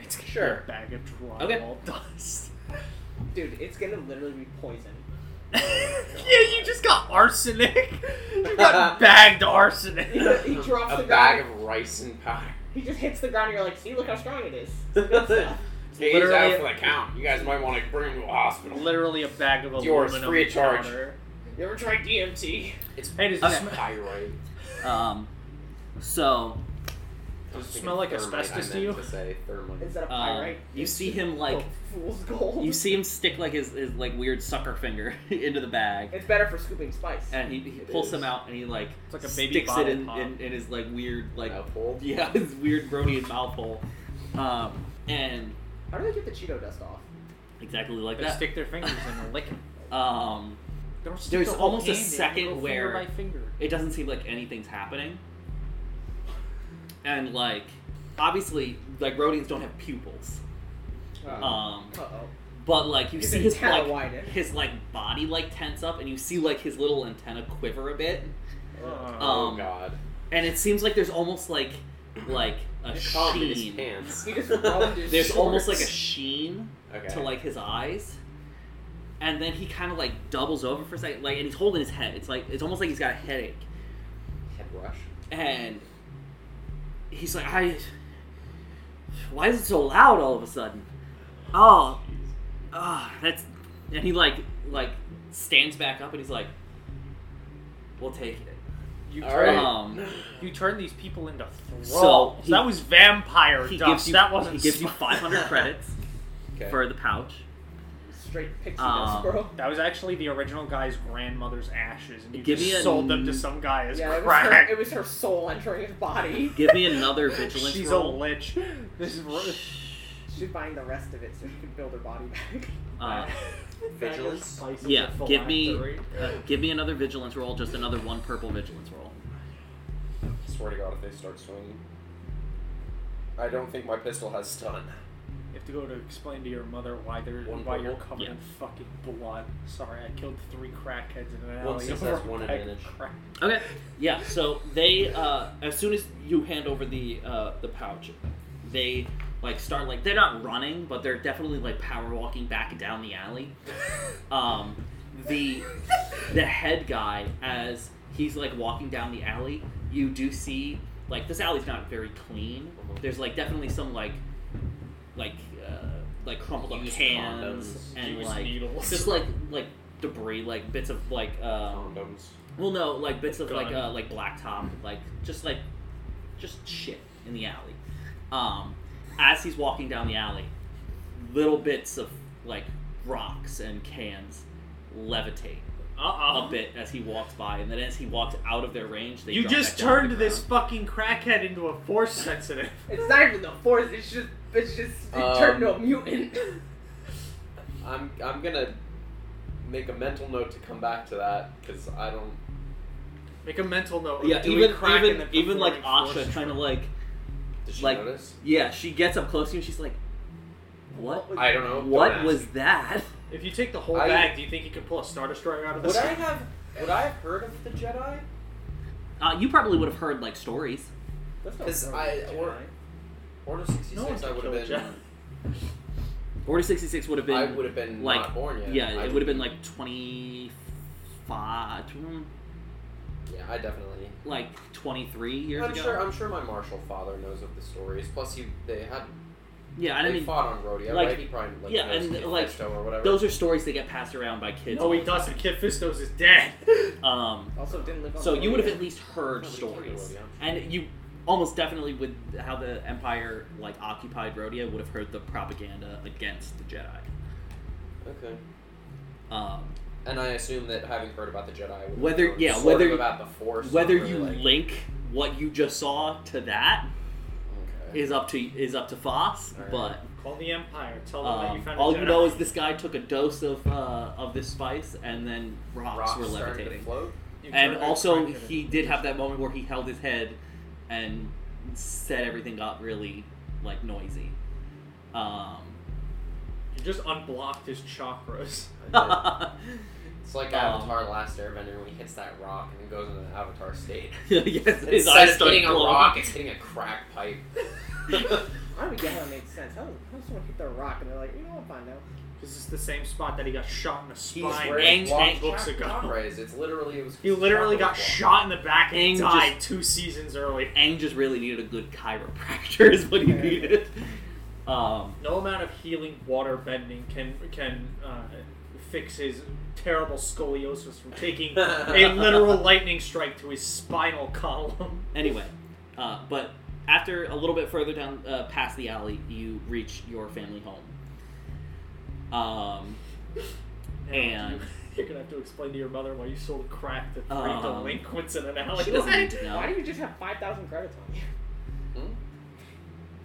Speaker 3: It's gonna
Speaker 4: Sure.
Speaker 3: Be a bag of dry
Speaker 1: Okay.
Speaker 3: all dust.
Speaker 2: Dude, it's gonna literally be poison.
Speaker 3: yeah, you just got arsenic. You got bagged
Speaker 2: he
Speaker 3: arsenic.
Speaker 2: drops
Speaker 4: a
Speaker 2: the
Speaker 4: bag
Speaker 2: guy.
Speaker 4: of rice and powder.
Speaker 2: He just hits the ground, and you're like, "See, look how strong it is."
Speaker 4: Hey, he's
Speaker 3: Literally-
Speaker 4: out for the count. You guys might want to bring him to a hospital.
Speaker 3: Literally a bag of
Speaker 4: Yours,
Speaker 3: aluminum
Speaker 4: free of charge.
Speaker 3: powder.
Speaker 2: You ever tried DMT?
Speaker 4: It's
Speaker 3: Hey, does it
Speaker 1: Okay.
Speaker 3: sm-
Speaker 4: thyroid.
Speaker 1: Um, so
Speaker 4: I was
Speaker 3: it
Speaker 4: thinking
Speaker 3: smell like
Speaker 4: thermite,
Speaker 3: asbestos
Speaker 4: I
Speaker 3: to
Speaker 4: meant
Speaker 3: you?
Speaker 4: To say thermite.
Speaker 2: Is that a
Speaker 1: um,
Speaker 2: pyrite?
Speaker 1: you see him like
Speaker 2: fool's gold.
Speaker 1: you see him stick like his, his like weird sucker finger into the bag.
Speaker 2: It's better for scooping spice.
Speaker 1: and he, he
Speaker 4: It
Speaker 1: pulls
Speaker 4: is.
Speaker 1: them out and he like,
Speaker 3: It's like a baby
Speaker 1: sticks it
Speaker 3: bottle
Speaker 1: in,
Speaker 3: pop.
Speaker 1: in, in his like weird like
Speaker 4: Mouthful?
Speaker 1: yeah his weird Brodian mouth hole, um, and
Speaker 2: How do they get the Cheeto dust off?
Speaker 1: exactly like
Speaker 3: They
Speaker 1: that.
Speaker 3: stick their fingers in and lick it.
Speaker 1: Um,
Speaker 3: They don't stick
Speaker 1: There's
Speaker 3: the whole
Speaker 1: almost a
Speaker 3: hand in, they
Speaker 1: second
Speaker 3: go finger
Speaker 1: where-
Speaker 3: by finger.
Speaker 1: it doesn't seem like anything's happening, and like obviously like Rhodians don't have pupils, um,
Speaker 2: Uh oh.
Speaker 1: but like you
Speaker 2: His
Speaker 1: see his
Speaker 2: antenna
Speaker 1: like
Speaker 2: widen.
Speaker 1: his like body like tense up and you see like his little antenna quiver a bit,
Speaker 2: Uh.
Speaker 3: Uh,
Speaker 4: oh
Speaker 1: um,
Speaker 4: God!
Speaker 1: and it seems like there's almost like like a
Speaker 4: It's calm in his
Speaker 1: sheen.
Speaker 4: pants.
Speaker 2: He just rubbed his
Speaker 1: There's almost like
Speaker 2: shorts.
Speaker 1: a sheen
Speaker 4: okay.
Speaker 1: to like his eyes, and then he kind of like doubles over for a second, like, and he's holding his head. It's like it's almost like he's got a headache,
Speaker 4: head rush.
Speaker 1: and he's like, "I, why is it so loud all of a sudden? Oh, ah, that's," and he like like stands back up and he's like, "We'll take it."
Speaker 3: You
Speaker 4: All
Speaker 3: turn,
Speaker 4: right.
Speaker 1: Um,
Speaker 3: you turn these people into thralls.
Speaker 1: So, he-
Speaker 3: that was vampire
Speaker 1: he
Speaker 3: dust.
Speaker 1: gives you
Speaker 3: that wasn't.
Speaker 1: he gives you
Speaker 3: spice.
Speaker 1: 500 credits
Speaker 4: Okay.
Speaker 1: for the pouch.
Speaker 2: straight pixie
Speaker 1: Um,
Speaker 2: dust, bro.
Speaker 3: That was actually the original guy's grandmother's ashes, and you
Speaker 1: Give me
Speaker 3: just
Speaker 1: a-
Speaker 3: sold them to some guy as
Speaker 2: Yeah, it was, her,
Speaker 3: crack.
Speaker 2: it was her soul entering his body.
Speaker 1: Give me another vigilance
Speaker 3: She's
Speaker 1: roll.
Speaker 3: a lich. This is
Speaker 2: She's buying the rest of it so she can build her body back.
Speaker 1: Uh,
Speaker 4: Vigilance.
Speaker 1: Yeah, give me uh, give me another vigilance roll, just another one purple vigilance roll.
Speaker 4: I swear to God, if they start swinging, I don't think my pistol has stun.
Speaker 3: You have to go to explain to your mother why they're
Speaker 4: One
Speaker 3: why you're
Speaker 4: purple?
Speaker 3: covered
Speaker 1: Yeah.
Speaker 3: in fucking blood. Sorry, I killed three crackheads in an alley.
Speaker 4: One success,
Speaker 3: over a
Speaker 4: one
Speaker 3: bag of
Speaker 4: advantage.
Speaker 3: crack.
Speaker 1: Okay. Yeah. So they, uh, as soon as you hand over the uh, the pouch, they like start like they're not running, but they're definitely like power walking back down the alley. Um, the the head guy as he's like walking down the alley, you do see like this alley's not very clean. There's like definitely some like like uh, like crumpled up
Speaker 4: Used
Speaker 1: cans
Speaker 4: condoms.
Speaker 1: and
Speaker 3: Used
Speaker 1: like
Speaker 3: needles.
Speaker 1: just like like debris, like bits of like um,
Speaker 4: Condoms.
Speaker 1: well, no, like bits of like
Speaker 3: Gone.
Speaker 1: uh, like blacktop, like just like just shit in the alley. Um, as he's walking down the alley, little bits of like rocks and cans levitate
Speaker 6: Uh
Speaker 3: Uh-huh.
Speaker 1: a bit as he walks by, and then as he walks out of their range, they
Speaker 6: You
Speaker 1: drop
Speaker 6: just
Speaker 1: back down to
Speaker 6: turned
Speaker 1: the
Speaker 6: this
Speaker 1: ground.
Speaker 6: fucking crackhead into a force sensitive.
Speaker 2: It's not even the force. It's just it's just it turned to
Speaker 4: Um,
Speaker 2: a mutant.
Speaker 4: I'm I'm gonna make a mental note to come back to that because I don't.
Speaker 3: Make a mental note. of
Speaker 1: Yeah,
Speaker 3: doing
Speaker 1: even
Speaker 3: crack and
Speaker 1: even
Speaker 3: then
Speaker 1: even like
Speaker 3: performing force
Speaker 1: Asha kind of
Speaker 3: stroke.
Speaker 1: like
Speaker 4: Did she
Speaker 1: Like-
Speaker 4: notice?
Speaker 1: yeah, she gets up close to you. and She's like, "What?
Speaker 4: I don't know.
Speaker 1: What
Speaker 4: Don't
Speaker 1: was that?"
Speaker 3: If you take the whole
Speaker 4: I-
Speaker 3: bag, do you think you could pull a star destroyer out of
Speaker 4: ask.
Speaker 3: this?
Speaker 4: Would I have? Would I have heard of the Jedi?
Speaker 1: Uh, you probably would have heard like stories.
Speaker 2: That's not
Speaker 4: 'Cause
Speaker 2: a
Speaker 4: I-
Speaker 2: Jedi.
Speaker 4: or- Order sixty
Speaker 3: No one
Speaker 4: six.
Speaker 3: can
Speaker 4: I would have
Speaker 3: kill a
Speaker 4: been.
Speaker 1: Order sixty six would have been
Speaker 4: I would have been
Speaker 1: like,
Speaker 4: not born yet.
Speaker 1: Yeah,
Speaker 4: I
Speaker 1: it would have been
Speaker 4: didn't-
Speaker 1: like 25, mm,
Speaker 4: Yeah, I definitely.
Speaker 1: like 23 years
Speaker 4: I'm
Speaker 1: ago.
Speaker 4: sure. I'm sure my martial father knows of the stories. Plus, he they had
Speaker 1: yeah, and
Speaker 4: they
Speaker 1: I mean,
Speaker 4: fought on Rodeo,
Speaker 1: like-
Speaker 4: right? He probably like,
Speaker 1: yeah,
Speaker 4: knows
Speaker 1: and,
Speaker 4: Kid
Speaker 1: like,
Speaker 4: Fisto or whatever.
Speaker 1: those are stories that get passed around by kids.
Speaker 3: No, he doesn't. Kid Fistos is dead.
Speaker 1: Um,
Speaker 2: Also didn't live on
Speaker 1: so
Speaker 2: the
Speaker 1: you would have
Speaker 2: planet.
Speaker 1: at least heard
Speaker 4: Probably killed
Speaker 1: stories,
Speaker 4: Rodeo.
Speaker 1: and you almost definitely with how the Empire like occupied Rhodia would have heard the propaganda against the Jedi.
Speaker 4: Okay.
Speaker 1: Um,
Speaker 4: And I assume that having heard about the Jedi, I would've
Speaker 1: Whether-
Speaker 4: known
Speaker 1: yeah,
Speaker 4: sort
Speaker 1: whether-
Speaker 4: of about the Force,
Speaker 1: whether
Speaker 4: not
Speaker 1: you
Speaker 4: really, like,
Speaker 1: link what you just saw to that
Speaker 4: okay.
Speaker 1: is up to is up to Foss,
Speaker 4: All right.
Speaker 1: but
Speaker 3: Call the Empire. Tell them that
Speaker 1: Um,
Speaker 3: you found a
Speaker 1: all
Speaker 3: Jedi.
Speaker 1: you know is this guy took a dose of uh, of this spice, and then rocks,
Speaker 4: rocks
Speaker 1: were
Speaker 4: started to
Speaker 1: levitating.
Speaker 4: float.
Speaker 3: You turned
Speaker 1: And
Speaker 3: that
Speaker 1: also,
Speaker 3: crackhead
Speaker 1: he did have that moment where he held his head and said everything got really like noisy. Um,
Speaker 3: You just unblocked his chakras.
Speaker 4: I did. it's like
Speaker 1: Um,
Speaker 4: Avatar: Last Airbender when he hits that rock and it goes into the Avatar state.
Speaker 1: yes, his
Speaker 4: Instead
Speaker 1: eyes
Speaker 4: of
Speaker 1: start
Speaker 4: hitting a
Speaker 1: glowing.
Speaker 4: rock, it's hitting a crack pipe.
Speaker 2: I don't even get how it makes sense. How, how does someone hit the rock and they're like, you know what, fine now.
Speaker 3: Because it's the same spot that he got shot in the
Speaker 4: He's
Speaker 3: spine
Speaker 4: wearing
Speaker 1: Aang-
Speaker 4: long
Speaker 1: Aang-
Speaker 3: books
Speaker 4: black
Speaker 3: ago.
Speaker 4: chakras. It's literally it was.
Speaker 3: He literally got shot in the back and
Speaker 1: Aang
Speaker 3: died two seasons early.
Speaker 1: Aang just really needed a good chiropractor, is what he
Speaker 2: Yeah.
Speaker 1: needed. Um,
Speaker 3: No amount of healing water bending can can uh, fix his terrible scoliosis from taking a literal lightning strike to his spinal column.
Speaker 1: Anyway, uh, but after a little bit further down uh, past the alley, you reach your family home. Um,
Speaker 3: Now,
Speaker 1: And-
Speaker 3: you're gonna have to explain to your mother why you sold crack to three
Speaker 1: Um,
Speaker 3: delinquents in an alley.
Speaker 1: she doesn't need to
Speaker 2: Why
Speaker 1: know.
Speaker 2: do you just have 5,000 credits on you?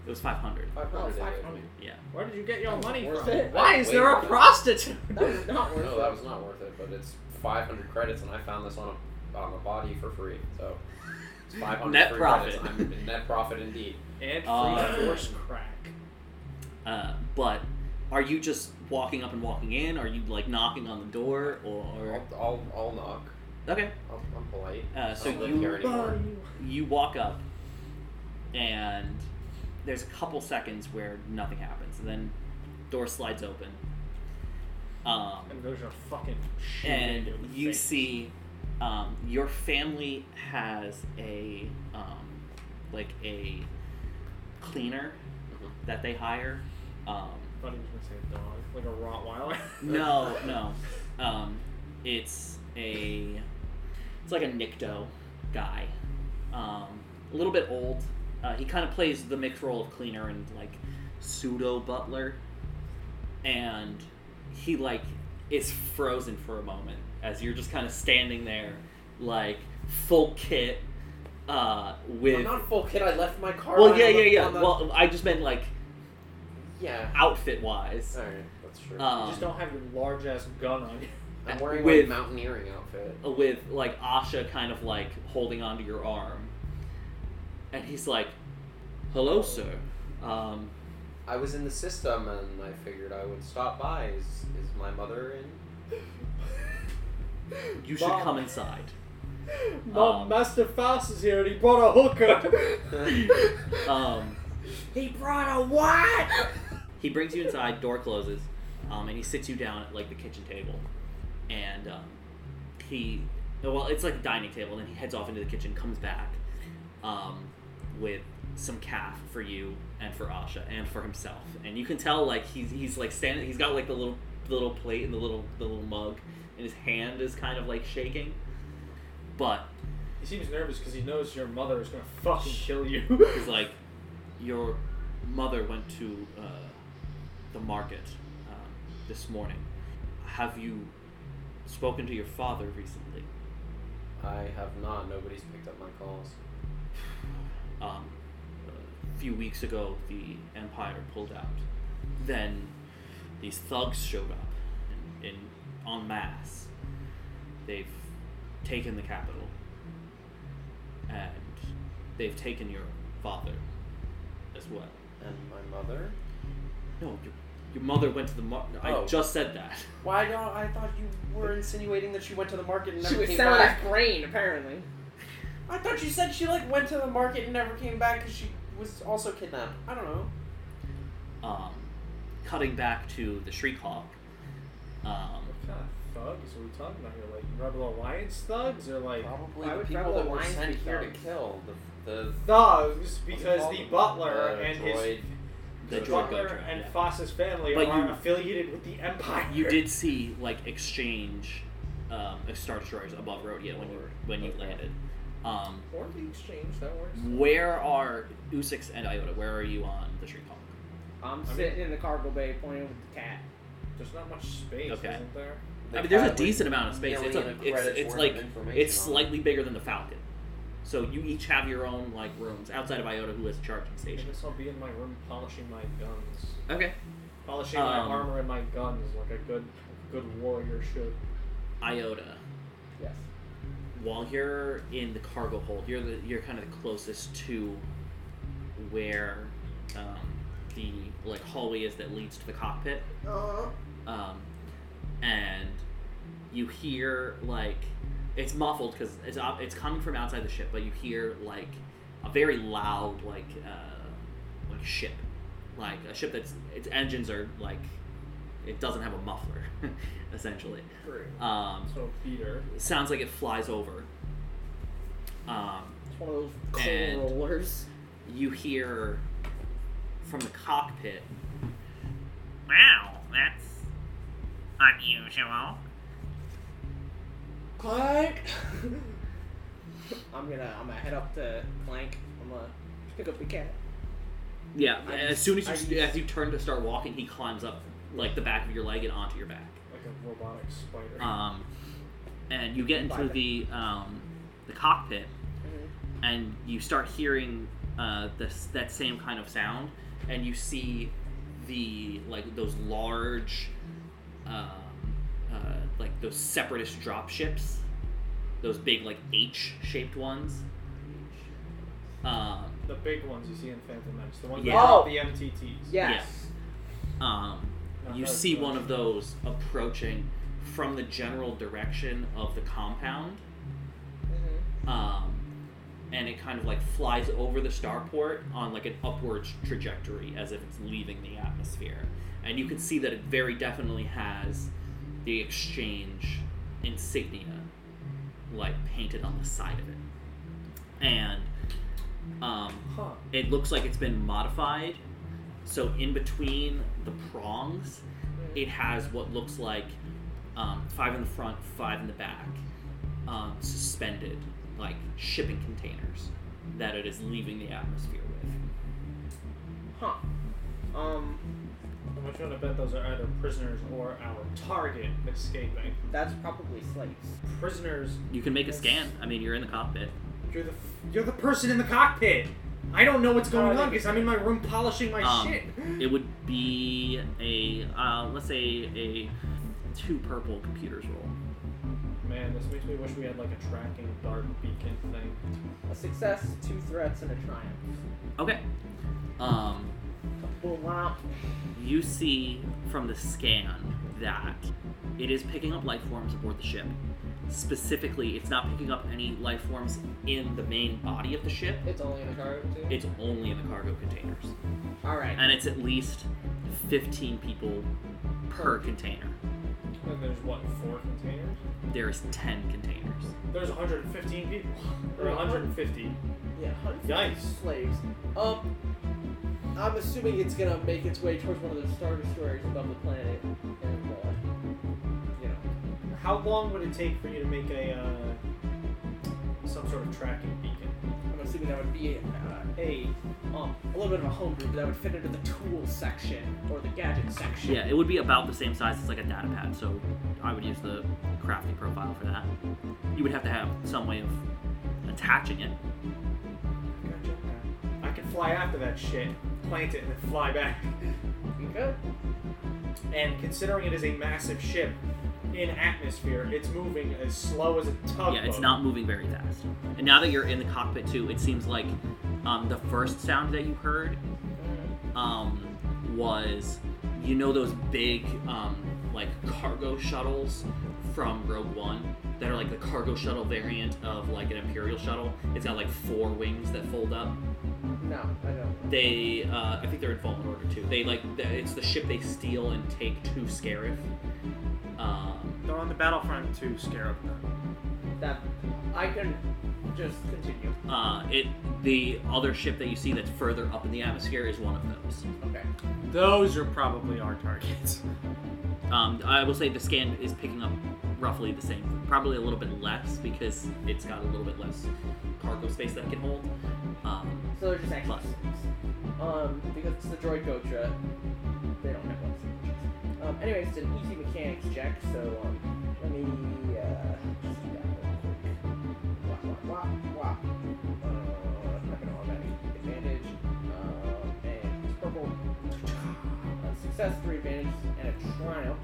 Speaker 1: It was 500.
Speaker 4: Five
Speaker 2: Oh,
Speaker 4: hundred.
Speaker 2: five hundred.
Speaker 1: Yeah.
Speaker 3: Where did you get your
Speaker 2: That was
Speaker 3: money
Speaker 2: worth
Speaker 3: from?
Speaker 2: it.
Speaker 3: Why is there a
Speaker 4: Wait.
Speaker 3: prostitute?
Speaker 2: That was not worth
Speaker 4: No,
Speaker 2: it.
Speaker 4: that was not worth it. But it's five hundred credits, and I found this on a on a body for free. So it's five hundred
Speaker 1: Net
Speaker 4: credits.
Speaker 1: profit.
Speaker 4: I'm net profit indeed.
Speaker 3: And free
Speaker 1: Uh,
Speaker 3: force crack.
Speaker 1: Uh, but are you just walking up and walking in? Are you like knocking on the door or?
Speaker 4: I'll, I'll, I'll knock.
Speaker 1: Okay.
Speaker 4: I'll, I'm polite.
Speaker 1: Uh,
Speaker 4: I
Speaker 1: so
Speaker 4: don't live
Speaker 1: you
Speaker 4: here anymore.
Speaker 1: you walk up, and there's a couple seconds where nothing happens, and then door slides open. Um,
Speaker 3: And there's a fucking shit
Speaker 1: and
Speaker 3: in the
Speaker 1: you
Speaker 3: face.
Speaker 1: see um, your family has a um, like a cleaner
Speaker 4: Mhm.
Speaker 1: that they hire um,
Speaker 3: I thought he was gonna say a dog, like a Rottweiler.
Speaker 1: no no um, it's a it's like a nicto guy um, a little bit old uh, he kind of plays the mixed role of cleaner and like pseudo butler and he like is frozen for a moment as you're just kind of standing there like full kit uh
Speaker 4: I'm
Speaker 1: with
Speaker 4: not a full kid. I left my car.
Speaker 1: well
Speaker 4: on
Speaker 1: yeah
Speaker 4: the-
Speaker 1: yeah yeah
Speaker 4: on the-
Speaker 1: well i just meant like
Speaker 4: yeah.
Speaker 1: outfit wise
Speaker 4: All right, that's true.
Speaker 1: um
Speaker 3: you just don't have your large ass gun on you.
Speaker 4: I'm wearing
Speaker 1: with-
Speaker 4: like mountaineering outfit.
Speaker 1: with like asha kind of like holding onto your arm and he's like hello sir um
Speaker 4: I was in the system, and I figured I would stop by. Is is my mother in?
Speaker 1: you should
Speaker 3: Mom.
Speaker 1: come inside
Speaker 3: Mom,
Speaker 1: Um,
Speaker 3: Master Faust is here and he brought a hooker.
Speaker 1: um
Speaker 2: He brought a what?
Speaker 1: He brings you inside, door closes, um, and he sits you down at like the kitchen table, and um, he, well, it's like a dining table. And then he heads off into the kitchen, comes back, um, with some calf for you and for Asha and for himself. And you can tell like he's he's like standing. He's got like the little the little plate and the little the little mug, and his hand is kind of like shaking, but
Speaker 3: He seems nervous because he knows your mother is gonna fucking kill you.
Speaker 1: He's like, your mother went to uh, the market um, this morning. Have you spoken to your father recently?
Speaker 4: I have not. Nobody's picked up my calls.
Speaker 1: Um, a few weeks ago, the Empire pulled out. Then these thugs showed up in, in en masse. They've taken the capital, and they've taken your father as well.
Speaker 4: And my mother?
Speaker 1: No, your, your mother went to the market. I
Speaker 4: Oh.
Speaker 1: just said that.
Speaker 4: Why don't I thought you were insinuating that she went to the market and never
Speaker 2: She was
Speaker 4: came
Speaker 2: selling
Speaker 4: back?
Speaker 2: his brain, apparently.
Speaker 4: I thought you said she like went to the market and never came back because she was also kidnapped. I don't know.
Speaker 1: Um, cutting back to the Shriekhawk. Um,
Speaker 3: What kind of thugs are we talking about here? Like Rebel Alliance thugs or like
Speaker 4: Probably
Speaker 2: Why
Speaker 4: the
Speaker 2: would
Speaker 4: people
Speaker 2: Rebel
Speaker 4: that were
Speaker 2: Alliance
Speaker 4: sent
Speaker 2: be
Speaker 4: here to
Speaker 2: thugs?
Speaker 4: kill the the
Speaker 3: thugs? Because
Speaker 4: what do
Speaker 3: the
Speaker 4: you call them?
Speaker 3: butler
Speaker 4: The
Speaker 3: and his
Speaker 4: droid.
Speaker 1: the
Speaker 4: The
Speaker 1: droid
Speaker 3: butler
Speaker 1: go droid,
Speaker 3: and
Speaker 1: yeah.
Speaker 3: Foss's family
Speaker 1: But
Speaker 3: are
Speaker 1: you-
Speaker 3: affiliated with the Empire.
Speaker 1: You did see like exchange um, Star Destroyers above Rodia when you when you landed. Um,
Speaker 3: Or the exchange that works.
Speaker 1: where are Usix and Iota? Where are you on the Shriekhawk?
Speaker 2: I'm
Speaker 3: mean-
Speaker 2: sitting in the cargo bay pointing with the cat.
Speaker 3: There's not much space,
Speaker 1: Okay.
Speaker 3: isn't there?
Speaker 4: They
Speaker 1: I mean, there's
Speaker 4: had,
Speaker 1: a
Speaker 4: like,
Speaker 1: decent amount of space. It's, a,
Speaker 4: million
Speaker 1: it's,
Speaker 4: credits
Speaker 1: it's
Speaker 4: worth
Speaker 1: like
Speaker 4: of information
Speaker 1: it's
Speaker 4: on
Speaker 1: slightly bigger than the Falcon. So you each have your own like rooms outside of Iota, who has a charging
Speaker 3: I
Speaker 1: station.
Speaker 3: guess I'll be in my room polishing my guns,
Speaker 1: Okay.
Speaker 3: polishing my
Speaker 1: Um,
Speaker 3: armor and my guns like a good, good warrior should.
Speaker 1: Iota.
Speaker 2: Yes.
Speaker 1: while you're in the cargo hold, you're the you're kind of the closest to where um, the like hallway is that leads to the cockpit,
Speaker 7: Uh,
Speaker 1: um, and you hear like it's muffled because it's ob- it's coming from outside the ship, but you hear like a very loud like uh, like ship, like a ship that's its engines are like it doesn't have a muffler, essentially. Um,
Speaker 3: So Peter,
Speaker 1: it sounds like it flies over. Um,
Speaker 2: It's one of those coal
Speaker 1: And-
Speaker 2: rollers.
Speaker 1: you hear from the cockpit. Wow, that's unusual.
Speaker 2: Clank. I'm gonna I'm gonna head up to Clank. I'm gonna pick up the cat.
Speaker 1: Yeah,
Speaker 2: I
Speaker 1: as
Speaker 2: just-
Speaker 1: soon as
Speaker 2: I
Speaker 1: you as you turn to start walking, he climbs up like the back of your leg and onto your back.
Speaker 3: like a robotic spider.
Speaker 1: Um, and you get into
Speaker 2: Bye.
Speaker 1: the um, the cockpit,
Speaker 2: Mhm.
Speaker 1: and you start hearing uh, this, that same kind of sound, and you see the like those large, um, uh, like those separatist drop ships, those big like H shaped ones. Um,
Speaker 3: the big ones you see in Phantom Menace, the ones
Speaker 1: Yeah.
Speaker 3: that
Speaker 2: Oh.
Speaker 3: the MTTs.
Speaker 2: Yes.
Speaker 1: um,
Speaker 3: Not
Speaker 1: you
Speaker 3: those
Speaker 1: see
Speaker 3: ones.
Speaker 1: one of those approaching from the general direction of the compound.
Speaker 2: Mm-hmm.
Speaker 1: um, and it kind of like flies over the starport on like an upwards trajectory as if it's leaving the atmosphere and you can see that it very definitely has the exchange insignia like painted on the side of it and um,
Speaker 3: Huh.
Speaker 1: it looks like it's been modified so in between the prongs it has what looks like um, five in the front five in the back um, suspended like shipping containers that it is leaving the atmosphere with
Speaker 2: Huh. Um,
Speaker 3: I'm not trying to bet those are either prisoners or our target escaping.
Speaker 2: that's probably slates.
Speaker 3: Prisoners,
Speaker 1: you can make a scan i mean you're in the cockpit
Speaker 3: you're the you're the person in the cockpit. I don't know what's going on because I'm in my room polishing my
Speaker 1: Um,
Speaker 3: shit.
Speaker 1: it would be a uh, let's say a two purple computers roll
Speaker 3: Man, this makes me wish we had like a tracking dart beacon thing.
Speaker 2: A success, two threats, and a triumph.
Speaker 1: okay um,
Speaker 2: Blomp.
Speaker 1: you see from the scan that it is picking up life forms aboard the ship specifically, it's not picking up any life forms in the main body of the ship.
Speaker 2: It's only in a cargo too.
Speaker 1: It's only in the cargo containers.
Speaker 2: All right.
Speaker 1: And it's at least 15 people per container.
Speaker 3: And there's what four containers?
Speaker 1: There's 10 containers.
Speaker 3: There's 115 people or 150.
Speaker 2: Yeah, hundred
Speaker 3: Yikes.
Speaker 2: slaves. Um, I'm assuming it's gonna make its way towards one of those star destroyers above the planet, and uh, you know,
Speaker 3: How long would it take for you to make a uh, some sort of tracking beacon?
Speaker 2: I'm assuming that would be uh, a um a little bit of a homebrew, but that would fit into the tool section or the gadget section.
Speaker 1: Yeah, it would be about the same size as like a data pad, so I would use the crafting profile for that. You would have to have some way of attaching it.
Speaker 3: Gotcha. I can fly after that shit, plant it, and then fly back.
Speaker 2: Okay.
Speaker 3: And considering it is a massive ship in atmosphere, it's moving as slow as a tugboat.
Speaker 1: Yeah, it's not moving very fast. And now that you're in the cockpit too, it seems like um, the first sound that you heard um, was you know those big um, like cargo shuttles from Rogue One that are like the cargo shuttle variant of like an Imperial shuttle. It's got like four wings that fold up.
Speaker 2: No, I don't.
Speaker 1: They, uh, I think they're in Fallen Order too. They like the, it's the ship they steal and take to Scarif. Um,
Speaker 3: They're on the battlefront to scare up.
Speaker 2: That I can just continue.
Speaker 1: uh, it the other ship that you see that's further up in the atmosphere is one of those.
Speaker 2: Okay.
Speaker 6: Those are probably our targets.
Speaker 1: Um, I will say the scan is picking up roughly the same, probably a little bit less because it's got a little bit less cargo space that it can hold. Um,
Speaker 2: So they're just actually
Speaker 1: Plus.
Speaker 2: slaves. Um, because it's the droid Gotra, they don't have ones. Um, anyway, it's an easy mechanics check, so um, let me uh, just do that real quick. Wah, wah, wah, wah. Uh, I'm not gonna automatic advantage. Um, and it's purple. Uh, success, three advantage, and a triumph.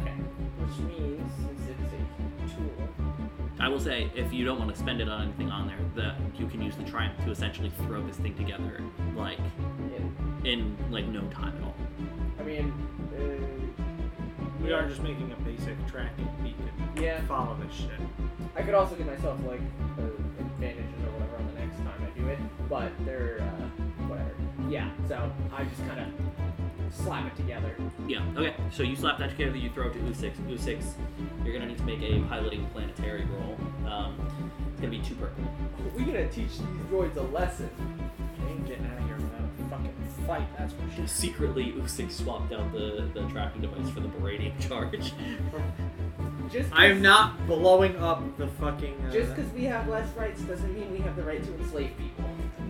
Speaker 2: Okay. Which means, since it's a tool,
Speaker 1: I will say if you don't want to spend it on anything on there, that you can use the triumph to essentially throw this thing together like
Speaker 2: it,
Speaker 1: in like no time at all.
Speaker 2: I mean, uh,
Speaker 3: We are just making a basic tracking beacon.
Speaker 2: yeah.
Speaker 3: Follow this shit.
Speaker 2: I could also give myself like uh, advantages or whatever on the next time I do it, but they're uh, whatever. Yeah, so I just kind of slap it together.
Speaker 1: Yeah. Okay. So you slap that together. You throw it to U6. U6. You're gonna need to make a piloting planetary roll. Um, it's gonna be two purple.
Speaker 2: We gonna teach these droids a lesson.
Speaker 3: They ain't getting out of here without a fucking fight. That's for sure.
Speaker 1: Secretly, U6 swapped out the, the tracking device for the beradium charge.
Speaker 2: Just
Speaker 3: I am not blowing up the fucking. Uh,
Speaker 2: Just because we have less rights doesn't mean we have the right to enslave people.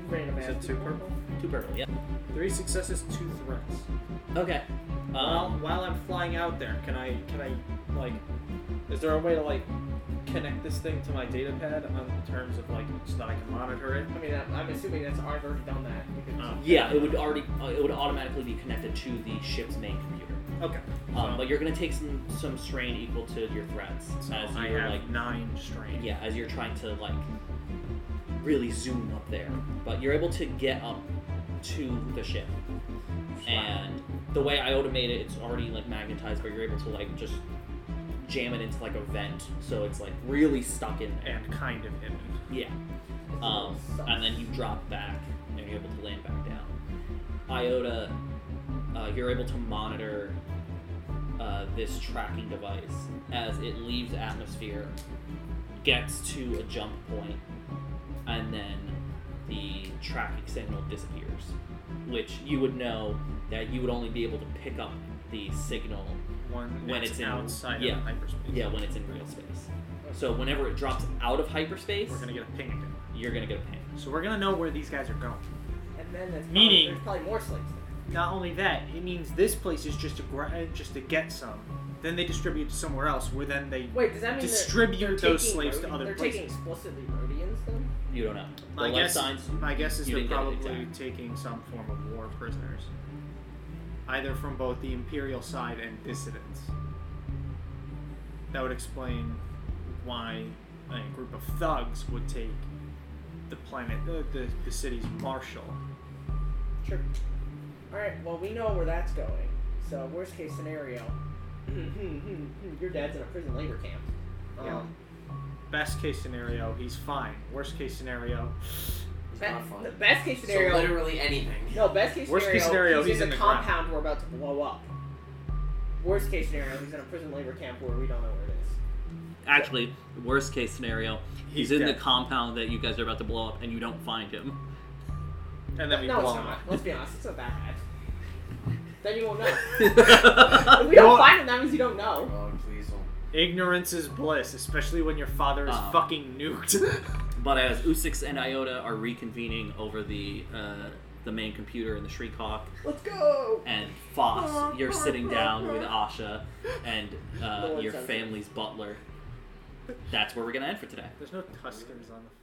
Speaker 2: Random
Speaker 3: Is
Speaker 2: ass
Speaker 3: it two
Speaker 2: people.
Speaker 3: purple?
Speaker 1: two purple. Yeah.
Speaker 3: Three successes, two threats.
Speaker 1: Okay.
Speaker 3: While
Speaker 1: Um,
Speaker 3: while I'm flying out there, can I can I like? Is there a way to like connect this thing to my data pad on terms of like so that I can monitor it?
Speaker 2: I mean, I'm, I'm assuming that's I've already done that. Because
Speaker 3: Oh.
Speaker 1: yeah. It would already. Uh, it would automatically be connected to the ship's main computer.
Speaker 3: Okay.
Speaker 1: Um, but you're gonna take some some strain equal to your threats
Speaker 3: So
Speaker 1: as
Speaker 3: I
Speaker 1: you're
Speaker 3: have
Speaker 1: like
Speaker 3: nine strain.
Speaker 1: yeah as you're trying to like really zoom up there. But you're able to get up to the ship. and the way I automate it, it's already like magnetized, but you're able to like just jam it into like a vent, so it's like really stuck in there.
Speaker 3: and kind of hidden.
Speaker 1: Yeah.
Speaker 3: Oh,
Speaker 1: Um, and then you drop back, and you're able to land back down. Iota, uh, you're able to monitor uh, this tracking device as it leaves atmosphere, gets to a jump point, and then the tracking signal disappears. Which you would know that you would only be able to pick up the signal
Speaker 3: One
Speaker 1: When
Speaker 3: that's
Speaker 1: it's in-
Speaker 3: outside
Speaker 1: yeah.
Speaker 3: of hyperspace.
Speaker 1: yeah, when it's in real space. So whenever it drops out of hyperspace,
Speaker 3: We're gonna get a ping again.
Speaker 1: you're gonna get a ping.
Speaker 3: So we're gonna know where these guys are going.
Speaker 2: and then that's
Speaker 3: Meaning-
Speaker 2: probably, there's probably more slaves. There.
Speaker 3: Not only that, it means this place is just to gra- uh, just to get some. Then they distribute to somewhere else, where then they
Speaker 2: Wait, does that mean they're-
Speaker 3: distribute
Speaker 2: they're,
Speaker 3: those
Speaker 2: taking
Speaker 3: slaves to
Speaker 2: Rhodian-
Speaker 3: other
Speaker 2: they're
Speaker 3: places.
Speaker 2: taking explicitly Rhodians then?
Speaker 1: You don't know. The
Speaker 3: My
Speaker 1: life
Speaker 3: guess,
Speaker 1: signs.
Speaker 3: my guess is
Speaker 1: you
Speaker 3: they're
Speaker 1: didn't get it
Speaker 3: probably taking some form of war prisoners, either from both the imperial side and dissidents. That would explain why a group of thugs would take the planet, uh, the the city's marshal.
Speaker 2: Sure. All right. Well, we know where that's going. So worst case scenario, your dad's in a prison labor camp. Um, Yeah.
Speaker 3: Best case scenario, he's fine. Worst case scenario,
Speaker 4: It's
Speaker 2: Be-
Speaker 4: not fun.
Speaker 2: the best case
Speaker 4: So
Speaker 2: scenario.
Speaker 4: literally anything.
Speaker 2: no, best case
Speaker 3: Worst
Speaker 2: scenario.
Speaker 3: case scenario,
Speaker 2: he's,
Speaker 3: he's
Speaker 2: in,
Speaker 3: in
Speaker 2: a
Speaker 3: the ground.
Speaker 2: compound we're about to blow up. Worst case scenario, he's in a prison labor camp where we don't know where it is.
Speaker 1: Actually, worst case scenario, he's,
Speaker 3: He's
Speaker 1: in
Speaker 3: dead.
Speaker 1: the compound that you guys are about to blow up, and you don't find him.
Speaker 3: and then we
Speaker 2: no,
Speaker 3: blow
Speaker 2: it's
Speaker 3: him
Speaker 2: not.
Speaker 3: up.
Speaker 2: Let's be honest, it's not that bad. Then you won't know. if
Speaker 1: Fuck
Speaker 2: we don't
Speaker 3: Well-
Speaker 2: find him, that means you don't know.
Speaker 4: Oh, please don't.
Speaker 3: Ignorance is bliss, especially when your father is
Speaker 1: Uh.
Speaker 3: fucking nuked.
Speaker 1: But as Usix and Iota are reconvening over the uh, the main computer in the Shriekawk,
Speaker 7: Let's go.
Speaker 1: and Foss, you're sitting down with Asha and uh, your family's butler. That's where we're gonna end for today.
Speaker 3: There's no Tuscans on the
Speaker 1: Uh.